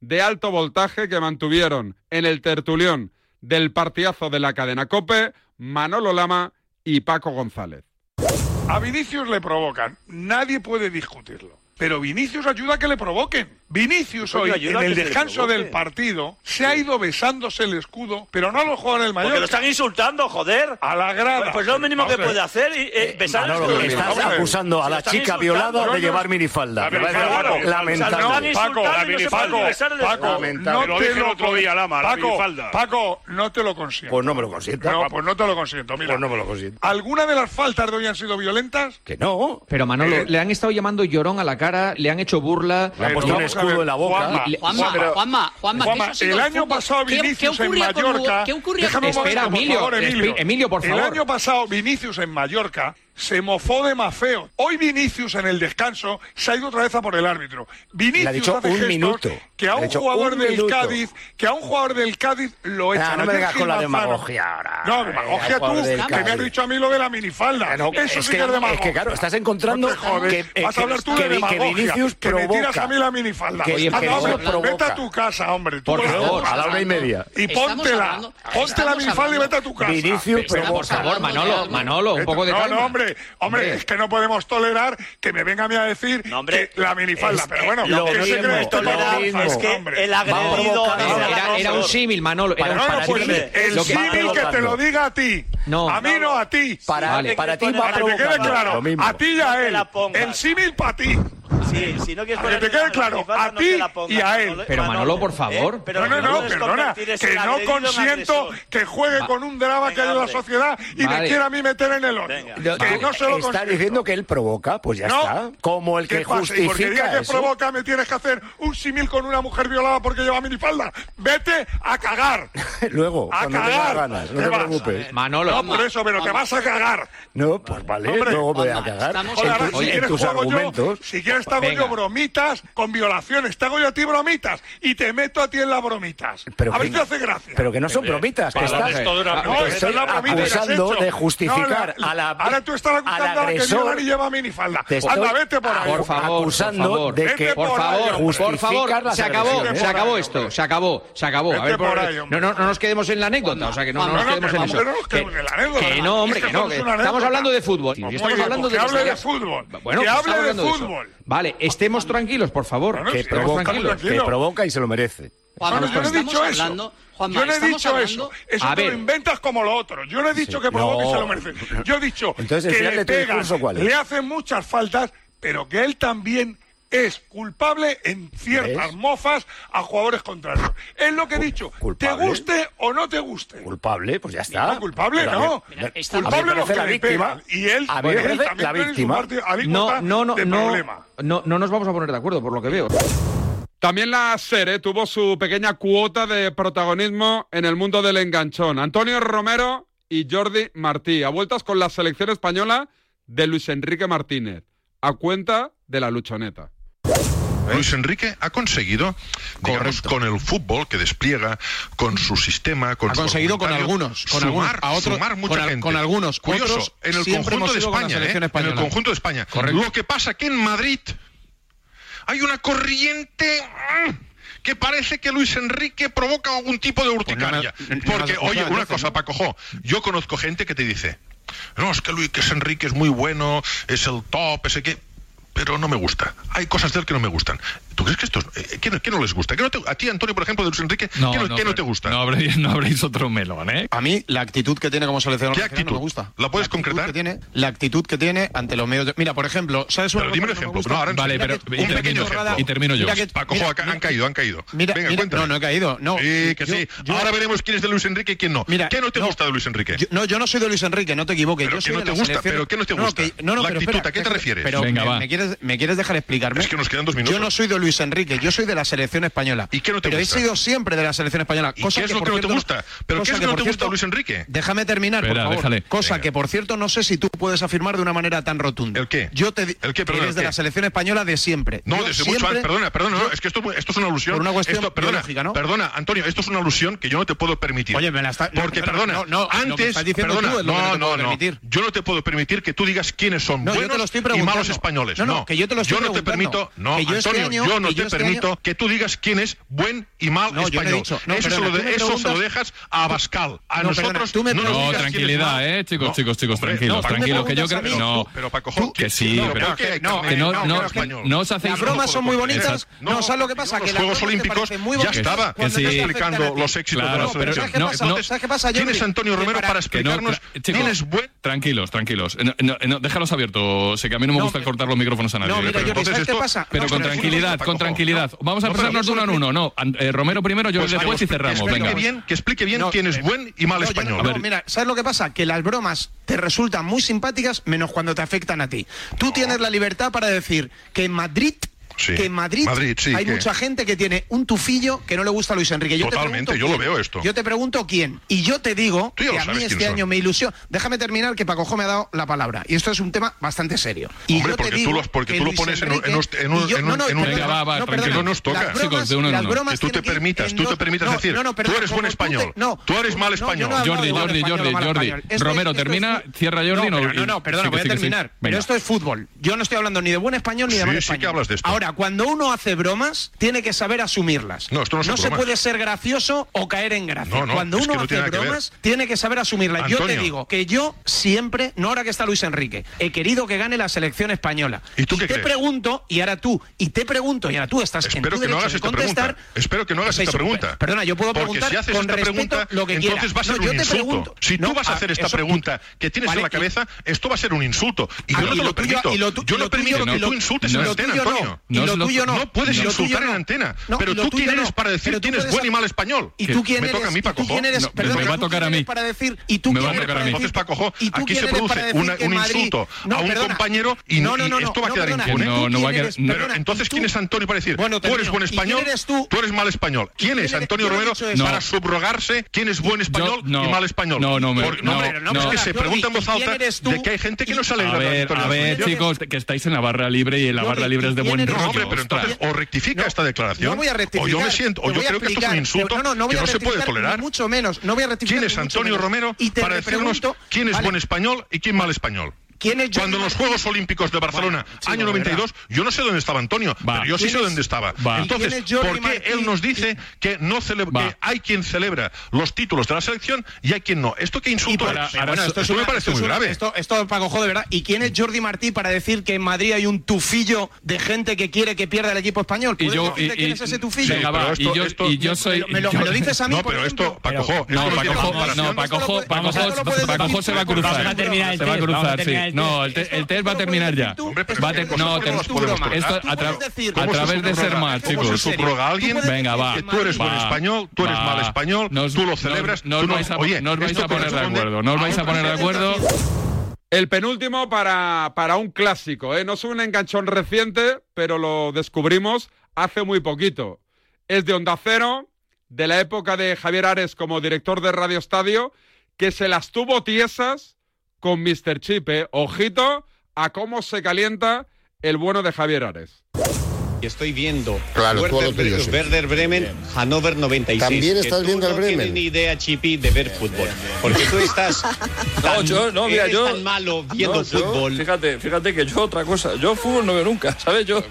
[SPEAKER 9] de alto voltaje que mantuvieron en el tertulión del partidazo de la cadena Cope, Manolo Lama y Paco González.
[SPEAKER 1] A Vinicius le provocan, nadie puede discutirlo. Pero Vinicius ayuda a que le provoquen. Vinicius hoy,
[SPEAKER 26] Coño, ayuda
[SPEAKER 1] en
[SPEAKER 26] a
[SPEAKER 1] el
[SPEAKER 26] que se le
[SPEAKER 1] descanso
[SPEAKER 26] provoque.
[SPEAKER 1] del partido, se ha ido besándose el escudo, pero no a los jugadores del Mallorca.
[SPEAKER 26] Porque lo están insultando, joder.
[SPEAKER 1] A la grada.
[SPEAKER 26] Pues lo mínimo que
[SPEAKER 1] Vamos a ver.
[SPEAKER 26] puede hacer es eh, besar
[SPEAKER 41] Manolo,
[SPEAKER 26] el
[SPEAKER 41] estás
[SPEAKER 26] Vamos a ver.
[SPEAKER 41] acusando a la
[SPEAKER 26] Lo están
[SPEAKER 41] chica
[SPEAKER 26] insultando.
[SPEAKER 41] violada de
[SPEAKER 26] No, no,
[SPEAKER 41] llevar
[SPEAKER 26] no.
[SPEAKER 41] minifalda.
[SPEAKER 26] La
[SPEAKER 41] Me parece
[SPEAKER 26] minifalda,
[SPEAKER 41] algo
[SPEAKER 26] no. O sea,
[SPEAKER 41] lamentable.
[SPEAKER 26] no, Están insultando
[SPEAKER 1] Paco, la
[SPEAKER 26] y no se
[SPEAKER 1] mini-
[SPEAKER 26] pueden
[SPEAKER 1] Paco,
[SPEAKER 26] besar el
[SPEAKER 1] Paco,
[SPEAKER 26] escudo.
[SPEAKER 41] Lamentable.
[SPEAKER 1] no
[SPEAKER 41] Te lo
[SPEAKER 1] te
[SPEAKER 41] dije el otro día, Lama, la
[SPEAKER 1] Paco,
[SPEAKER 41] minifalda.
[SPEAKER 1] Paco, no te lo consiento.
[SPEAKER 41] Pues no me lo consiento.
[SPEAKER 1] No, pues no te lo consiento, mira.
[SPEAKER 41] Pues no me lo consiento.
[SPEAKER 1] ¿Alguna de las faltas de hoy han sido violentas?
[SPEAKER 41] Que no.
[SPEAKER 42] Pero Manolo, le han estado llamando llorón a la cara, le han hecho burla.
[SPEAKER 41] Le han puesto un escudo en la boca.
[SPEAKER 42] Y le-
[SPEAKER 1] Juanma,
[SPEAKER 42] Pero-
[SPEAKER 1] Juanma, Juanma, que eso ha sido el
[SPEAKER 42] el
[SPEAKER 1] año
[SPEAKER 42] fútbol.
[SPEAKER 1] pasado
[SPEAKER 42] ¿Qué-
[SPEAKER 1] Vinicius
[SPEAKER 42] qué
[SPEAKER 1] en
[SPEAKER 42] ocurría con Hugo-
[SPEAKER 1] Mallorca.
[SPEAKER 42] qué ocurría-
[SPEAKER 1] Déjame un
[SPEAKER 42] Espera,
[SPEAKER 1] momento, por
[SPEAKER 42] Emilio,
[SPEAKER 1] favor,
[SPEAKER 42] espe- Emilio, por
[SPEAKER 1] El
[SPEAKER 42] favor.
[SPEAKER 1] año pasado Vinicius en Mallorca se mofó de más feo. Hoy Vinicius en el descanso se ha ido otra vez a por el árbitro. Vinicius
[SPEAKER 6] Le ha dicho
[SPEAKER 1] hace
[SPEAKER 6] un
[SPEAKER 1] gestos
[SPEAKER 6] minuto.
[SPEAKER 1] que a
[SPEAKER 6] Le ha
[SPEAKER 1] un
[SPEAKER 6] dicho
[SPEAKER 1] jugador
[SPEAKER 6] un
[SPEAKER 1] del
[SPEAKER 6] minuto.
[SPEAKER 1] Cádiz, que a un jugador del Cádiz lo
[SPEAKER 6] Ah,
[SPEAKER 1] echa.
[SPEAKER 6] no me vengas con la demagogia
[SPEAKER 1] ahora. No, demagogia
[SPEAKER 6] jugador del
[SPEAKER 1] tú, que me has
[SPEAKER 6] Cádiz. Ah,
[SPEAKER 1] dicho a mí lo de la minifalda.
[SPEAKER 6] No,
[SPEAKER 1] Eso
[SPEAKER 6] es,
[SPEAKER 1] sí
[SPEAKER 6] que,
[SPEAKER 1] que es demagogia.
[SPEAKER 6] es que, claro, estás encontrando
[SPEAKER 1] No te jodes.
[SPEAKER 6] que, eh,
[SPEAKER 1] Vas a
[SPEAKER 6] que-
[SPEAKER 1] hablar tú
[SPEAKER 6] que-
[SPEAKER 1] de
[SPEAKER 6] que
[SPEAKER 1] demagogia,
[SPEAKER 6] Vinicius
[SPEAKER 1] que me tiras
[SPEAKER 6] provoca.
[SPEAKER 1] a mí la minifalda.
[SPEAKER 6] Que-
[SPEAKER 1] Anda,
[SPEAKER 6] que
[SPEAKER 1] hombre,
[SPEAKER 6] Vinicius
[SPEAKER 1] vete
[SPEAKER 6] provoca.
[SPEAKER 1] a tu casa, hombre. Tú
[SPEAKER 6] Por
[SPEAKER 1] eres
[SPEAKER 6] favor,
[SPEAKER 1] loco.
[SPEAKER 6] a la hora y media.
[SPEAKER 1] Y
[SPEAKER 6] Estamos
[SPEAKER 1] póntela.
[SPEAKER 6] hablando-
[SPEAKER 1] Ponte la
[SPEAKER 6] estamos
[SPEAKER 1] minifalda y
[SPEAKER 6] hablando-
[SPEAKER 1] vete a tu casa.
[SPEAKER 6] Vinicius
[SPEAKER 1] Pero,
[SPEAKER 6] provoca.
[SPEAKER 1] por favor,
[SPEAKER 6] Manolo, Manolo, un poco de
[SPEAKER 1] No,
[SPEAKER 6] calma.
[SPEAKER 1] no, hombre. Hombre,
[SPEAKER 6] Hombre.
[SPEAKER 1] es que no podemos tolerar que me venga a mí a decir que la minifalda.
[SPEAKER 6] es-
[SPEAKER 1] Pero bueno,
[SPEAKER 6] lo
[SPEAKER 1] ¿qué se
[SPEAKER 6] mismo,
[SPEAKER 1] cree este
[SPEAKER 6] lo
[SPEAKER 1] Manolo?
[SPEAKER 6] mismo. Es que
[SPEAKER 1] Hombre.
[SPEAKER 6] el agredido- Va a provocar-
[SPEAKER 8] Era- Era, era un
[SPEAKER 6] Manolo.
[SPEAKER 8] símil, Manolo. Era
[SPEAKER 6] Para-
[SPEAKER 8] un
[SPEAKER 6] no,
[SPEAKER 8] para-
[SPEAKER 6] pues,
[SPEAKER 1] El
[SPEAKER 8] Lo que-
[SPEAKER 1] símil que te lo diga a ti.
[SPEAKER 8] No.
[SPEAKER 1] A mí no, a ti.
[SPEAKER 6] Para- Vale. para ti va
[SPEAKER 1] Para que te quede
[SPEAKER 6] provocando,
[SPEAKER 1] claro.
[SPEAKER 6] lo mismo.
[SPEAKER 1] A ti y a él.
[SPEAKER 6] la pongas.
[SPEAKER 1] El símil para ti. Sí, si no quieres que te quede claro, a ti y a él.
[SPEAKER 8] Pero Manolo,
[SPEAKER 1] eh,
[SPEAKER 8] por favor.
[SPEAKER 1] no, no, no, perdona, que no consiento que juegue
[SPEAKER 6] Va-
[SPEAKER 1] con un drama que hay en la sociedad y me
[SPEAKER 6] Vale.
[SPEAKER 1] quiera a mí meter en el horno.
[SPEAKER 6] Lo-
[SPEAKER 1] Que no se lo
[SPEAKER 6] está
[SPEAKER 1] consiento.
[SPEAKER 6] diciendo que él provoca, pues ya
[SPEAKER 1] No.
[SPEAKER 6] está. Como el
[SPEAKER 1] ¿Qué
[SPEAKER 6] que
[SPEAKER 1] pasa? Y porque digas
[SPEAKER 6] justifica
[SPEAKER 1] que
[SPEAKER 6] eso.
[SPEAKER 1] provoca, me tienes que hacer un símil con una mujer violada porque lleva minifalda. Vete a cagar.
[SPEAKER 6] Luego,
[SPEAKER 1] a
[SPEAKER 6] cuando tengas
[SPEAKER 1] cagar.
[SPEAKER 6] ganas, no
[SPEAKER 1] Te
[SPEAKER 6] te
[SPEAKER 1] vas.
[SPEAKER 6] preocupes.
[SPEAKER 1] No, por eso, pero te vas a cagar.
[SPEAKER 6] No, pues vale,
[SPEAKER 1] Hombre,
[SPEAKER 6] luego voy a
[SPEAKER 1] Juanma,
[SPEAKER 6] cagar.
[SPEAKER 1] estamos-
[SPEAKER 6] En
[SPEAKER 1] Joder,
[SPEAKER 6] tu-
[SPEAKER 1] ahora, si
[SPEAKER 6] en
[SPEAKER 1] quieres
[SPEAKER 6] tus
[SPEAKER 1] juego yo,
[SPEAKER 6] argumentos.
[SPEAKER 1] si quieres te hago
[SPEAKER 6] Venga.
[SPEAKER 1] yo bromitas con violaciones, te hago yo a ti bromitas y te meto a ti en las bromitas.
[SPEAKER 6] Pero
[SPEAKER 1] a ver
[SPEAKER 6] que-
[SPEAKER 1] si te hace gracia.
[SPEAKER 6] Pero que no son bromitas, que
[SPEAKER 1] Palabras,
[SPEAKER 6] estás
[SPEAKER 1] todo era broma.
[SPEAKER 6] que
[SPEAKER 1] No,
[SPEAKER 6] estoy
[SPEAKER 1] es la bromita que has
[SPEAKER 6] acusando
[SPEAKER 1] hecho.
[SPEAKER 6] de justificar
[SPEAKER 1] No, la-
[SPEAKER 6] a la
[SPEAKER 1] Ahora tú estás acusando
[SPEAKER 6] al
[SPEAKER 1] a la que
[SPEAKER 6] agresor.
[SPEAKER 1] viola y lleva minifalda.
[SPEAKER 6] Te estoy
[SPEAKER 1] Anda, vete por ahí.
[SPEAKER 6] Por favor, acusando
[SPEAKER 8] por favor,
[SPEAKER 6] de que
[SPEAKER 8] Vete por
[SPEAKER 6] ahí,
[SPEAKER 8] favor,
[SPEAKER 6] hombre.
[SPEAKER 8] por favor,
[SPEAKER 6] justificas
[SPEAKER 8] se
[SPEAKER 6] las
[SPEAKER 8] acabó,
[SPEAKER 6] agresiones.
[SPEAKER 8] se acabó esto, se acabó, se acabó. A
[SPEAKER 6] Vete
[SPEAKER 8] ver,
[SPEAKER 6] por
[SPEAKER 8] por-
[SPEAKER 6] ahí,
[SPEAKER 8] no, no, no nos quedemos en la anécdota, o sea que no, no nos quedemos en eso. Que, que no, hombre, que no, que estamos hablando de fútbol.
[SPEAKER 1] Muy
[SPEAKER 8] Estamos
[SPEAKER 1] bien,
[SPEAKER 8] hablando
[SPEAKER 1] pues
[SPEAKER 8] de
[SPEAKER 1] que hable
[SPEAKER 8] nuestras-
[SPEAKER 1] de fútbol,
[SPEAKER 8] Bueno,
[SPEAKER 1] que
[SPEAKER 8] pues
[SPEAKER 1] hable
[SPEAKER 8] estamos
[SPEAKER 1] de
[SPEAKER 8] hablando eso.
[SPEAKER 1] fútbol.
[SPEAKER 8] Vale, estemos tranquilos, por favor.
[SPEAKER 6] Que provoca, que provoca y se lo merece.
[SPEAKER 1] Juanma, yo no he dicho eso. yo no he dicho eso. Eso
[SPEAKER 6] A
[SPEAKER 1] te
[SPEAKER 6] ver.
[SPEAKER 1] lo inventas como lo otro. Yo no he dicho que provoca y
[SPEAKER 6] No.
[SPEAKER 1] se lo merece. Yo he dicho
[SPEAKER 6] Entonces, el
[SPEAKER 1] que
[SPEAKER 6] final
[SPEAKER 1] le
[SPEAKER 6] de tu
[SPEAKER 1] pegan,
[SPEAKER 6] discurso, ¿cuál es?
[SPEAKER 1] le hacen muchas faltas, pero que él también es culpable en ciertas mofas a jugadores contrarios. Es lo que he dicho.
[SPEAKER 6] culpable.
[SPEAKER 1] Te guste o no te guste.
[SPEAKER 6] Culpable, pues ya está.
[SPEAKER 1] No, culpable
[SPEAKER 6] Pero a
[SPEAKER 1] no.
[SPEAKER 6] mí- Mira, está- a mí
[SPEAKER 1] culpable
[SPEAKER 6] me
[SPEAKER 1] los que
[SPEAKER 6] parece
[SPEAKER 1] le
[SPEAKER 6] la víctima.
[SPEAKER 1] pegan. Y él, pues,
[SPEAKER 6] A mí me
[SPEAKER 1] él
[SPEAKER 6] parece
[SPEAKER 1] también
[SPEAKER 6] la
[SPEAKER 1] tiene su
[SPEAKER 6] víctima.
[SPEAKER 1] parte- alícuota
[SPEAKER 8] No, no, no,
[SPEAKER 1] de problema.
[SPEAKER 8] no, no, no nos vamos a poner de acuerdo por lo que veo.
[SPEAKER 9] También la Sere tuvo su pequeña cuota de protagonismo en el mundo del enganchón. Antonio Romero y Jordi Martí, a vueltas con la selección española de Luis Enrique Martínez, a cuenta de la luchoneta.
[SPEAKER 10] Luis Enrique ha conseguido, digamos, con el fútbol que despliega, con su sistema, con
[SPEAKER 13] Ha
[SPEAKER 10] su
[SPEAKER 13] conseguido con
[SPEAKER 10] argumentario,
[SPEAKER 13] algunos, con
[SPEAKER 10] sumar,
[SPEAKER 13] algunos, a otros-
[SPEAKER 10] sumar mucha
[SPEAKER 13] con al-
[SPEAKER 10] gente.
[SPEAKER 13] con algunos,
[SPEAKER 10] Curioso,
[SPEAKER 13] otros
[SPEAKER 10] en el
[SPEAKER 13] siempre
[SPEAKER 10] conjunto
[SPEAKER 13] hemos
[SPEAKER 10] de
[SPEAKER 13] ido con la
[SPEAKER 10] España,
[SPEAKER 13] selección
[SPEAKER 10] ¿eh? en el
[SPEAKER 13] española.
[SPEAKER 10] conjunto de España.
[SPEAKER 13] Correcto.
[SPEAKER 10] Lo que pasa que en Madrid hay una corriente mm, que parece que Luis Enrique provoca algún tipo de urticaria.
[SPEAKER 13] Pues no me- no me
[SPEAKER 10] Porque,
[SPEAKER 13] has
[SPEAKER 10] oye,
[SPEAKER 13] escuchado,
[SPEAKER 10] una
[SPEAKER 13] entonces,
[SPEAKER 10] cosa, Paco Jo, yo conozco gente que te dice, no, es que Luis que es Enrique es muy bueno, es el top, ese que... Pero no me gusta. Hay cosas de él que no me gustan. ¿Tú crees que esto es- eh, ¿qué, no- qué no les gusta? ¿Qué no te- a ti, Antonio, por ejemplo, de Luis Enrique, ¿qué no, qué no
[SPEAKER 13] pero-
[SPEAKER 10] te gusta?
[SPEAKER 13] No habréis, no habréis otro melón, ¿eh? A mí la actitud que tiene como seleccionador nacional no me gusta. ¿La puedes concretar? tiene, la actitud que tiene ante los medios. de- Mira, por ejemplo, ¿sabes una
[SPEAKER 10] Pero
[SPEAKER 13] cosa
[SPEAKER 10] dime un
[SPEAKER 13] que no me
[SPEAKER 10] ejemplo.
[SPEAKER 13] gusta?
[SPEAKER 10] No, ahora en
[SPEAKER 13] vale,
[SPEAKER 10] serio.
[SPEAKER 13] pero
[SPEAKER 10] Un
[SPEAKER 13] y termino,
[SPEAKER 10] pequeño
[SPEAKER 13] Rorrada,
[SPEAKER 10] ejemplo.
[SPEAKER 13] y termino yo.
[SPEAKER 10] Mira que- Paco, jo, han- han caído, han caído.
[SPEAKER 13] Mira,
[SPEAKER 10] Venga,
[SPEAKER 13] mira-
[SPEAKER 10] cuéntame.
[SPEAKER 13] no, no he caído. No.
[SPEAKER 10] Sí, que
[SPEAKER 13] Yo-
[SPEAKER 10] sí.
[SPEAKER 13] yo-
[SPEAKER 10] Ahora veremos quién es de Luis Enrique y quién no.
[SPEAKER 13] Mira,
[SPEAKER 10] ¿Qué no te gusta de Luis Enrique?
[SPEAKER 13] Yo- no, yo no soy de Luis Enrique, no te equivoques. yo
[SPEAKER 10] Pero que
[SPEAKER 13] soy
[SPEAKER 10] no
[SPEAKER 13] de
[SPEAKER 10] te
[SPEAKER 13] la
[SPEAKER 10] gusta,
[SPEAKER 13] selección-
[SPEAKER 10] pero que no te gusta.
[SPEAKER 13] que- no, no,
[SPEAKER 10] La
[SPEAKER 13] pero
[SPEAKER 10] actitud,
[SPEAKER 13] espera,
[SPEAKER 10] ¿a qué te
[SPEAKER 13] espera,
[SPEAKER 10] refieres?
[SPEAKER 13] Pero
[SPEAKER 10] Venga,
[SPEAKER 13] me,
[SPEAKER 10] va.
[SPEAKER 13] me quieres, me quieres dejar explicarme.
[SPEAKER 10] Es que nos quedan dos minutos.
[SPEAKER 13] Yo no soy de Luis Enrique, yo soy de la selección española. ¿Y qué no
[SPEAKER 10] te
[SPEAKER 13] pero
[SPEAKER 10] gusta?
[SPEAKER 13] he sido siempre de la selección española.
[SPEAKER 10] ¿Y
[SPEAKER 13] cosa
[SPEAKER 10] qué es lo
[SPEAKER 13] por
[SPEAKER 10] que no te
[SPEAKER 13] cierto,
[SPEAKER 10] gusta? ¿Pero qué
[SPEAKER 13] cosa
[SPEAKER 10] es lo que no
[SPEAKER 13] por
[SPEAKER 10] te gusta
[SPEAKER 13] cierto,
[SPEAKER 10] de Luis Enrique?
[SPEAKER 13] Déjame terminar, por
[SPEAKER 10] Espera,
[SPEAKER 13] favor.
[SPEAKER 10] déjale.
[SPEAKER 13] Cosa que, por cierto, no sé si tú puedes afirmar de una manera tan rotunda. ¿El qué? Yo te di-
[SPEAKER 10] ¿El qué? Perdona,
[SPEAKER 13] eres
[SPEAKER 10] ¿el
[SPEAKER 13] de
[SPEAKER 10] qué?
[SPEAKER 13] la selección española de siempre.
[SPEAKER 10] No,
[SPEAKER 13] Yo
[SPEAKER 10] desde mucho
[SPEAKER 13] siempre-
[SPEAKER 10] antes. Perdona, perdona, no, es que esto, esto es una alusión.
[SPEAKER 13] Por una cuestión
[SPEAKER 10] Esto- perdona,
[SPEAKER 13] biológica, ¿no?
[SPEAKER 10] perdona, Antonio, esto es una alusión que yo no te puedo permitir.
[SPEAKER 13] Oye, me la está- no,
[SPEAKER 10] Porque,
[SPEAKER 13] no,
[SPEAKER 10] perdona,
[SPEAKER 13] no, no, lo que
[SPEAKER 10] antes.
[SPEAKER 13] estás diciendo
[SPEAKER 10] perdona,
[SPEAKER 13] tú es lo que no
[SPEAKER 10] no,
[SPEAKER 13] te puedo
[SPEAKER 10] no, no.
[SPEAKER 13] permitir.
[SPEAKER 10] Yo no te puedo permitir que tú digas quiénes son
[SPEAKER 13] No, yo te
[SPEAKER 10] buenos
[SPEAKER 13] lo estoy
[SPEAKER 10] y
[SPEAKER 13] preguntando.
[SPEAKER 10] malos españoles.
[SPEAKER 13] No,
[SPEAKER 10] No,
[SPEAKER 13] no, que yo te lo estoy
[SPEAKER 10] no te
[SPEAKER 13] preguntando.
[SPEAKER 10] permito. No,
[SPEAKER 13] Que yo este
[SPEAKER 10] Antonio,
[SPEAKER 13] año-
[SPEAKER 10] yo no
[SPEAKER 13] que
[SPEAKER 10] te
[SPEAKER 13] yo este
[SPEAKER 10] permito
[SPEAKER 13] año-
[SPEAKER 10] que tú digas quién es buen y mal
[SPEAKER 13] No, yo no he
[SPEAKER 10] español.
[SPEAKER 13] dicho. No,
[SPEAKER 10] eso
[SPEAKER 13] perdona,
[SPEAKER 10] se lo de-
[SPEAKER 13] tú me
[SPEAKER 10] eso se lo
[SPEAKER 13] preguntas-
[SPEAKER 10] dejas a Abascal. A
[SPEAKER 13] No, perdona,
[SPEAKER 10] nosotros
[SPEAKER 13] tú me
[SPEAKER 10] no nos
[SPEAKER 13] preguntas
[SPEAKER 10] digas
[SPEAKER 13] quién es mal.
[SPEAKER 10] quiénes
[SPEAKER 13] tranquilidad,
[SPEAKER 10] son.
[SPEAKER 13] eh,
[SPEAKER 10] No,
[SPEAKER 13] chicos,
[SPEAKER 10] chicos, chicos,
[SPEAKER 13] hombre,
[SPEAKER 10] tranquilos,
[SPEAKER 13] no, tú me
[SPEAKER 10] tranquilos, que yo
[SPEAKER 13] preguntas
[SPEAKER 10] creo-
[SPEAKER 13] a mí,
[SPEAKER 10] no.
[SPEAKER 13] tú-
[SPEAKER 10] Pero, Paco, jo,
[SPEAKER 13] que sí,
[SPEAKER 10] no,
[SPEAKER 13] pero-
[SPEAKER 10] creo que-
[SPEAKER 13] no,
[SPEAKER 10] que no- no- no os hacéis-
[SPEAKER 13] Las bromas son muy bonitas.
[SPEAKER 10] Esas-
[SPEAKER 13] No, ¿sabes lo que pasa?
[SPEAKER 10] Los
[SPEAKER 13] que las bromas
[SPEAKER 10] Juegos
[SPEAKER 13] te
[SPEAKER 10] Olímpicos
[SPEAKER 13] parecen muy
[SPEAKER 10] ya
[SPEAKER 13] bonitas
[SPEAKER 10] estaba
[SPEAKER 13] cuando te afectan a
[SPEAKER 10] explicando
[SPEAKER 13] ti.
[SPEAKER 10] los éxitos
[SPEAKER 13] Claro,
[SPEAKER 10] de la
[SPEAKER 13] pero
[SPEAKER 10] selección.
[SPEAKER 13] ¿sabes qué pasa? ¿Sabes qué pasa,
[SPEAKER 10] ¿Quién es
[SPEAKER 13] Jordi?
[SPEAKER 10] Antonio
[SPEAKER 13] Que
[SPEAKER 10] Romero
[SPEAKER 13] para-
[SPEAKER 10] para
[SPEAKER 13] que
[SPEAKER 10] explicarnos?
[SPEAKER 13] no,
[SPEAKER 10] quién
[SPEAKER 13] tra- chicos,
[SPEAKER 10] es buen?
[SPEAKER 13] Tranquilos, tranquilos. No, no, no, déjalos abiertos. Sé que a mí no me gusta cortar los micrófonos a nadie.
[SPEAKER 10] mira,
[SPEAKER 13] pero
[SPEAKER 10] Jordi,
[SPEAKER 13] entonces
[SPEAKER 10] ¿sabes qué
[SPEAKER 13] esto-
[SPEAKER 10] pasa?
[SPEAKER 13] Pero
[SPEAKER 10] No,
[SPEAKER 13] con
[SPEAKER 10] pero es una
[SPEAKER 13] tranquilidad,
[SPEAKER 10] cosa,
[SPEAKER 13] con
[SPEAKER 10] Paco.
[SPEAKER 13] tranquilidad. Vamos a
[SPEAKER 10] No, pero
[SPEAKER 13] empezarnos de uno en uno. No, an- eh, Romero primero, yo
[SPEAKER 10] Pues
[SPEAKER 13] después
[SPEAKER 10] vamos,
[SPEAKER 13] y
[SPEAKER 10] que
[SPEAKER 13] cerramos.
[SPEAKER 10] explique
[SPEAKER 13] Venga.
[SPEAKER 10] bien- que explique bien
[SPEAKER 13] No,
[SPEAKER 10] quién es
[SPEAKER 13] eh,
[SPEAKER 10] buen y mal
[SPEAKER 13] no, yo no-
[SPEAKER 10] español.
[SPEAKER 13] no, mira, ¿sabes lo que pasa? Que las bromas te resultan muy simpáticas menos cuando te afectan a ti. Tú tienes la libertad para decir que en Madrid
[SPEAKER 10] Sí.
[SPEAKER 13] que en Madrid,
[SPEAKER 10] Madrid, sí,
[SPEAKER 13] hay
[SPEAKER 10] que-
[SPEAKER 13] mucha gente que tiene un tufillo que no le gusta a Luis Enrique. te
[SPEAKER 10] Totalmente,
[SPEAKER 13] pregunto
[SPEAKER 10] yo lo
[SPEAKER 13] quién.
[SPEAKER 10] veo esto.
[SPEAKER 13] Yo te pregunto quién. Y yo te digo que
[SPEAKER 10] ya lo
[SPEAKER 13] a mí
[SPEAKER 10] sabes
[SPEAKER 13] este
[SPEAKER 10] quiénes
[SPEAKER 13] año
[SPEAKER 10] son.
[SPEAKER 13] me ilusión. Déjame terminar, que Paco Jo me ha dado la palabra. Y esto es un tema bastante serio. Y
[SPEAKER 10] Hombre,
[SPEAKER 13] yo te
[SPEAKER 10] porque tú
[SPEAKER 13] digo
[SPEAKER 10] los- porque
[SPEAKER 13] que
[SPEAKER 10] tú lo
[SPEAKER 13] Luis
[SPEAKER 10] pones en un-
[SPEAKER 13] Enrique-
[SPEAKER 10] en un- en un-
[SPEAKER 13] y yo-
[SPEAKER 10] en
[SPEAKER 13] no,
[SPEAKER 10] un-
[SPEAKER 13] no,
[SPEAKER 10] en un-
[SPEAKER 13] perdona,
[SPEAKER 10] Venga, va, va,
[SPEAKER 13] no, perdona.
[SPEAKER 10] tranquilo. No nos toca.
[SPEAKER 13] Las
[SPEAKER 10] Chicos,
[SPEAKER 13] bromas-
[SPEAKER 10] de uno en
[SPEAKER 13] las
[SPEAKER 10] uno.
[SPEAKER 13] bromas
[SPEAKER 10] Que tú te
[SPEAKER 13] tienen ir
[SPEAKER 10] permitas,
[SPEAKER 13] en
[SPEAKER 10] tú te
[SPEAKER 13] dos-
[SPEAKER 10] permitas decir, tú
[SPEAKER 13] perdona, como
[SPEAKER 10] eres buen
[SPEAKER 13] tú te-
[SPEAKER 10] español,
[SPEAKER 13] no,
[SPEAKER 10] tú eres mal
[SPEAKER 13] no, yo no he
[SPEAKER 10] español.
[SPEAKER 13] hablado
[SPEAKER 43] Jordi,
[SPEAKER 13] de mal
[SPEAKER 43] Jordi,
[SPEAKER 13] español,
[SPEAKER 43] Jordi,
[SPEAKER 13] mal
[SPEAKER 43] Jordi.
[SPEAKER 13] español. Esto es-
[SPEAKER 43] Romero,
[SPEAKER 13] esto es
[SPEAKER 43] termina,
[SPEAKER 13] fut-
[SPEAKER 43] cierra Jordi.
[SPEAKER 13] No,
[SPEAKER 43] no-
[SPEAKER 13] pero no, no, perdona,
[SPEAKER 43] sí,
[SPEAKER 13] voy a
[SPEAKER 43] sí, sí.
[SPEAKER 13] terminar. Pero
[SPEAKER 43] Venga.
[SPEAKER 13] esto es fútbol. Yo no estoy hablando ni de buen español ni de
[SPEAKER 43] Sí,
[SPEAKER 13] mal
[SPEAKER 43] sí que
[SPEAKER 13] español.
[SPEAKER 43] hablas de esto.
[SPEAKER 13] Ahora, cuando uno hace bromas, tiene que saber asumirlas.
[SPEAKER 10] No, esto no son
[SPEAKER 13] se
[SPEAKER 10] bromas.
[SPEAKER 13] puede ser gracioso o caer en gracia.
[SPEAKER 10] No, no,
[SPEAKER 13] cuando
[SPEAKER 10] es
[SPEAKER 13] uno
[SPEAKER 10] que no
[SPEAKER 13] hace
[SPEAKER 10] tiene nada que ver.
[SPEAKER 13] bromas, tiene que saber asumirlas. Yo te
[SPEAKER 10] Antonio.
[SPEAKER 13] digo que yo siempre, no ahora que está Luis Enrique, he querido que gane la selección española. ¿Y tú
[SPEAKER 10] qué
[SPEAKER 13] te
[SPEAKER 10] crees?
[SPEAKER 13] pregunto, y ahora tú, y te pregunto, y ahora tú estás en
[SPEAKER 10] Espero
[SPEAKER 13] tu
[SPEAKER 10] que no
[SPEAKER 13] derecho
[SPEAKER 10] hagas
[SPEAKER 13] de
[SPEAKER 10] esta
[SPEAKER 13] contestar.
[SPEAKER 10] pregunta. Espero que no hagas
[SPEAKER 13] Estáis
[SPEAKER 10] esta
[SPEAKER 13] súper-
[SPEAKER 10] pregunta.
[SPEAKER 13] Perdona, yo puedo
[SPEAKER 10] Porque
[SPEAKER 13] preguntar
[SPEAKER 10] si haces
[SPEAKER 13] con
[SPEAKER 10] esta
[SPEAKER 13] respeto
[SPEAKER 10] pregunta,
[SPEAKER 13] lo que quiera.
[SPEAKER 10] entonces va a
[SPEAKER 13] No,
[SPEAKER 10] ser
[SPEAKER 13] yo
[SPEAKER 10] un
[SPEAKER 13] te
[SPEAKER 10] insulto.
[SPEAKER 13] pregunto.
[SPEAKER 10] si tú
[SPEAKER 13] No,
[SPEAKER 10] vas a
[SPEAKER 13] ah,
[SPEAKER 10] hacer esta
[SPEAKER 13] eso-
[SPEAKER 10] pregunta que tienes
[SPEAKER 13] Vale,
[SPEAKER 10] en la
[SPEAKER 13] y-
[SPEAKER 10] cabeza, esto va a ser un insulto. Y
[SPEAKER 13] Ah,
[SPEAKER 10] yo no
[SPEAKER 13] y
[SPEAKER 10] te
[SPEAKER 13] lo
[SPEAKER 10] lo
[SPEAKER 13] tuyo-
[SPEAKER 10] permito.
[SPEAKER 13] y lo tu-
[SPEAKER 10] yo
[SPEAKER 13] y
[SPEAKER 10] no
[SPEAKER 13] lo tuyo
[SPEAKER 10] permito
[SPEAKER 13] no,
[SPEAKER 10] que
[SPEAKER 13] y lo-
[SPEAKER 10] tú insultes
[SPEAKER 13] y
[SPEAKER 10] en
[SPEAKER 13] lo
[SPEAKER 10] la antena,
[SPEAKER 13] tuyo no.
[SPEAKER 10] Antonio.
[SPEAKER 13] Y lo tuyo no.
[SPEAKER 10] puedes
[SPEAKER 13] Y lo tuyo
[SPEAKER 10] insultar en
[SPEAKER 13] no.
[SPEAKER 10] la antena.
[SPEAKER 13] No, y
[SPEAKER 10] Pero
[SPEAKER 13] lo
[SPEAKER 10] tú
[SPEAKER 13] tuyo
[SPEAKER 10] quién
[SPEAKER 13] no.
[SPEAKER 10] eres para decir
[SPEAKER 13] Pero tú
[SPEAKER 10] quién es
[SPEAKER 13] puedes-
[SPEAKER 10] buen y mal español.
[SPEAKER 13] ¿Y tú quién
[SPEAKER 10] Me
[SPEAKER 13] eres?
[SPEAKER 10] toca a mí,
[SPEAKER 13] ¿Y
[SPEAKER 10] Paco
[SPEAKER 13] tú quién eres?
[SPEAKER 10] Jo.
[SPEAKER 13] Perdona,
[SPEAKER 10] Me
[SPEAKER 13] ¿y
[SPEAKER 10] va a
[SPEAKER 13] tú
[SPEAKER 10] tocar
[SPEAKER 13] quién
[SPEAKER 10] a
[SPEAKER 13] eres
[SPEAKER 10] mí.
[SPEAKER 13] para decir? ¿Y tú
[SPEAKER 10] Me va
[SPEAKER 13] quién
[SPEAKER 10] a
[SPEAKER 13] eres
[SPEAKER 10] tocar a
[SPEAKER 13] para
[SPEAKER 10] mí.
[SPEAKER 13] decir-
[SPEAKER 10] Entonces, Paco Jo,
[SPEAKER 13] ¿y tú quién
[SPEAKER 10] aquí se
[SPEAKER 13] eres
[SPEAKER 10] produce
[SPEAKER 13] para decir
[SPEAKER 10] una-
[SPEAKER 13] que
[SPEAKER 10] un
[SPEAKER 13] Madrid-
[SPEAKER 10] insulto
[SPEAKER 13] No,
[SPEAKER 10] a un
[SPEAKER 13] perdona.
[SPEAKER 10] compañero y
[SPEAKER 13] No,
[SPEAKER 10] no-
[SPEAKER 13] no,
[SPEAKER 10] y
[SPEAKER 13] no,
[SPEAKER 10] esto va a
[SPEAKER 13] no,
[SPEAKER 10] quedar
[SPEAKER 13] perdona.
[SPEAKER 10] impune.
[SPEAKER 43] No,
[SPEAKER 13] ¿Tú
[SPEAKER 43] no va
[SPEAKER 13] quién
[SPEAKER 43] a quedar-
[SPEAKER 13] eres?
[SPEAKER 43] no.
[SPEAKER 10] Pero
[SPEAKER 13] Perdona,
[SPEAKER 10] entonces,
[SPEAKER 13] ¿y tú?
[SPEAKER 10] ¿quién es Antonio para decir?
[SPEAKER 13] Bueno,
[SPEAKER 10] tú eres
[SPEAKER 13] termino.
[SPEAKER 10] buen
[SPEAKER 13] ¿Y quién
[SPEAKER 10] español,
[SPEAKER 13] eres tú?
[SPEAKER 10] eres mal español. ¿Quién,
[SPEAKER 13] quién
[SPEAKER 10] es
[SPEAKER 13] eres-
[SPEAKER 10] Antonio
[SPEAKER 13] quién ha
[SPEAKER 10] Romero
[SPEAKER 13] dicho eso?
[SPEAKER 10] para
[SPEAKER 13] No.
[SPEAKER 10] subrogarse quién es buen español
[SPEAKER 43] no,
[SPEAKER 10] y mal español?
[SPEAKER 43] no, no me-
[SPEAKER 10] Por-
[SPEAKER 43] no,
[SPEAKER 10] hombre,
[SPEAKER 43] no.
[SPEAKER 10] es que se
[SPEAKER 13] Jordi,
[SPEAKER 10] pregunta en voz
[SPEAKER 13] ¿y quién
[SPEAKER 10] alta
[SPEAKER 13] eres tú?
[SPEAKER 10] de que hay gente que no sale
[SPEAKER 43] A ver, a ver, chicos, que estáis en la barra libre y en la barra libre es de buen rollo.
[SPEAKER 10] hombre, pero
[SPEAKER 43] ostras.
[SPEAKER 10] entonces, o rectifica esta declaración,
[SPEAKER 13] No voy a rectificar.
[SPEAKER 10] o yo me siento, o
[SPEAKER 13] te
[SPEAKER 10] yo
[SPEAKER 13] voy a
[SPEAKER 10] creo que esto es
[SPEAKER 13] explicar.
[SPEAKER 10] un insulto
[SPEAKER 13] No, no, no voy
[SPEAKER 10] que
[SPEAKER 13] a
[SPEAKER 10] no se puede
[SPEAKER 13] rectificar, ni
[SPEAKER 10] tolerar.
[SPEAKER 13] Mucho menos. No voy a rectificar.
[SPEAKER 10] ¿Quién
[SPEAKER 13] ni
[SPEAKER 10] es
[SPEAKER 13] mucho
[SPEAKER 10] Antonio
[SPEAKER 13] menos.
[SPEAKER 10] Romero
[SPEAKER 13] Y te
[SPEAKER 10] para decirnos
[SPEAKER 13] repregunto-
[SPEAKER 10] quién es
[SPEAKER 13] Vale,
[SPEAKER 10] buen español y quién mal español?
[SPEAKER 13] ¿Quién es Jordi
[SPEAKER 10] Cuando en los
[SPEAKER 13] Martínez?
[SPEAKER 10] Juegos Olímpicos de Barcelona,
[SPEAKER 13] Bueno, sí,
[SPEAKER 10] año
[SPEAKER 13] lo verá.
[SPEAKER 10] 92, yo no sé dónde estaba Antonio, pero yo sí
[SPEAKER 13] ¿Quién
[SPEAKER 10] sé
[SPEAKER 13] es-
[SPEAKER 10] dónde estaba.
[SPEAKER 13] Va.
[SPEAKER 10] Entonces,
[SPEAKER 13] ¿Quién es Jordi
[SPEAKER 10] ¿por qué él nos dice que no celebra, que hay quien celebra los títulos de la selección y hay quien no? ¿Esto qué
[SPEAKER 13] Y
[SPEAKER 10] insulto
[SPEAKER 13] para-
[SPEAKER 10] es?
[SPEAKER 13] ahora
[SPEAKER 10] esto, me
[SPEAKER 13] una-
[SPEAKER 10] parece
[SPEAKER 13] esto es
[SPEAKER 10] muy
[SPEAKER 13] una-
[SPEAKER 10] grave.
[SPEAKER 13] Esto, esto Paco Jo, de verdad. ¿Y quién es Jordi Martí para decir que en Madrid hay un tufillo de gente que quiere que pierda el equipo español?
[SPEAKER 43] Y
[SPEAKER 13] ¿Puedes
[SPEAKER 43] yo-
[SPEAKER 13] decirte
[SPEAKER 43] y-
[SPEAKER 13] quién
[SPEAKER 43] y-
[SPEAKER 13] es ese tufillo?
[SPEAKER 43] Venga, va, y yo- y yo soy-
[SPEAKER 13] Me lo, me lo dices a mí.
[SPEAKER 43] No,
[SPEAKER 13] por
[SPEAKER 43] pero
[SPEAKER 13] ejemplo?
[SPEAKER 43] esto, Paco Jo, esto no no, Paco
[SPEAKER 10] tiene
[SPEAKER 43] Jo,
[SPEAKER 10] comparación.
[SPEAKER 43] no, Paco Jo, Paco Jo- Paco Jo se va a cruzar.
[SPEAKER 10] Vamos a terminar el
[SPEAKER 43] se va a
[SPEAKER 10] test, vamos a
[SPEAKER 43] cruzar, sí.
[SPEAKER 10] terminar el
[SPEAKER 43] No, el, te- el test va a terminar ya. va a ter- no, te-
[SPEAKER 10] podemos colocar.
[SPEAKER 43] esto
[SPEAKER 10] Tú
[SPEAKER 43] a, tra-
[SPEAKER 10] puedes decir-
[SPEAKER 43] a
[SPEAKER 10] ¿Cómo se
[SPEAKER 43] través de
[SPEAKER 10] subroga-
[SPEAKER 43] ser más,
[SPEAKER 10] cómo
[SPEAKER 43] chicos.
[SPEAKER 10] se subroga a alguien Tú puedes
[SPEAKER 43] Venga,
[SPEAKER 10] decir
[SPEAKER 43] va.
[SPEAKER 10] que tú eres buen
[SPEAKER 43] va,
[SPEAKER 10] español, tú eres
[SPEAKER 43] va.
[SPEAKER 10] mal español,
[SPEAKER 43] No os-
[SPEAKER 10] tú lo
[SPEAKER 43] no os-
[SPEAKER 10] celebras,
[SPEAKER 43] No
[SPEAKER 10] tú
[SPEAKER 43] os
[SPEAKER 10] no-
[SPEAKER 43] vais a,
[SPEAKER 10] Oye,
[SPEAKER 43] no os vais
[SPEAKER 10] esto
[SPEAKER 43] a poner de
[SPEAKER 10] corresponde-
[SPEAKER 43] acuerdo. No os vais a poner de acuerdo.
[SPEAKER 9] El penúltimo para, para un clásico, ¿eh? No es un enganchón reciente, pero lo descubrimos hace muy poquito. Es de Onda Cero, de la época de Javier Ares como director de Radio Estadio, que se las tuvo tiesas con Mr. Chip. ¿eh? Ojito a cómo se calienta el bueno de Javier Ares.
[SPEAKER 27] Y estoy viendo
[SPEAKER 9] Claro, tú a lo
[SPEAKER 27] Werder,
[SPEAKER 9] tuyo,
[SPEAKER 27] Bre-
[SPEAKER 9] sí.
[SPEAKER 27] Werder Bremen, Hannover 96.
[SPEAKER 40] También
[SPEAKER 27] que
[SPEAKER 40] estás
[SPEAKER 27] tú
[SPEAKER 40] viendo
[SPEAKER 27] no
[SPEAKER 40] al Bremen.
[SPEAKER 27] tienes ni idea, Chipi, de ver fútbol. Porque tú estás. tan-
[SPEAKER 36] yo, (laughs) no, mira,
[SPEAKER 27] eres
[SPEAKER 36] yo.
[SPEAKER 27] tan malo viendo
[SPEAKER 36] No, yo-
[SPEAKER 27] fútbol.
[SPEAKER 36] fíjate, fíjate que yo otra cosa. Yo fútbol no veo nunca, (laughs) ¿sabes? Yo,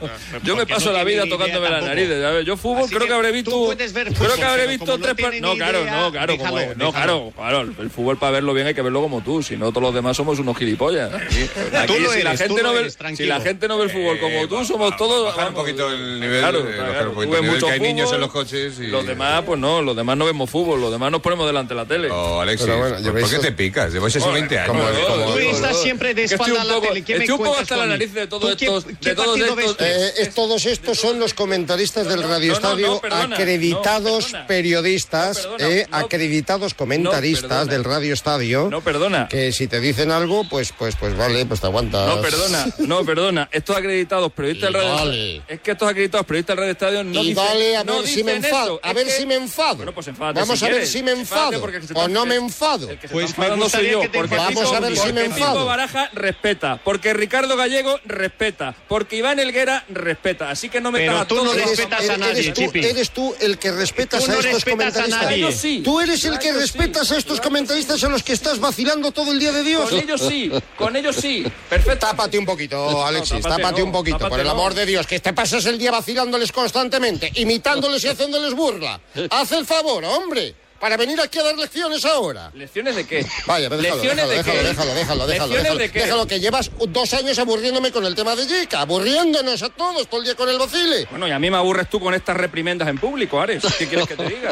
[SPEAKER 36] yo me
[SPEAKER 27] porque
[SPEAKER 36] paso
[SPEAKER 27] no
[SPEAKER 36] la
[SPEAKER 27] tiene
[SPEAKER 36] vida
[SPEAKER 27] ni idea
[SPEAKER 36] tocándome las
[SPEAKER 27] tampoco.
[SPEAKER 36] narices, ¿sabes? Yo fútbol
[SPEAKER 27] Así
[SPEAKER 36] creo
[SPEAKER 27] que
[SPEAKER 36] que habré
[SPEAKER 27] tú
[SPEAKER 36] visto.
[SPEAKER 27] puedes ver
[SPEAKER 36] creo
[SPEAKER 27] fútbol,
[SPEAKER 36] que habré
[SPEAKER 27] pero
[SPEAKER 36] visto
[SPEAKER 27] como no
[SPEAKER 36] tres
[SPEAKER 27] tiene
[SPEAKER 36] partidos.
[SPEAKER 27] ni
[SPEAKER 36] No, claro,
[SPEAKER 27] idea,
[SPEAKER 36] no, claro. como-
[SPEAKER 27] déjalo,
[SPEAKER 36] no,
[SPEAKER 27] déjalo.
[SPEAKER 36] claro, claro. El el fútbol para verlo bien hay que verlo como tú. Si no, todos los demás somos unos gilipollas. Aquí-
[SPEAKER 27] Tú
[SPEAKER 36] aquí
[SPEAKER 27] lo
[SPEAKER 36] si la
[SPEAKER 27] eres, tú
[SPEAKER 36] gente
[SPEAKER 27] lo
[SPEAKER 36] no ve
[SPEAKER 27] eres,
[SPEAKER 36] si
[SPEAKER 27] tranquilo.
[SPEAKER 36] la gente no ve el fútbol como tú, somos todos.
[SPEAKER 4] Bajar un poquito el nivel,
[SPEAKER 36] Claro,
[SPEAKER 4] eh, bajar
[SPEAKER 36] claro,
[SPEAKER 4] un poquito
[SPEAKER 36] tú ves
[SPEAKER 4] el nivel,
[SPEAKER 36] mucho
[SPEAKER 4] que hay niños
[SPEAKER 36] fútbol,
[SPEAKER 4] en los coches y...
[SPEAKER 36] Los demás, pues no, los demás no vemos fútbol, los demás nos ponemos delante de la tele.
[SPEAKER 4] No, Alexis,
[SPEAKER 36] Pero
[SPEAKER 4] ¿por- ¿por qué te picas? Lleváis así 20 años.
[SPEAKER 36] Tú
[SPEAKER 40] (laughs)
[SPEAKER 27] estás siempre de
[SPEAKER 36] Es que estoy
[SPEAKER 27] espalda a
[SPEAKER 36] un
[SPEAKER 27] la
[SPEAKER 36] poco-
[SPEAKER 27] tele. ¿Qué me
[SPEAKER 36] estoy un poco
[SPEAKER 27] cuentas
[SPEAKER 36] hasta
[SPEAKER 27] tú
[SPEAKER 36] la
[SPEAKER 27] a mí?
[SPEAKER 36] nariz de todos
[SPEAKER 27] ¿Tú qué-
[SPEAKER 36] estos-
[SPEAKER 27] qué
[SPEAKER 36] de todos
[SPEAKER 27] partido ves
[SPEAKER 36] estos-
[SPEAKER 27] tú?
[SPEAKER 40] Eh, es- todos estos son los comentaristas del Radio
[SPEAKER 36] no, no,
[SPEAKER 40] Estadio,
[SPEAKER 36] perdona,
[SPEAKER 40] acreditados periodistas, eh, acreditados comentaristas del Radio Estadio. No,
[SPEAKER 36] perdona.
[SPEAKER 40] Que si te dicen algo, pues, pues, pues vale, pues te aguantas.
[SPEAKER 36] No, perdona, no, perdona. Estos acreditados periodistas
[SPEAKER 40] Y
[SPEAKER 36] del Radio
[SPEAKER 40] dale.
[SPEAKER 36] Es que estos acreditados periodistas del Radio Estadio no
[SPEAKER 40] y
[SPEAKER 36] dicen
[SPEAKER 40] dale eh, a ver
[SPEAKER 36] no
[SPEAKER 40] si me
[SPEAKER 36] dicen
[SPEAKER 40] enfado.
[SPEAKER 36] eso.
[SPEAKER 40] A
[SPEAKER 36] Es
[SPEAKER 40] ver
[SPEAKER 36] que-
[SPEAKER 40] si me enfado.
[SPEAKER 36] Bueno, pues enfádate
[SPEAKER 40] Vamos
[SPEAKER 36] si
[SPEAKER 40] a ver
[SPEAKER 36] quieres.
[SPEAKER 40] si me
[SPEAKER 36] Enfádate
[SPEAKER 40] enfado.
[SPEAKER 36] porque se
[SPEAKER 40] O
[SPEAKER 36] está-
[SPEAKER 40] no me
[SPEAKER 36] el- el
[SPEAKER 40] enfado.
[SPEAKER 36] Pues que se está enfadando soy yo, porque
[SPEAKER 40] Vamos
[SPEAKER 36] Pipo-
[SPEAKER 40] a ver si me
[SPEAKER 36] porque Pipo
[SPEAKER 40] enfado.
[SPEAKER 36] Baraja respeta, porque Ricardo Gallego respeta, porque Iván Elguera respeta. Así que no me
[SPEAKER 40] Pero
[SPEAKER 36] tragas
[SPEAKER 40] tú no
[SPEAKER 36] todo.
[SPEAKER 40] respetas a nadie, tú, eres tú el que respetas
[SPEAKER 36] Tú no
[SPEAKER 40] a estos
[SPEAKER 36] respetas a
[SPEAKER 40] comentaristas.
[SPEAKER 36] nadie. Yo sí.
[SPEAKER 40] Tú eres el
[SPEAKER 36] Yo
[SPEAKER 40] que
[SPEAKER 36] sí.
[SPEAKER 40] respetas a estos comentaristas a los que estás vacilando todo el día de Dios.
[SPEAKER 36] Con ellos sí,
[SPEAKER 40] (laughs)
[SPEAKER 36] con ellos sí. Perfecto.
[SPEAKER 40] Tápate un poquito, Alexis, tápate, un poquito, por el amor de Dios, que te pasas el día vacilándoles constantemente, imitándoles y haciéndoles burla. Haz el favor, hombre, para venir aquí a dar lecciones ahora.
[SPEAKER 36] ¿Lecciones de qué?
[SPEAKER 40] Vaya, pero déjalo,
[SPEAKER 36] ¿Lecciones
[SPEAKER 40] déjalo,
[SPEAKER 36] de
[SPEAKER 40] déjalo,
[SPEAKER 36] qué?
[SPEAKER 40] déjalo, déjalo, déjalo,
[SPEAKER 36] ¿Lecciones
[SPEAKER 40] déjalo,
[SPEAKER 36] de qué?
[SPEAKER 40] Déjalo, que llevas dos años aburriéndome con el tema de Jica, aburriéndonos a todos todo el día con el vacile.
[SPEAKER 36] Bueno, y a mí me aburres tú con estas reprimendas en público, Ares. ¿Qué quieres que te diga?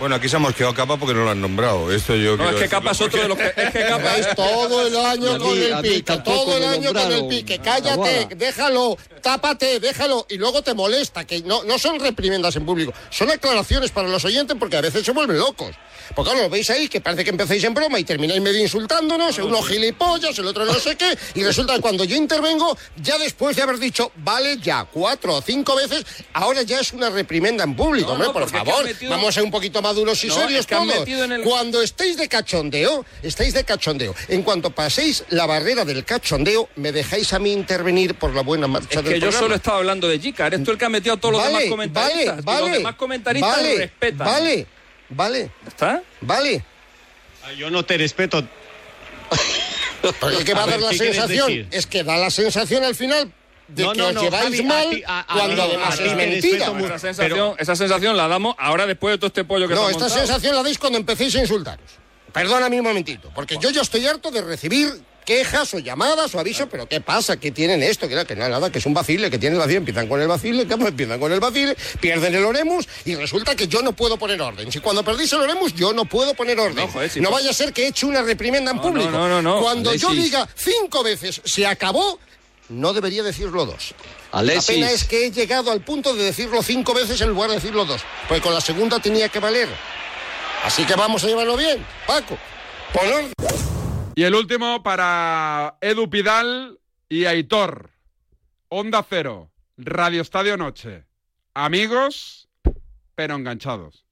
[SPEAKER 44] Bueno, aquí se ha mosqueado capa porque no lo han nombrado. Esto yo
[SPEAKER 36] No,
[SPEAKER 44] quiero
[SPEAKER 36] es que
[SPEAKER 44] decirlo
[SPEAKER 36] Capa es otro de los que.
[SPEAKER 40] (laughs)
[SPEAKER 36] Es que Capa
[SPEAKER 40] Vais todo el
[SPEAKER 36] Y a
[SPEAKER 40] año
[SPEAKER 36] mí-
[SPEAKER 40] con
[SPEAKER 36] pues, a
[SPEAKER 40] el
[SPEAKER 36] mí
[SPEAKER 40] pique,
[SPEAKER 36] tampoco
[SPEAKER 40] todo el
[SPEAKER 36] me
[SPEAKER 40] año con el
[SPEAKER 36] nombraron,
[SPEAKER 40] pique.
[SPEAKER 36] Taboada.
[SPEAKER 40] Cállate, déjalo, tápate, déjalo. Y luego te molesta, que no, no son reprimendas en público, son aclaraciones para los oyentes porque a veces se vuelven locos. Porque claro, lo veis ahí, que parece que empecéis en broma y termináis medio insultándonos, uno gilipollas, el otro no sé qué, y resulta que cuando yo intervengo, ya después de haber dicho, vale ya, cuatro o cinco veces, ahora ya es una reprimenda en público, hombre, por
[SPEAKER 36] porque es que
[SPEAKER 40] favor,
[SPEAKER 36] han metido-
[SPEAKER 40] vamos a ser un poquito maduros y
[SPEAKER 36] No,
[SPEAKER 40] serios
[SPEAKER 36] es que han
[SPEAKER 40] todos.
[SPEAKER 36] metido en el-
[SPEAKER 40] Cuando estéis de cachondeo, estáis de cachondeo. En cuanto paséis la barrera del cachondeo, me dejáis a mí intervenir por la buena marcha
[SPEAKER 36] Es
[SPEAKER 40] del
[SPEAKER 36] que yo
[SPEAKER 40] programa.
[SPEAKER 36] solo estaba hablando de Jica. Eres tú el que ha metido a todos los demás comentaristas.
[SPEAKER 40] Vale,
[SPEAKER 36] los demás comentaristas
[SPEAKER 40] vale,
[SPEAKER 36] respetan.
[SPEAKER 40] Vale, vale.
[SPEAKER 36] ¿Está?
[SPEAKER 40] Vale.
[SPEAKER 45] Yo no te respeto.
[SPEAKER 40] Porque que va a,
[SPEAKER 45] A ver,
[SPEAKER 40] dar la
[SPEAKER 45] ¿qué quieres
[SPEAKER 40] sensación,
[SPEAKER 45] decir?
[SPEAKER 40] es que da la sensación al final de
[SPEAKER 45] No,
[SPEAKER 40] que
[SPEAKER 45] no,
[SPEAKER 40] os
[SPEAKER 45] no,
[SPEAKER 40] lleváis
[SPEAKER 45] Javi, a
[SPEAKER 40] mal
[SPEAKER 45] ti- a- a
[SPEAKER 40] cuando
[SPEAKER 45] mí-
[SPEAKER 40] además
[SPEAKER 45] a ti
[SPEAKER 40] es
[SPEAKER 45] te
[SPEAKER 40] mentira.
[SPEAKER 45] respeto mucho.
[SPEAKER 36] Esa sensación, esa sensación la damos ahora después de todo este pollo que
[SPEAKER 40] No,
[SPEAKER 36] se ha
[SPEAKER 40] esta
[SPEAKER 36] montado.
[SPEAKER 40] sensación la dais cuando empecéis a insultaros. Perdóname un momentito, porque yo ya estoy harto de recibir quejas o llamadas o avisos, pero ¿qué pasa? ¿Qué tienen esto? Que, no, que no, nada, que es un vacile, que tienen vacile, empiezan con el vacile, que empiezan con el vacile, pierden el oremus y resulta que yo no puedo poner orden. Si cuando perdéis el oremus yo no puedo poner orden. No,
[SPEAKER 36] joder, eh, si no-
[SPEAKER 40] vaya a ser que eche una reprimenda en público.
[SPEAKER 36] no, no, no, no.
[SPEAKER 40] Cuando yo
[SPEAKER 36] Alexis.
[SPEAKER 40] diga cinco veces se acabó, no debería decirlo dos.
[SPEAKER 46] Alexis.
[SPEAKER 40] La pena es que he llegado al punto de decirlo cinco veces en lugar de decirlo dos, porque con la segunda tenía que valer. Así que vamos a llevarlo bien, Paco. Pon orden.
[SPEAKER 9] Y el último para Edu Pidal y Aitor. Onda Cero, Radio Estadio Noche. Amigos, pero enganchados.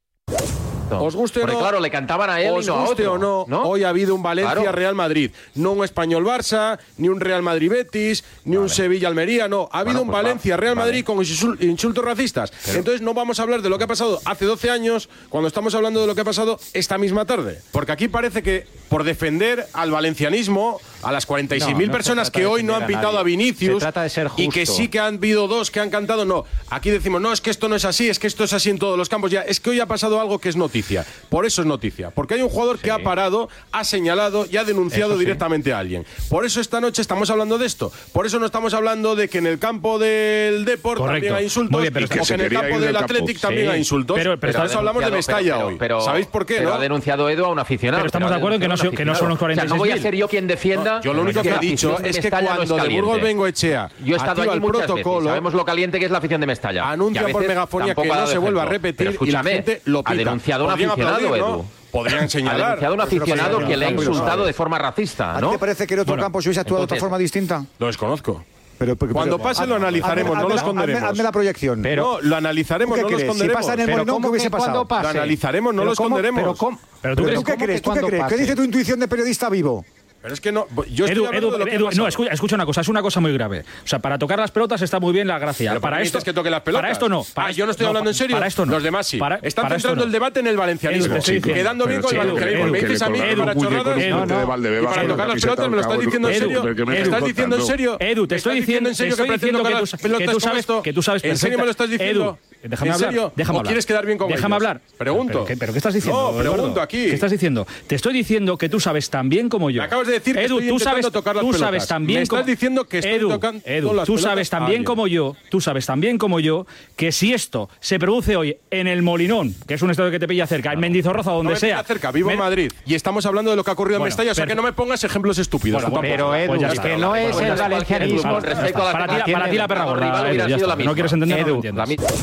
[SPEAKER 34] Os guste o
[SPEAKER 9] Porque
[SPEAKER 34] no,
[SPEAKER 9] claro,
[SPEAKER 34] le
[SPEAKER 9] cantaban a él y
[SPEAKER 34] Os
[SPEAKER 9] no a
[SPEAKER 34] guste
[SPEAKER 9] otro,
[SPEAKER 34] o no,
[SPEAKER 9] ¿no?
[SPEAKER 34] hoy ha habido un Valencia
[SPEAKER 9] Claro.
[SPEAKER 34] Real Madrid, no un Español Barça, ni un Real Madrid Betis, ni un Sevilla Almería, no, ha habido
[SPEAKER 4] Bueno,
[SPEAKER 34] un
[SPEAKER 4] pues va,
[SPEAKER 34] Valencia Real
[SPEAKER 4] vale.
[SPEAKER 34] Madrid con insul- insultos racistas. Entonces no vamos a hablar de lo que ha pasado hace 12 años cuando estamos hablando de lo que ha pasado esta misma tarde, porque aquí parece que por defender al valencianismo, a las 46.000
[SPEAKER 4] No, no se
[SPEAKER 34] personas
[SPEAKER 4] trata
[SPEAKER 34] que
[SPEAKER 4] de
[SPEAKER 34] hoy no han
[SPEAKER 4] defender a
[SPEAKER 34] pitado a
[SPEAKER 4] nadie.
[SPEAKER 34] Vinicius
[SPEAKER 4] Se trata de ser
[SPEAKER 34] y que
[SPEAKER 4] justo.
[SPEAKER 34] sí que han habido dos que han cantado, no. Aquí decimos, no, es que esto no es así, es que esto es así en todos los campos. Ya, es que hoy ha pasado algo que es noticia. Por eso es noticia. Porque hay un jugador que ha parado, ha señalado y ha denunciado
[SPEAKER 4] Eso sí.
[SPEAKER 34] directamente a alguien. Por eso esta noche estamos hablando de esto. Por eso no estamos hablando de que en el campo del deporte también
[SPEAKER 4] Correcto.
[SPEAKER 34] hay insultos.
[SPEAKER 4] Muy bien, pero
[SPEAKER 34] y que,
[SPEAKER 4] se
[SPEAKER 34] en el
[SPEAKER 4] quería
[SPEAKER 34] campo
[SPEAKER 4] ir
[SPEAKER 34] del
[SPEAKER 4] del
[SPEAKER 34] Athletic
[SPEAKER 4] campo.
[SPEAKER 34] también
[SPEAKER 4] Sí.
[SPEAKER 34] hay insultos.
[SPEAKER 4] Pero-
[SPEAKER 34] Pero,
[SPEAKER 4] pero ha
[SPEAKER 34] hablamos de
[SPEAKER 4] denunciado-
[SPEAKER 34] Mestalla
[SPEAKER 4] pero-
[SPEAKER 34] hoy.
[SPEAKER 4] pero-
[SPEAKER 34] ¿Sabéis por qué?
[SPEAKER 4] pero
[SPEAKER 34] no?
[SPEAKER 4] ha denunciado Edu a un aficionado.
[SPEAKER 34] Pero estamos
[SPEAKER 4] pero ha
[SPEAKER 34] de acuerdo en que no
[SPEAKER 4] denunciado
[SPEAKER 34] son-
[SPEAKER 4] a un
[SPEAKER 34] que no son los
[SPEAKER 4] aficionado. O sea, no voy a
[SPEAKER 34] 46.000.
[SPEAKER 4] ser yo quien defienda.
[SPEAKER 34] No, yo lo único que he
[SPEAKER 4] la
[SPEAKER 34] dicho
[SPEAKER 4] afición de
[SPEAKER 34] es que
[SPEAKER 4] Mestalla no
[SPEAKER 34] cuando de
[SPEAKER 4] caliente.
[SPEAKER 34] Burgos Bengoechea
[SPEAKER 4] Yo he estado
[SPEAKER 34] activa
[SPEAKER 4] aquí
[SPEAKER 34] el
[SPEAKER 4] muchas
[SPEAKER 34] protocolo-
[SPEAKER 4] veces. Sabemos lo caliente que es la afición de Mestalla.
[SPEAKER 34] Anuncia
[SPEAKER 4] Y a
[SPEAKER 34] por
[SPEAKER 4] veces
[SPEAKER 34] megafonía que
[SPEAKER 4] tampoco ha
[SPEAKER 34] no
[SPEAKER 4] dado
[SPEAKER 34] se vuelva a
[SPEAKER 4] ejemplo.
[SPEAKER 34] repetir
[SPEAKER 4] Pero
[SPEAKER 34] y la
[SPEAKER 4] escúchame,
[SPEAKER 34] gente lo
[SPEAKER 4] Ha
[SPEAKER 34] pita.
[SPEAKER 4] denunciado a un
[SPEAKER 34] Podrían
[SPEAKER 4] aficionado,
[SPEAKER 34] aplaudir, ¿no?
[SPEAKER 4] Edu.
[SPEAKER 34] Podrían señalar.
[SPEAKER 4] Ha denunciado a un
[SPEAKER 34] Pero eso
[SPEAKER 4] aficionado
[SPEAKER 34] podrían
[SPEAKER 4] que le ha
[SPEAKER 34] señalar.
[SPEAKER 4] insultado de forma racista,
[SPEAKER 18] ¿A ti
[SPEAKER 4] ¿no?
[SPEAKER 18] te parece que en otro
[SPEAKER 4] Bueno,
[SPEAKER 18] campo se hubiese actuado de
[SPEAKER 4] entonces,
[SPEAKER 18] otra forma distinta?
[SPEAKER 34] Lo desconozco.
[SPEAKER 18] Pero, pero-
[SPEAKER 34] Cuando
[SPEAKER 18] pero-
[SPEAKER 34] pase lo
[SPEAKER 18] hazme-
[SPEAKER 34] analizaremos,
[SPEAKER 18] hazme-
[SPEAKER 34] no lo
[SPEAKER 18] hazme-
[SPEAKER 34] esconderemos.
[SPEAKER 18] Hazme, la proyección.
[SPEAKER 34] no, lo analizaremos,
[SPEAKER 18] ¿Tú
[SPEAKER 34] no
[SPEAKER 18] qué
[SPEAKER 34] lo
[SPEAKER 18] crees? Si
[SPEAKER 34] esconderemos.
[SPEAKER 18] pasa en el Molinón, ¿qué hubiese pasado?
[SPEAKER 34] Lo analizaremos, no lo esconderemos.
[SPEAKER 18] Pero tú, qué crees? ¿Tú qué crees? ¿Qué dice tu intuición de periodista vivo?
[SPEAKER 34] Pero es que no. Yo estoy
[SPEAKER 11] Edu,
[SPEAKER 34] hablando
[SPEAKER 11] Edu,
[SPEAKER 34] de lo que ha
[SPEAKER 11] Edu,
[SPEAKER 34] pasado.
[SPEAKER 11] no, escucha, escucha una cosa, es una cosa muy grave. O sea, para tocar las pelotas está muy bien la gracia.
[SPEAKER 34] Pero ¿por
[SPEAKER 11] Para
[SPEAKER 34] qué
[SPEAKER 11] esto,
[SPEAKER 34] dices que toque las pelotas?
[SPEAKER 11] para esto no. Para
[SPEAKER 34] ah, yo no estoy
[SPEAKER 11] no,
[SPEAKER 34] hablando en
[SPEAKER 11] pa-
[SPEAKER 34] serio.
[SPEAKER 11] Para esto no.
[SPEAKER 34] Los demás sí.
[SPEAKER 11] Para-
[SPEAKER 34] Están
[SPEAKER 11] para esto
[SPEAKER 34] centrando
[SPEAKER 11] no.
[SPEAKER 34] el debate en el valencianismo.
[SPEAKER 11] Edu, te estoy diciendo-
[SPEAKER 34] quedando bien
[SPEAKER 11] pero
[SPEAKER 34] con
[SPEAKER 11] chico,
[SPEAKER 34] el valencianismo.
[SPEAKER 11] Edu,
[SPEAKER 34] Me
[SPEAKER 11] que le
[SPEAKER 34] dices a mí que
[SPEAKER 11] coloque
[SPEAKER 34] para
[SPEAKER 11] un
[SPEAKER 34] chorradas.
[SPEAKER 11] muñeco
[SPEAKER 34] no,
[SPEAKER 11] de Valdebebas
[SPEAKER 34] no. Y para
[SPEAKER 11] con la
[SPEAKER 34] tocar las
[SPEAKER 11] camiseta
[SPEAKER 34] pelotas me lo estás
[SPEAKER 11] del
[SPEAKER 34] diciendo en
[SPEAKER 11] Cabo
[SPEAKER 34] serio.
[SPEAKER 11] Edu, pero que me
[SPEAKER 34] Me
[SPEAKER 11] estás
[SPEAKER 34] estás diciendo en
[SPEAKER 11] contando.
[SPEAKER 34] serio.
[SPEAKER 11] Edu, te
[SPEAKER 34] Me
[SPEAKER 11] estoy
[SPEAKER 34] estás
[SPEAKER 11] diciendo-
[SPEAKER 34] en
[SPEAKER 11] te
[SPEAKER 34] serio
[SPEAKER 11] estoy
[SPEAKER 34] que
[SPEAKER 11] diciendo
[SPEAKER 34] pretendo tocar
[SPEAKER 11] que
[SPEAKER 34] las
[SPEAKER 11] tú-
[SPEAKER 34] pelotas
[SPEAKER 11] que tú
[SPEAKER 34] con
[SPEAKER 11] sabes-
[SPEAKER 34] esto.
[SPEAKER 11] que tú sabes
[SPEAKER 34] ¿En
[SPEAKER 11] perfecta-
[SPEAKER 34] serio me lo estás diciendo?
[SPEAKER 11] Edu, déjame
[SPEAKER 34] ¿En
[SPEAKER 11] hablar,
[SPEAKER 34] serio?
[SPEAKER 11] déjame
[SPEAKER 34] ¿O
[SPEAKER 11] hablar.
[SPEAKER 34] quieres quedar bien con
[SPEAKER 11] Déjame
[SPEAKER 34] ellos?
[SPEAKER 11] hablar.
[SPEAKER 34] Pregunto.
[SPEAKER 11] ¿Pero, qué- pero qué estás diciendo?
[SPEAKER 34] No,
[SPEAKER 11] Eduardo?
[SPEAKER 34] pregunto aquí.
[SPEAKER 11] ¿Qué estás diciendo? Te estoy diciendo que tú sabes tan bien como yo.
[SPEAKER 34] Me acabas de decir que
[SPEAKER 11] Edu,
[SPEAKER 34] estoy
[SPEAKER 11] tú
[SPEAKER 34] intentando
[SPEAKER 11] sabes,
[SPEAKER 34] tocar las
[SPEAKER 11] tú
[SPEAKER 34] pelotas.
[SPEAKER 11] sabes tan bien
[SPEAKER 34] Me estás
[SPEAKER 11] como-
[SPEAKER 34] diciendo que estoy
[SPEAKER 11] Edu,
[SPEAKER 34] tocando
[SPEAKER 11] Edu,
[SPEAKER 34] las
[SPEAKER 11] tú
[SPEAKER 34] pelotas Ah,
[SPEAKER 11] sabes tan
[SPEAKER 34] a
[SPEAKER 11] bien
[SPEAKER 34] alguien.
[SPEAKER 11] como yo, tú sabes tan bien como yo que si esto se produce hoy en el Molinón, que es un estadio que te pilla cerca, en Mendizorroza o
[SPEAKER 34] No
[SPEAKER 11] donde
[SPEAKER 34] me
[SPEAKER 11] sea,
[SPEAKER 34] pilla cerca, vivo en
[SPEAKER 11] Me-
[SPEAKER 34] Madrid y estamos hablando de lo que ha ocurrido en
[SPEAKER 11] Bueno,
[SPEAKER 34] Mestalla, o sea que
[SPEAKER 11] perfecto.
[SPEAKER 34] no me pongas ejemplos estúpidos.
[SPEAKER 11] Bueno,
[SPEAKER 34] tampoco.
[SPEAKER 11] pero, Edu,
[SPEAKER 34] ya
[SPEAKER 11] que
[SPEAKER 34] está.
[SPEAKER 11] no es
[SPEAKER 34] Pues ya
[SPEAKER 11] el
[SPEAKER 34] está.
[SPEAKER 11] valencianismo
[SPEAKER 34] Vale,
[SPEAKER 11] respecto
[SPEAKER 34] ya está.
[SPEAKER 11] a la- Para ti la- para ti la perra gorda,
[SPEAKER 34] rival hubiera
[SPEAKER 11] Edu, ya
[SPEAKER 34] sido
[SPEAKER 11] está.
[SPEAKER 34] la
[SPEAKER 11] No
[SPEAKER 34] misma.
[SPEAKER 11] quieres entender, no
[SPEAKER 34] Edu,
[SPEAKER 11] lo entiendes.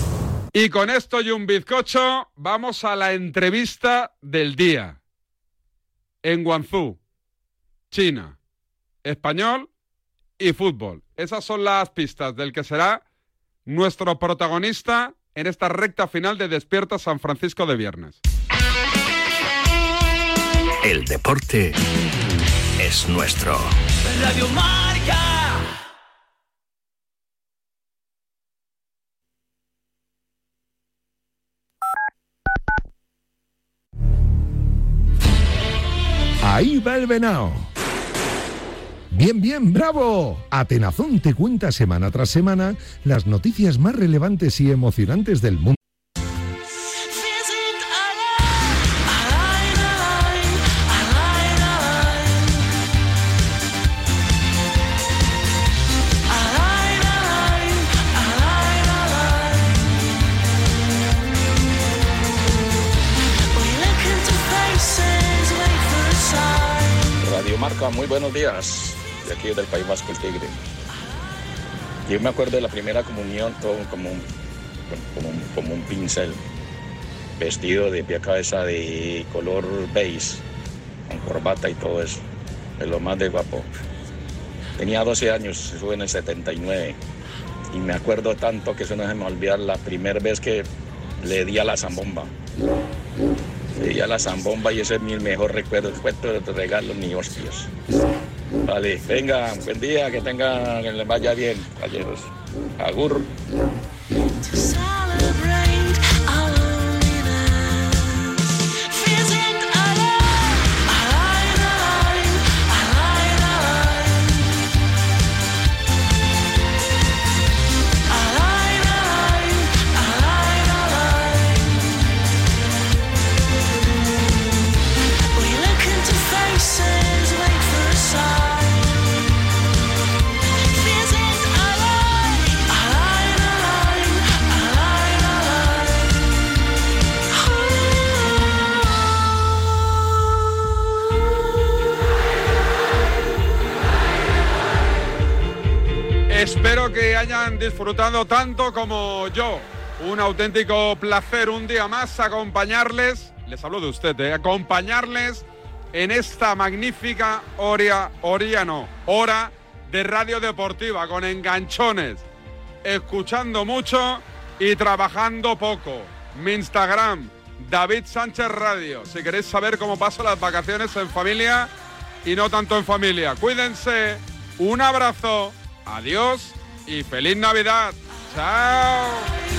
[SPEAKER 9] Y con esto y un bizcocho, vamos a la entrevista del día. En Guangzhou, China, español y fútbol. Esas son las pistas del que será nuestro protagonista en esta recta final de Despierta San Francisco de viernes.
[SPEAKER 27] El deporte es nuestro.
[SPEAKER 8] Radio Marca.
[SPEAKER 1] Ahí va el venado. Bien, bien, bravo. Atenazón te cuenta semana tras semana las noticias más relevantes y emocionantes del mundo.
[SPEAKER 47] Hola, muy buenos días. De aquí del País Vasco, el Tigre. Yo me acuerdo de la primera comunión todo como un, como un, como un pincel, vestido de pie a cabeza de color beige, con corbata y todo eso. Es lo más de guapo. Tenía 12 años, eso fue en el 79. Y me acuerdo tanto que eso no se me va a olvidar la primera vez que le di a la zambomba. Le di a la zambomba y ese es mi mejor recuerdo. Después de regalo ni hostias. Vale, venga, buen día, que tenga, que les vaya bien, caballeros. Agur.
[SPEAKER 8] We look into faces, wait for a sign. Feels it alive, alive, alive, alive, alive.
[SPEAKER 9] Espero que hayan disfrutado tanto como yo. Un auténtico placer un día más acompañarles, les hablo de usted, eh, acompañarles en esta magnífica hora, hora no, hora de radio deportiva con enganchones, escuchando mucho y trabajando poco. Mi Instagram, David Sánchez Radio. Si queréis saber cómo paso las vacaciones en familia y no tanto en familia, cuídense. Un abrazo. Adiós y feliz Navidad. Chao.